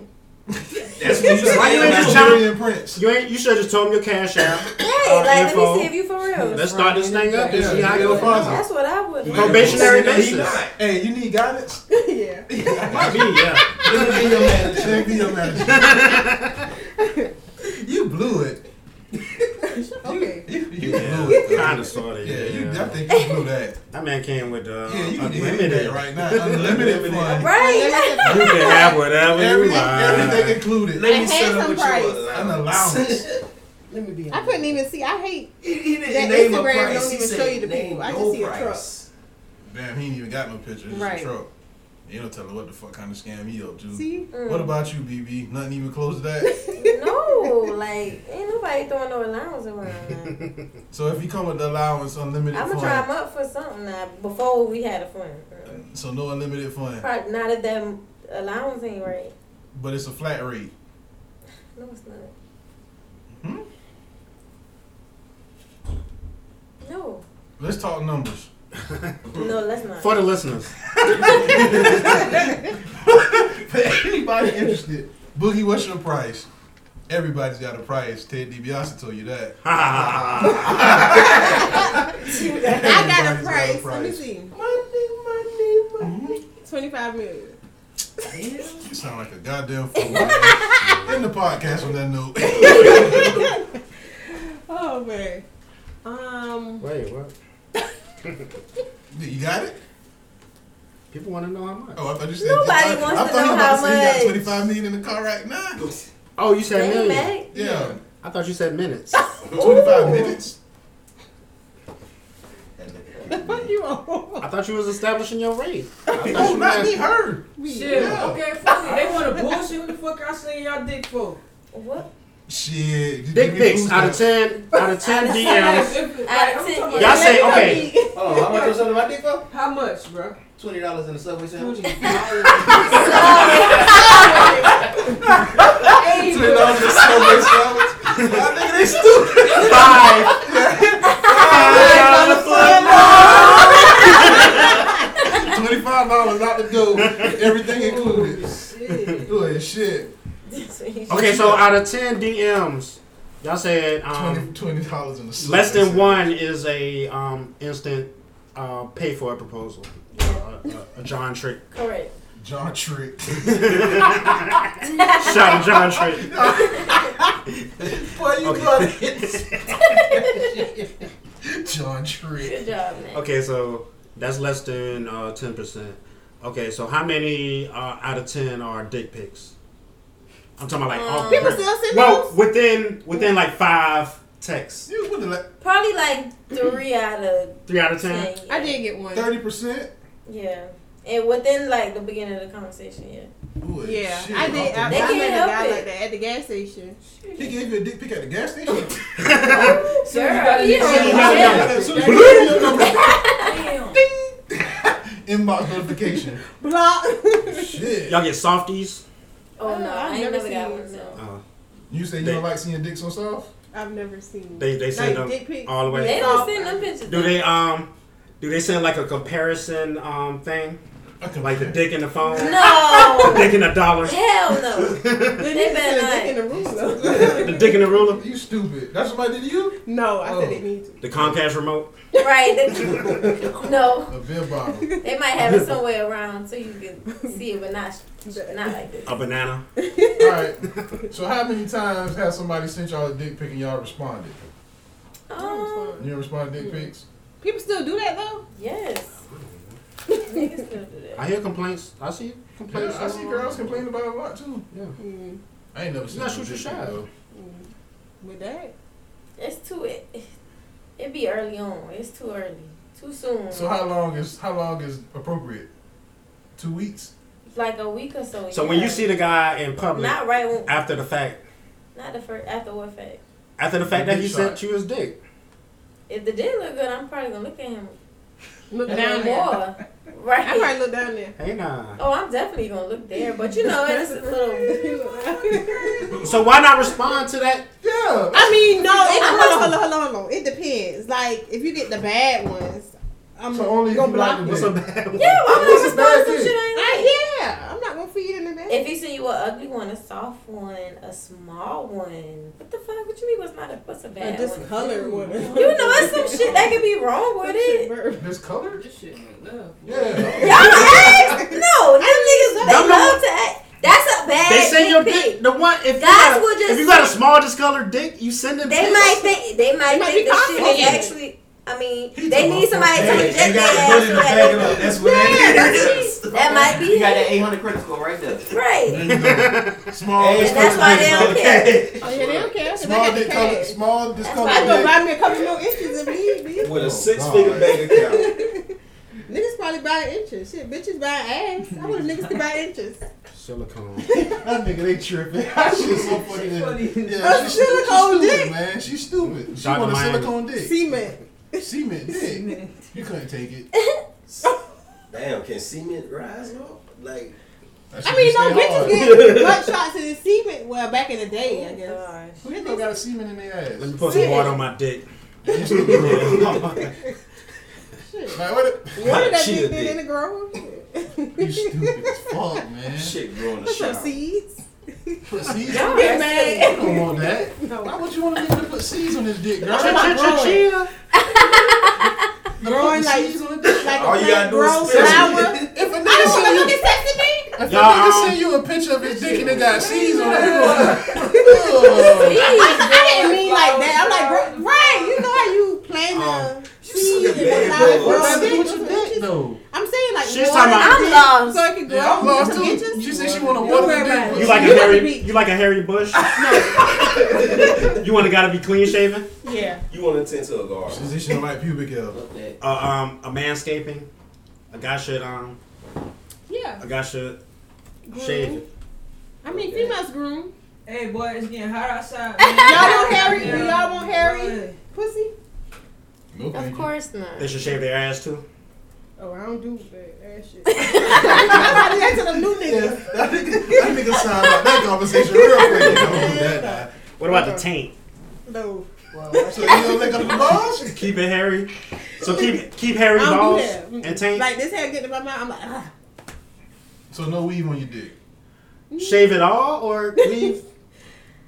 Speaker 10: That's what you
Speaker 5: Why you ain't just
Speaker 10: said.
Speaker 5: jumped? You ain't. You should have just told him your cash out.
Speaker 4: Hey,
Speaker 5: uh,
Speaker 4: like, let
Speaker 5: info.
Speaker 4: me see if you for real.
Speaker 5: Let's start this thing up and
Speaker 6: Yeah,
Speaker 5: see how
Speaker 6: yeah,
Speaker 5: it goes.
Speaker 4: That's what I would.
Speaker 5: Probationary
Speaker 6: Yeah, he
Speaker 5: basis.
Speaker 6: not. Hey, you need guidance?
Speaker 8: yeah.
Speaker 5: Might be, yeah.
Speaker 6: Let me be your manager. Let me be your manager. you blew it.
Speaker 8: Okay.
Speaker 6: You, you
Speaker 5: Yeah,
Speaker 6: blew it. though.
Speaker 5: kind of sort of. Yeah,
Speaker 6: Yeah, you, I think you blew that.
Speaker 5: That man came with uh,
Speaker 6: Yeah, you did
Speaker 5: unlimited
Speaker 6: that right now. Unlimited fun.
Speaker 4: Right.
Speaker 5: You can have whatever you
Speaker 6: Everything,
Speaker 5: want.
Speaker 6: everything included.
Speaker 8: Let me A set up handsome with your price.
Speaker 6: An allowance.
Speaker 10: Let me be
Speaker 8: I couldn't even see. I hate
Speaker 10: didn't
Speaker 8: that
Speaker 10: name a
Speaker 8: Instagram
Speaker 10: price.
Speaker 8: don't
Speaker 10: He
Speaker 8: even
Speaker 10: said
Speaker 8: show you the
Speaker 10: name
Speaker 8: people. I
Speaker 10: no
Speaker 8: just see a truck.
Speaker 10: price.
Speaker 6: Damn, he ain't even got no picture. It's
Speaker 8: Right.
Speaker 6: just a truck. You don't tell him what the fuck kind of scam he up to.
Speaker 8: See?
Speaker 6: What about you, BB? Nothing even close to that.
Speaker 4: No, like, ain't nobody throwing no allowance around. Like.
Speaker 6: so if you come with the allowance, unlimited
Speaker 4: I'm
Speaker 6: fun.
Speaker 4: gonna try him up for something now before we had a fun.
Speaker 6: So no unlimited fun,
Speaker 4: Probably not if that allowance ain't right.
Speaker 6: but it's a flat rate.
Speaker 4: No, it's not.
Speaker 6: Hmm?
Speaker 4: No,
Speaker 6: Let's talk numbers.
Speaker 4: no, let's not.
Speaker 5: For the listeners.
Speaker 6: Anybody interested? Boogie, what's your price? Everybody's got a price. Ted DiBiase told you that.
Speaker 8: I got a
Speaker 6: Everybody's
Speaker 8: price. Let me see. Money, money, money. Twenty-five million.
Speaker 6: You sound like a goddamn fool. man. End the podcast on that note.
Speaker 8: Oh man. Um.
Speaker 5: Wait, what?
Speaker 6: you got it?
Speaker 5: People want to know how much.
Speaker 6: Oh, I thought you said.
Speaker 4: Nobody
Speaker 6: I thought,
Speaker 4: wants
Speaker 6: I
Speaker 4: to
Speaker 6: thought
Speaker 4: know
Speaker 6: you about
Speaker 4: how
Speaker 6: to say
Speaker 4: much.
Speaker 6: You got 25 million in the car right now.
Speaker 5: Oh, you said
Speaker 4: Hey,
Speaker 5: million.
Speaker 4: Mac.
Speaker 6: Yeah,
Speaker 5: I thought you said minutes.
Speaker 6: 25 minutes.
Speaker 8: Fuck you all.
Speaker 5: I thought you was establishing your rate. I thought
Speaker 6: Oh,
Speaker 5: you
Speaker 6: not
Speaker 5: had-
Speaker 6: me, her.
Speaker 11: Shit, okay, fuck it. They want to bullshit. What the fuck I seen y'all dick for?
Speaker 4: What?
Speaker 6: Shit. just
Speaker 5: Dick
Speaker 6: give me
Speaker 5: pics
Speaker 6: the
Speaker 5: out of ten, out of ten DMs.
Speaker 4: Out of
Speaker 11: I'm
Speaker 4: ten,
Speaker 11: talking
Speaker 4: yeah.
Speaker 5: Y'all say okay.
Speaker 18: Oh, how much was under my dick for?
Speaker 11: How much, bro?
Speaker 18: Twenty dollars in the subway sandwich.
Speaker 11: Hey,
Speaker 6: $20
Speaker 11: bro.
Speaker 6: a Subway sandwich. Y'all nigga, they stupid.
Speaker 5: Five.
Speaker 6: Twenty-five dollars out the door, everything included.
Speaker 11: Shit.
Speaker 6: Good shit.
Speaker 5: Okay, so out of ten DMs, y'all said um,
Speaker 6: Twenty twenty dollars in the Subway
Speaker 5: less than
Speaker 6: sandwich.
Speaker 5: one is a um, instant uh, pay for a proposal. Uh, a, a John Trick.
Speaker 4: Correct.
Speaker 6: John Trick.
Speaker 5: Shout out John Trick.
Speaker 6: Boy, you
Speaker 5: Okay.
Speaker 6: got it. John Trick.
Speaker 4: Good job, man.
Speaker 5: Okay, so that's less than uh, ten percent. Okay, so how many uh, out of ten are dick pics? I'm talking about like
Speaker 4: Um,
Speaker 5: off
Speaker 4: People still send
Speaker 5: well
Speaker 4: those?
Speaker 5: within within like five texts.
Speaker 4: Probably like three out of
Speaker 5: Three out of ten.
Speaker 4: I did get one.
Speaker 6: 30%?
Speaker 4: Yeah. And within like the beginning of the conversation, yeah.
Speaker 8: Yeah, I did. I, I
Speaker 4: They
Speaker 8: met
Speaker 4: can't
Speaker 8: a
Speaker 4: help
Speaker 8: guy
Speaker 4: it.
Speaker 8: like that at the gas station.
Speaker 6: He gave you a dick pic at the gas station.
Speaker 4: Girl, you
Speaker 6: Inbox notification.
Speaker 8: Block.
Speaker 6: Shit.
Speaker 5: Y'all get softies.
Speaker 4: Oh no, I ain't never got
Speaker 8: seen
Speaker 4: one. No.
Speaker 5: Uh,
Speaker 6: You say you
Speaker 5: They-
Speaker 6: don't like seeing dicks on soft?
Speaker 8: I've never seen.
Speaker 5: They- they send them all the way.
Speaker 4: They don't send them pictures.
Speaker 5: do they um do they send like a comparison um thing? Like the dick in the phone?
Speaker 4: No.
Speaker 5: the dick in a dollar.
Speaker 4: Hell no. they better not.
Speaker 8: in the room though.
Speaker 5: The dick in the ruler.
Speaker 6: You stupid. That's what I did to you?
Speaker 8: No, I
Speaker 6: Oh.
Speaker 8: said it needs
Speaker 5: The Comcast remote.
Speaker 4: Right. they- no.
Speaker 6: Oh, A beer bottle.
Speaker 4: They might have it somewhere around so you can see it, but not not like this.
Speaker 5: A banana.
Speaker 6: All right. So how many times has somebody sent y'all a dick pic and y'all responded?
Speaker 4: Um,
Speaker 6: You didn't respond to dick pics?
Speaker 8: People still do that though.
Speaker 4: Yes.
Speaker 5: I hear complaints. I see complaints.
Speaker 6: Yeah, I see girls complain about it a lot too.
Speaker 5: Yeah.
Speaker 8: Mm.
Speaker 6: I ain't never
Speaker 5: You
Speaker 6: seen
Speaker 5: gotta
Speaker 6: no
Speaker 5: shoot your
Speaker 6: dick pic,
Speaker 5: shot.
Speaker 6: though.
Speaker 8: With that,
Speaker 4: It's too it. It be early on. It's too early. Too soon.
Speaker 6: So how long is how long is appropriate? Two weeks?
Speaker 4: Like a week or so.
Speaker 5: So when
Speaker 4: yeah.
Speaker 5: you see the guy in public
Speaker 4: Not right when-
Speaker 5: after the fact
Speaker 4: Not the first after what fact.
Speaker 5: after the fact that he
Speaker 6: Dick
Speaker 5: sent you his dick.
Speaker 4: If the dick look good, I'm probably gonna look at him.
Speaker 8: look
Speaker 4: And
Speaker 8: down there.
Speaker 4: more. Right.
Speaker 8: I probably look down there.
Speaker 5: Hey nah.
Speaker 4: Oh, I'm definitely gonna look there, but you know it's a little.
Speaker 5: So why not respond to that?
Speaker 6: Yeah.
Speaker 8: I mean, no. It,
Speaker 4: Oh,
Speaker 8: hold, on, hold on, hold on, hold on. It depends. Like if you get the bad ones, I'm
Speaker 6: So only if
Speaker 8: gonna
Speaker 6: you like
Speaker 8: block
Speaker 6: the
Speaker 8: them.
Speaker 6: dick.
Speaker 5: What's a bad one?
Speaker 4: Yeah, why would I
Speaker 6: What's a bad
Speaker 4: respond to
Speaker 6: dick?
Speaker 4: shit I ain't like?
Speaker 8: I, yeah, I'm not gonna feed in the bad.
Speaker 4: If you see you an ugly one, a soft one, a small one, what the fuck? What you mean? What's not a what's a
Speaker 8: a
Speaker 4: bad one?
Speaker 8: discolored one. You
Speaker 4: You know, it's some shit that could be wrong with it.
Speaker 6: This color?
Speaker 11: This shit ain't love.
Speaker 6: Yeah.
Speaker 4: Y'all ask? No, them niggas they
Speaker 5: Them
Speaker 4: love to act. That's a bad.
Speaker 5: They send
Speaker 4: dick
Speaker 5: your
Speaker 4: pic.
Speaker 5: dick. The one if
Speaker 4: Guys
Speaker 5: you got a,
Speaker 4: will just
Speaker 5: if you got a
Speaker 4: send-
Speaker 5: small discolored dick, you send them.
Speaker 4: They
Speaker 5: pics.
Speaker 4: might think they might
Speaker 8: They might be
Speaker 4: think this shit is
Speaker 8: confident.
Speaker 4: actually. I mean,
Speaker 6: He
Speaker 4: they
Speaker 6: talking
Speaker 4: need
Speaker 6: about
Speaker 4: somebody to
Speaker 6: some
Speaker 10: Hey,
Speaker 4: reject
Speaker 10: you got to
Speaker 4: their
Speaker 10: put it
Speaker 4: ass.
Speaker 10: in
Speaker 4: to let them-
Speaker 10: the bag up. That's what that is.
Speaker 4: That might be
Speaker 19: You got that
Speaker 4: it.
Speaker 19: 800 credit score right there.
Speaker 5: Mm-hmm.
Speaker 4: right.
Speaker 6: Small
Speaker 19: Hey,
Speaker 6: dick
Speaker 4: And that's why they
Speaker 6: color.
Speaker 4: don't care.
Speaker 8: Oh yeah, they don't care. 'cause
Speaker 6: Small
Speaker 8: they
Speaker 6: dick
Speaker 8: got
Speaker 6: color
Speaker 8: the cash.
Speaker 6: small discolored
Speaker 8: I go
Speaker 6: dick.
Speaker 8: buy me a couple more inches if need be.
Speaker 10: With a
Speaker 6: God.
Speaker 10: six-figure bank account.
Speaker 8: Niggas probably buy inches. Shit, bitches buy ass. I want niggas to buy inches.
Speaker 5: silicone.
Speaker 6: That nigga, they tripping. That shit's so funny. Yeah,
Speaker 8: A
Speaker 6: she's
Speaker 8: silicone
Speaker 6: stupid,
Speaker 8: dick.
Speaker 6: man. She's stupid. She
Speaker 5: Dr.
Speaker 6: want a
Speaker 5: Miami.
Speaker 6: silicone dick.
Speaker 8: Cement.
Speaker 6: Cement dick. You couldn't take it.
Speaker 10: Damn, can cement rise up? Like,
Speaker 6: That
Speaker 8: I
Speaker 6: shit
Speaker 8: mean,
Speaker 6: just
Speaker 8: no
Speaker 6: stay
Speaker 8: bitches
Speaker 6: hard.
Speaker 8: get gunshots in the cement. Well, back in the day, I
Speaker 4: Oh,
Speaker 8: guess.
Speaker 4: gosh.
Speaker 6: Who you know got a semen in their
Speaker 5: Let me
Speaker 6: ass?
Speaker 5: put some water on my dick.
Speaker 6: Like, what?
Speaker 8: One of that
Speaker 10: She
Speaker 8: dick
Speaker 10: a
Speaker 8: been in the
Speaker 10: dick.
Speaker 8: grower.
Speaker 6: the- You stupid as fuck, man.
Speaker 10: shit growing the
Speaker 8: Put some
Speaker 10: shower.
Speaker 8: seeds.
Speaker 6: Put seeds.
Speaker 4: Y'all
Speaker 6: You
Speaker 4: are
Speaker 8: Get mad.
Speaker 6: don't want that.
Speaker 8: No.
Speaker 6: Why would you want a nigga to put seeds on his dick, girl?
Speaker 8: Talking about growing. Growing like, like
Speaker 10: All
Speaker 8: a
Speaker 10: you
Speaker 8: plant
Speaker 10: gotta do is
Speaker 8: grows
Speaker 10: spit.
Speaker 8: flower.
Speaker 6: If a
Speaker 8: I
Speaker 6: nigga
Speaker 8: don't
Speaker 6: send
Speaker 8: want to
Speaker 6: you,
Speaker 8: look at sesame.
Speaker 6: if a
Speaker 5: Y'all,
Speaker 6: nigga
Speaker 5: um,
Speaker 6: send you a picture of his dick and it got seeds on it, you gonna- Ugh.
Speaker 8: I didn't mean like that. I'm like, bro, right? You know how you plant
Speaker 5: Um,
Speaker 8: the
Speaker 10: you
Speaker 8: seed
Speaker 10: suck a
Speaker 8: and the
Speaker 10: bad
Speaker 8: flower
Speaker 10: boy.
Speaker 6: What does
Speaker 8: grows.
Speaker 6: that do with
Speaker 8: Bitch,
Speaker 6: your
Speaker 8: bitch,
Speaker 6: dick, though?
Speaker 8: I'm saying like
Speaker 5: She's
Speaker 8: water
Speaker 5: talking about-
Speaker 8: the
Speaker 4: I'm
Speaker 8: dick
Speaker 4: lost.
Speaker 8: so it can grow.
Speaker 6: Yeah, I'm lost
Speaker 8: Some
Speaker 6: too.
Speaker 8: bitches-
Speaker 6: She said she want to water
Speaker 8: worry about
Speaker 6: the
Speaker 8: it.
Speaker 6: dick.
Speaker 5: You like a
Speaker 8: You like to
Speaker 5: hairy?
Speaker 8: be-
Speaker 5: You like a hairy bush? You want to gotta be clean shaven?
Speaker 8: Yeah.
Speaker 10: You want to tend to a garden.
Speaker 6: Position the right pubic area.
Speaker 19: Fuck that.
Speaker 5: Uh, um, a manscaping. A guy should um,
Speaker 8: Yeah.
Speaker 5: a guy should shave it.
Speaker 8: I mean, females groom.
Speaker 11: Hey boy, it's getting hot outside.
Speaker 8: Y'all want hairy? Do y'all want hairy pussy?
Speaker 6: No,
Speaker 20: Of
Speaker 6: thank you.
Speaker 20: course not.
Speaker 5: They should shave their ass too.
Speaker 8: Oh, I don't do that ass shit. That's to the new
Speaker 6: Yeah,
Speaker 8: niggas.
Speaker 6: that nigga, that nigga signed up that conversation real quick. You don't do that, nah.
Speaker 5: What about the taint?
Speaker 8: No.
Speaker 6: So you don't lick up the balls?
Speaker 5: Keep it hairy. So keep keep hairy
Speaker 8: I don't
Speaker 5: balls
Speaker 8: do that.
Speaker 5: and taint.
Speaker 8: Like this hair getting in my mouth. I'm like, ah.
Speaker 6: So no weave on your dick.
Speaker 5: shave it all or leave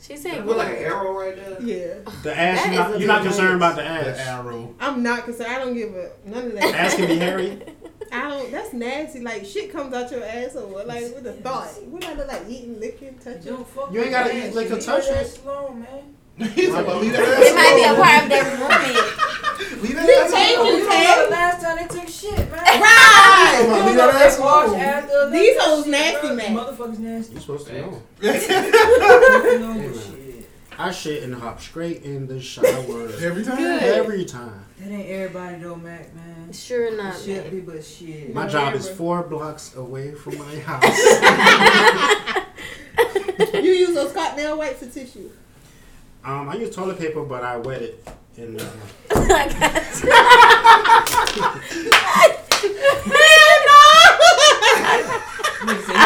Speaker 20: She said
Speaker 19: Look like an
Speaker 20: glory.
Speaker 19: arrow right there.
Speaker 8: yeah.
Speaker 5: the ass. You're
Speaker 20: is
Speaker 5: not,
Speaker 20: a
Speaker 5: you're not
Speaker 20: good
Speaker 5: concerned about the
Speaker 6: The
Speaker 5: ass.
Speaker 6: arrow.
Speaker 8: I'm not concerned. I don't give a none of that.
Speaker 5: Ass can be hairy.
Speaker 8: I don't. That's nasty. Like shit comes out your ass or what? Like with the thought. What I look like eat, licking, touching.
Speaker 5: You ain't gotta eat like a touch.
Speaker 11: long, man.
Speaker 6: He's like, leave that ass
Speaker 20: It might be a
Speaker 6: alone.
Speaker 20: part of their movement.
Speaker 6: Leave that ass
Speaker 8: Take
Speaker 6: alone.
Speaker 8: you,
Speaker 11: You
Speaker 8: take.
Speaker 11: last time they took shit, man.
Speaker 8: Right.
Speaker 6: Leave that ass alone.
Speaker 8: knows nasty man.
Speaker 11: Motherfuckers nasty.
Speaker 5: You supposed to know.
Speaker 11: know
Speaker 5: I shit and hop straight in the shower
Speaker 6: every time.
Speaker 11: Good.
Speaker 5: Every time.
Speaker 11: That ain't everybody though, Mac man.
Speaker 4: Sure not,
Speaker 11: Shit
Speaker 4: Mac.
Speaker 11: be but shit.
Speaker 5: My job is four blocks away from my house.
Speaker 8: You use those Scotnail wipes for tissue.
Speaker 5: um, I use toilet paper, but I wet it in. Uh,
Speaker 8: But listen,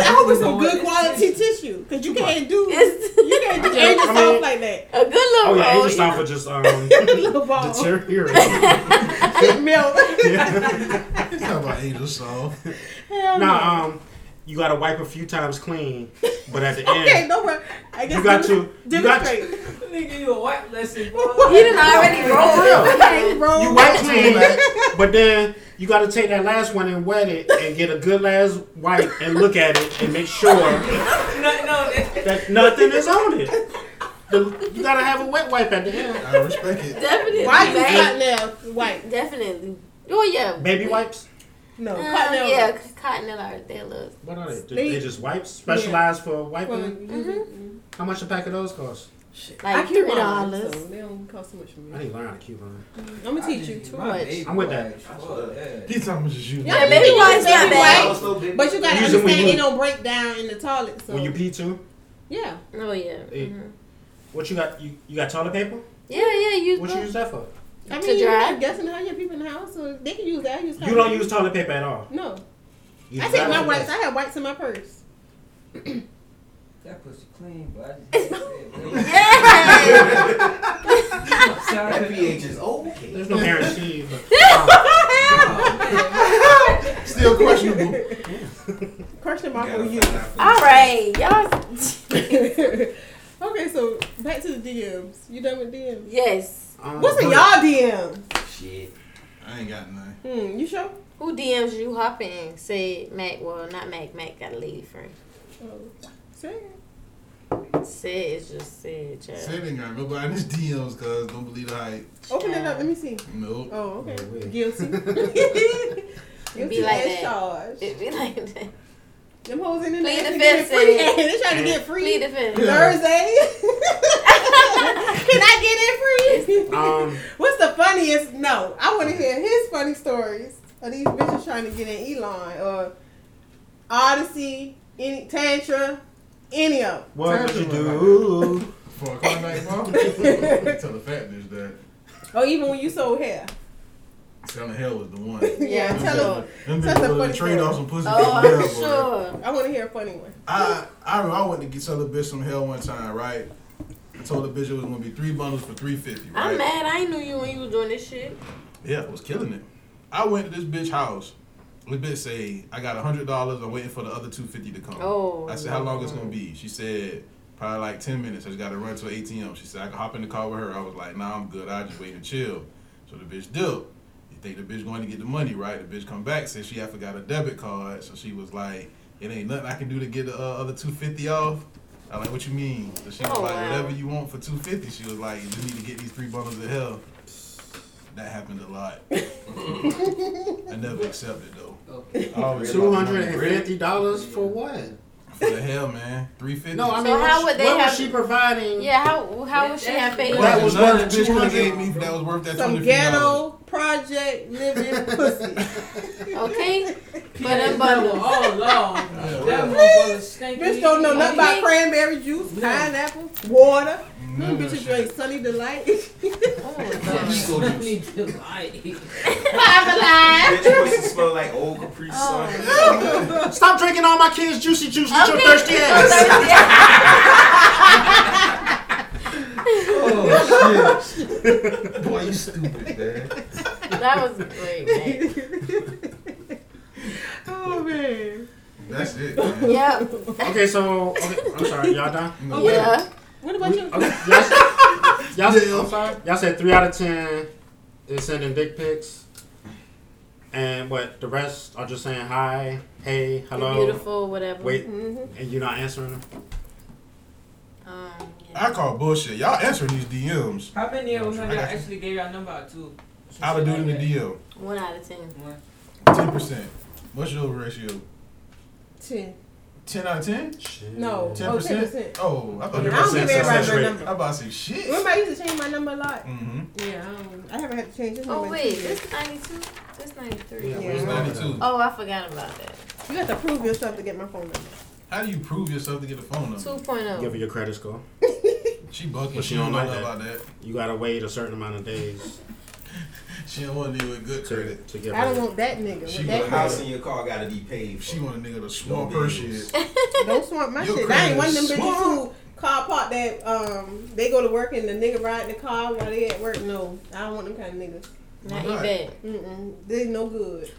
Speaker 8: I hope it's some good quality tissue, cause you can't do you can't do
Speaker 5: I
Speaker 8: angel
Speaker 5: mean-
Speaker 8: stuff like that.
Speaker 4: A good little
Speaker 5: oh yeah, Angel Stoffer just um deteriorated.
Speaker 8: Milk.
Speaker 6: Talk about angel song.
Speaker 8: Hell
Speaker 5: Nah, um, you gotta wipe a few times clean, but at the
Speaker 8: no. Okay,
Speaker 5: end,
Speaker 8: no worry. I guess
Speaker 5: you got to you got to,
Speaker 8: demonstrate.
Speaker 11: Nigga, you a white lesson, bro.
Speaker 4: You done already rolled.
Speaker 8: Okay, bro.
Speaker 5: you wipe clean, but then you got to take that last one and wet it and get a good last wipe and look at it and make sure
Speaker 11: No, no, it-
Speaker 5: that nothing is on it. The- you gotta have a wet wipe at the end.
Speaker 6: I respect it.
Speaker 4: Definitely.
Speaker 8: Why you
Speaker 4: Mac.
Speaker 8: Scotnail wipe?
Speaker 4: Definitely. Oh yeah.
Speaker 5: Baby wipes.
Speaker 8: No,
Speaker 4: Um,
Speaker 8: Cottonelle
Speaker 4: yeah,
Speaker 8: wipes.
Speaker 4: cottonella are they look.
Speaker 5: What are they? Just,
Speaker 8: They-
Speaker 5: they just wipes specialized for wiping.
Speaker 8: Well,
Speaker 5: How much a pack of those cost?
Speaker 4: Mm-hmm. Like
Speaker 8: I keep
Speaker 4: three
Speaker 8: mine, so
Speaker 4: dollars.
Speaker 8: they don't cost too much for me.
Speaker 5: I need to learn how to keep on.
Speaker 8: I'm gonna teach you too much.
Speaker 5: I'm with that.
Speaker 6: He's talking about just you.
Speaker 8: Yeah,
Speaker 4: baby
Speaker 8: you
Speaker 4: wipes
Speaker 8: use
Speaker 4: not
Speaker 8: baby
Speaker 4: bad.
Speaker 8: wipes, But you gotta
Speaker 5: Use them when
Speaker 8: understand
Speaker 5: you-
Speaker 8: it don't break down in the toilet. So
Speaker 5: When you pee too,
Speaker 8: yeah,
Speaker 4: Oh yeah.
Speaker 5: Hey.
Speaker 4: mhm.
Speaker 5: what you got? You, you got toilet paper?
Speaker 4: Yeah, yeah. You.
Speaker 5: What you use that for?
Speaker 8: I
Speaker 4: To
Speaker 8: mean, you
Speaker 4: dry?
Speaker 8: I'm guessing how your people in the house, so they can use that. I use
Speaker 5: You don't use toilet paper at all.
Speaker 8: No,
Speaker 5: You
Speaker 8: I
Speaker 5: just
Speaker 8: take
Speaker 5: got
Speaker 8: my
Speaker 5: it.
Speaker 8: wipes. I have wipes in my purse.
Speaker 11: That pussy clean, but I just.
Speaker 4: yeah.
Speaker 11: I'm sorry, I
Speaker 10: That
Speaker 11: couldn't eat
Speaker 10: pH
Speaker 11: it.
Speaker 10: is okay.
Speaker 5: There's no guarantee. But,
Speaker 6: Still questionable.
Speaker 8: Question mark
Speaker 10: Gotta
Speaker 8: on you.
Speaker 10: find out for
Speaker 4: All right, y'all.
Speaker 8: okay, so back to the DMs. You done with DMs?
Speaker 4: Yes.
Speaker 5: um,
Speaker 8: What's in
Speaker 5: but-
Speaker 8: y'all DM?
Speaker 10: Shit.
Speaker 6: I ain't got none.
Speaker 8: Hmm, you sure?
Speaker 4: Who DMs you hopping? Said Mac. Well, not Mac. Mac got a lady friend.
Speaker 8: Oh, say it.
Speaker 4: Said is just said. Child.
Speaker 6: Saving got nobody in his DMs, cause don't believe the hype.
Speaker 8: Open it
Speaker 4: Uh,
Speaker 8: up. Let me see.
Speaker 6: Nope.
Speaker 8: Oh, okay.
Speaker 5: Oh, wait.
Speaker 8: Guilty.
Speaker 4: It
Speaker 8: Guilty
Speaker 4: be like
Speaker 8: as
Speaker 4: that.
Speaker 8: charged.
Speaker 4: It be like that.
Speaker 8: Them hoes in the
Speaker 4: Plead the
Speaker 8: they get
Speaker 4: fifth,
Speaker 8: free.
Speaker 4: Sid.
Speaker 8: They trying to
Speaker 4: Plead
Speaker 8: get free.
Speaker 4: the fifth.
Speaker 8: Thursday. Can I get in free?
Speaker 5: Um,
Speaker 8: What's the funniest? No, I want to hear his funny stories of these bitches trying to get in Elon or Odyssey, any Tantra, any of
Speaker 5: what would
Speaker 6: Tell
Speaker 5: you
Speaker 6: me about
Speaker 5: do?
Speaker 6: For a car night, mom. Tell the fat bitch that
Speaker 8: them. Or Oh, even when you sold hair.
Speaker 6: selling hell was the one.
Speaker 8: Yeah, tell them.
Speaker 6: Them
Speaker 8: That's a
Speaker 6: bitches willing
Speaker 8: funny
Speaker 6: to trade off some
Speaker 8: story.
Speaker 6: pussy
Speaker 4: Oh,
Speaker 6: for hell,
Speaker 4: I'm
Speaker 6: boy.
Speaker 4: sure.
Speaker 8: I want to hear a funny one.
Speaker 6: I I remember I went to get sell a bitch some hell one time, right? I told the bitch it was gonna be three bundles for three fifty, right?
Speaker 4: I'm mad. I ain't knew you when you was doing this shit.
Speaker 6: Yeah, I was killing it. I went to this bitch house. This bitch say, I got hundred dollars, I'm waiting for the other two fifty to come.
Speaker 4: Oh,
Speaker 6: I said, How long it's gonna be? She said, Probably like ten minutes. I just gotta run to an ATM. She said, I can hop in the car with her. I was like, nah, I'm good. I just wait and chill. So the bitch dipped. You think the bitch going to get the money, right? The bitch come back, said she had forgot a debit card. So she was like, It ain't nothing I can do to get the uh, other two fifty off. I like, what you mean? So she was
Speaker 4: Oh,
Speaker 6: like,
Speaker 4: wow.
Speaker 6: whatever you want for two fifty. She was like, you just need to get these three bundles of hell. That happened a lot. I never accepted though.
Speaker 11: Okay.
Speaker 6: I always
Speaker 5: Two
Speaker 6: thought the
Speaker 5: hundred
Speaker 6: money
Speaker 5: and
Speaker 6: was real.
Speaker 5: fifty dollars for what?
Speaker 6: For the hell, man. Three fifty.
Speaker 5: No, I
Speaker 4: So
Speaker 5: mean,
Speaker 4: how
Speaker 5: what,
Speaker 4: would they
Speaker 5: what
Speaker 4: have-
Speaker 5: was she providing?
Speaker 4: Yeah. How how would she have paid?
Speaker 6: that
Speaker 5: That
Speaker 4: you?
Speaker 6: was
Speaker 5: was
Speaker 6: worth
Speaker 5: worth
Speaker 6: two hundred.
Speaker 5: 200.
Speaker 6: Gave me that was worth that
Speaker 8: Some
Speaker 6: twenty five dollars.
Speaker 8: ghetto project living pussy.
Speaker 4: Okay. But
Speaker 11: But
Speaker 4: them
Speaker 11: that
Speaker 4: bundles.
Speaker 11: was all along.
Speaker 6: Yeah.
Speaker 11: Oh, That motherfucker stinky.
Speaker 8: Bitch don't know nothing about cranberry juice, pineapple, water. Them bitches drink Sunny Delight.
Speaker 10: Pisco juice.
Speaker 11: Need to lie.
Speaker 10: Bitch pussy smell like old Capri Sun.
Speaker 5: Stop drinking all my kids' juicy juice with your thirsty ass.
Speaker 6: Oh shit! Boy, you stupid, man.
Speaker 4: That was great, man.
Speaker 8: oh man.
Speaker 6: That's it. Man.
Speaker 4: Yep.
Speaker 5: Okay, so okay, I'm sorry, y'all done.
Speaker 6: No.
Speaker 4: Yeah.
Speaker 8: What about you?
Speaker 5: Okay, y'all, s- y'all, s- I'm sorry. Y'all said three out of ten is sending dick pics, and what the rest are just saying hi, hey, hello,
Speaker 4: Beautiful, whatever.
Speaker 5: wait,
Speaker 8: Mhm.
Speaker 5: and you're not answering them.
Speaker 4: Um, yeah.
Speaker 6: I call bullshit. Y'all answering these DMs.
Speaker 11: How many of them have
Speaker 6: I
Speaker 11: y'all
Speaker 6: got you.
Speaker 11: actually gave y'all number out to?
Speaker 6: I'd do it in the DM.
Speaker 4: One out of ten.
Speaker 11: DM.
Speaker 6: Ten percent. What's your ratio?
Speaker 8: Ten.
Speaker 6: 10 out of 10?
Speaker 8: No.
Speaker 6: 10%?
Speaker 8: Oh, 10%.
Speaker 6: Oh, I thought
Speaker 8: I don't give everybody
Speaker 6: my
Speaker 8: their number.
Speaker 6: I about to say shit.
Speaker 8: Remember, I used to change my number a lot.
Speaker 6: Mm-hmm.
Speaker 8: Yeah, I, don't, I haven't had to change this
Speaker 4: Oh
Speaker 8: number. in
Speaker 4: wait,
Speaker 8: two years.
Speaker 4: this ninety two. This ninety three.
Speaker 6: Yeah, where's 92?
Speaker 4: Oh, I forgot about that.
Speaker 8: You have to prove yourself to get my phone number.
Speaker 6: How do you prove yourself to get a phone number?
Speaker 4: Two point
Speaker 5: Give her
Speaker 4: oh.
Speaker 5: your credit score.
Speaker 6: She bugging.
Speaker 5: But she
Speaker 6: She
Speaker 5: don't
Speaker 6: don't
Speaker 5: like
Speaker 6: know
Speaker 5: that.
Speaker 6: about that.
Speaker 5: You gotta wait a certain amount of days
Speaker 6: She don't want a nigga with good
Speaker 5: to,
Speaker 6: credit.
Speaker 5: to get.
Speaker 8: I don't
Speaker 5: her-
Speaker 8: want that nigga. With
Speaker 10: She
Speaker 8: that
Speaker 10: your house and
Speaker 8: nigga.
Speaker 10: your car gotta be paid. For.
Speaker 6: She want a nigga to swamp
Speaker 10: Your
Speaker 6: her
Speaker 10: bills.
Speaker 6: shit.
Speaker 8: Don't swamp my
Speaker 6: Your
Speaker 8: shit. I
Speaker 6: credit
Speaker 8: ain't one of them
Speaker 6: is
Speaker 8: bitches
Speaker 6: small.
Speaker 8: who car park that um they go to work and the nigga ride the car while they at work. No, I don't want them kind of niggas.
Speaker 4: Not
Speaker 6: Why not?
Speaker 4: even.
Speaker 8: Mm-mm, they no good.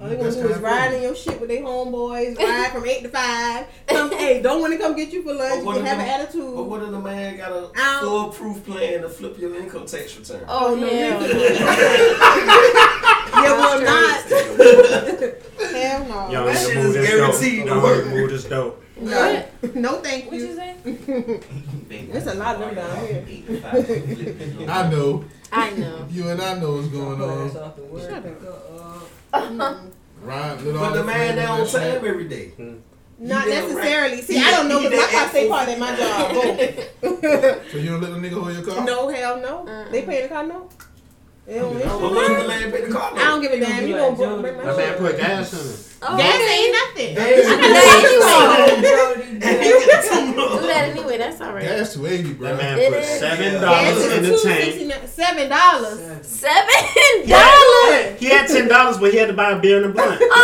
Speaker 8: All they Oh, gonna
Speaker 6: That's
Speaker 8: do is
Speaker 6: kinda
Speaker 8: ride
Speaker 6: cool.
Speaker 8: in your shit with their homeboys, ride from eight to five. Come, hey, don't want to come get you for lunch.
Speaker 10: But what
Speaker 8: You
Speaker 10: if
Speaker 8: have an
Speaker 10: them-
Speaker 8: attitude.
Speaker 10: But what if the man got a
Speaker 8: Ow.
Speaker 10: foolproof plan to flip your income tax return?
Speaker 4: Oh,
Speaker 8: no,
Speaker 4: hell
Speaker 8: you-
Speaker 4: no.
Speaker 8: You will not. Hell no.
Speaker 5: Y'all need
Speaker 10: That
Speaker 5: to
Speaker 10: shit
Speaker 5: move
Speaker 10: is
Speaker 5: this dope.
Speaker 10: guaranteed to
Speaker 5: Y'all need
Speaker 10: work.
Speaker 5: to move this dope.
Speaker 8: no, no, thank
Speaker 4: What you
Speaker 8: you.
Speaker 4: say?
Speaker 8: There's a lot of them down here.
Speaker 6: I know.
Speaker 4: I know.
Speaker 6: You and I know what's going on.
Speaker 8: Shut up.
Speaker 6: Ryan, let all
Speaker 10: But the man
Speaker 6: family
Speaker 10: that on
Speaker 6: and shit.
Speaker 10: time every day.
Speaker 8: Not
Speaker 10: You did right.
Speaker 8: necessarily. See,
Speaker 10: You
Speaker 8: I don't know
Speaker 10: did-
Speaker 8: because my
Speaker 10: you did
Speaker 8: car stay
Speaker 10: excellent.
Speaker 8: parked at my job. Boom.
Speaker 6: So you don't let the nigga hold your car?
Speaker 8: no, hell no. They paying the car no. They don't
Speaker 10: But
Speaker 8: issue.
Speaker 10: what if the man paid the car
Speaker 8: I
Speaker 10: note?
Speaker 8: don't give a damn. You gonna bring bring my
Speaker 5: That man
Speaker 8: shit.
Speaker 5: put gas in it.
Speaker 4: Oh,
Speaker 8: Gas
Speaker 4: okay.
Speaker 8: ain't nothing.
Speaker 10: Hey,
Speaker 4: Do that anyway. That's all right.
Speaker 6: That's too 80,
Speaker 5: That
Speaker 6: bro.
Speaker 5: man
Speaker 4: It
Speaker 5: put
Speaker 4: is.
Speaker 5: seven
Speaker 8: Gas
Speaker 5: dollars in
Speaker 8: is
Speaker 5: the
Speaker 8: two
Speaker 5: tank.
Speaker 8: sixty nine. Seven dollars.
Speaker 4: Seven dollars.
Speaker 5: He had ten dollars, but he had to buy a beer and a blunt.
Speaker 4: Uh.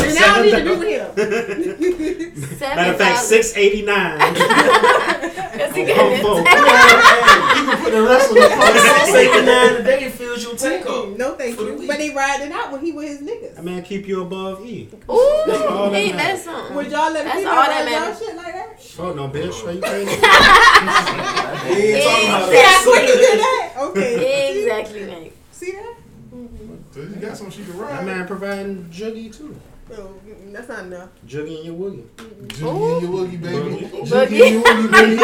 Speaker 8: And I don't need to
Speaker 5: Seven
Speaker 8: do with him.
Speaker 4: Seven
Speaker 5: Matter of fact,
Speaker 4: dollars.
Speaker 5: six eighty nine.
Speaker 4: Cause he got
Speaker 5: Oh,
Speaker 4: it.
Speaker 5: four.
Speaker 10: You can put the rest of the fucking saving nine a day fills your tank up.
Speaker 8: No, thank you. But they riding out when he with his niggas.
Speaker 5: That man keep you above E. all
Speaker 4: Ooh,
Speaker 5: that
Speaker 4: ain't
Speaker 5: matters.
Speaker 4: that something?
Speaker 8: Would y'all let a
Speaker 4: That's
Speaker 8: female
Speaker 4: all that
Speaker 8: ride y'all
Speaker 4: matters.
Speaker 8: shit like that?
Speaker 5: Oh no, bitch! Are you crazy?
Speaker 10: They ain't talking about
Speaker 8: See how quick you did that? Okay. See-
Speaker 4: Exactly, mate.
Speaker 8: See that?
Speaker 6: So you got some she can
Speaker 5: That
Speaker 6: ride.
Speaker 5: man providing juggy too.
Speaker 8: No, mm, that's not enough.
Speaker 5: Juggy and your woogie.
Speaker 6: Juggy and your woogie, baby.
Speaker 5: Boogie.
Speaker 6: Juggy and your woogie, baby.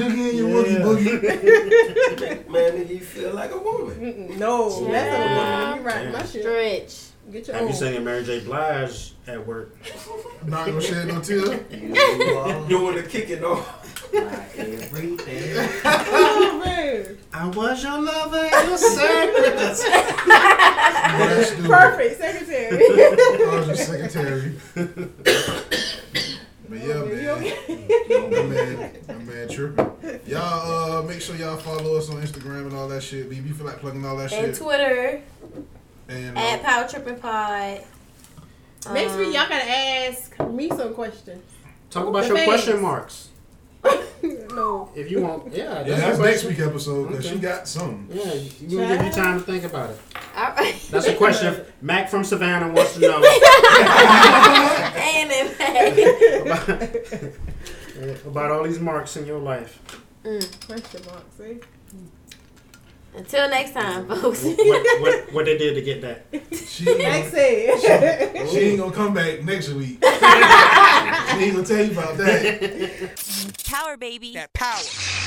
Speaker 6: Juggy and your
Speaker 5: Yeah.
Speaker 6: woogie, boogie.
Speaker 10: Man, nigga, you feel like a woman.
Speaker 8: Mm-mm, No, that's not enough. You riding my shit.
Speaker 4: Stretch.
Speaker 8: Get your
Speaker 5: Have you
Speaker 8: own.
Speaker 5: singing Mary J. Blige at work?
Speaker 6: Not gonna shed no tear.
Speaker 10: You are doing the kicking off.
Speaker 8: Oh, man.
Speaker 5: I was your lover and your servant.
Speaker 6: That's stupid.
Speaker 8: Perfect secretary.
Speaker 6: I was your secretary. but yeah, man. My man, my man tripping. Y'all uh, make sure y'all follow us on Instagram and all that shit. BB feel like plugging all that
Speaker 4: And
Speaker 6: shit.
Speaker 4: Twitter
Speaker 6: And uh,
Speaker 4: at Power Tripping Pod. Um,
Speaker 8: Make sure y'all gotta ask me some questions.
Speaker 5: Talk about
Speaker 8: The
Speaker 5: your
Speaker 8: face.
Speaker 5: question marks.
Speaker 8: no.
Speaker 5: If you want, yeah,
Speaker 6: yeah,
Speaker 5: your
Speaker 6: that's next
Speaker 5: question.
Speaker 6: week episode because
Speaker 5: Okay.
Speaker 6: she got some.
Speaker 5: Yeah, you gonna give you time to think about it.
Speaker 4: All right.
Speaker 5: That's a question. Mac from Savannah wants to know
Speaker 4: Ain't it, babe?
Speaker 5: about, about all these marks in your life.
Speaker 8: Question eh? mark, see?
Speaker 4: Until next time, folks.
Speaker 5: What, what, what they did to get that?
Speaker 6: She ain't
Speaker 8: Like
Speaker 6: gonna,
Speaker 8: said.
Speaker 6: she ain't gonna come back next week. she ain't gonna tell you about that.
Speaker 3: Power, baby. That power.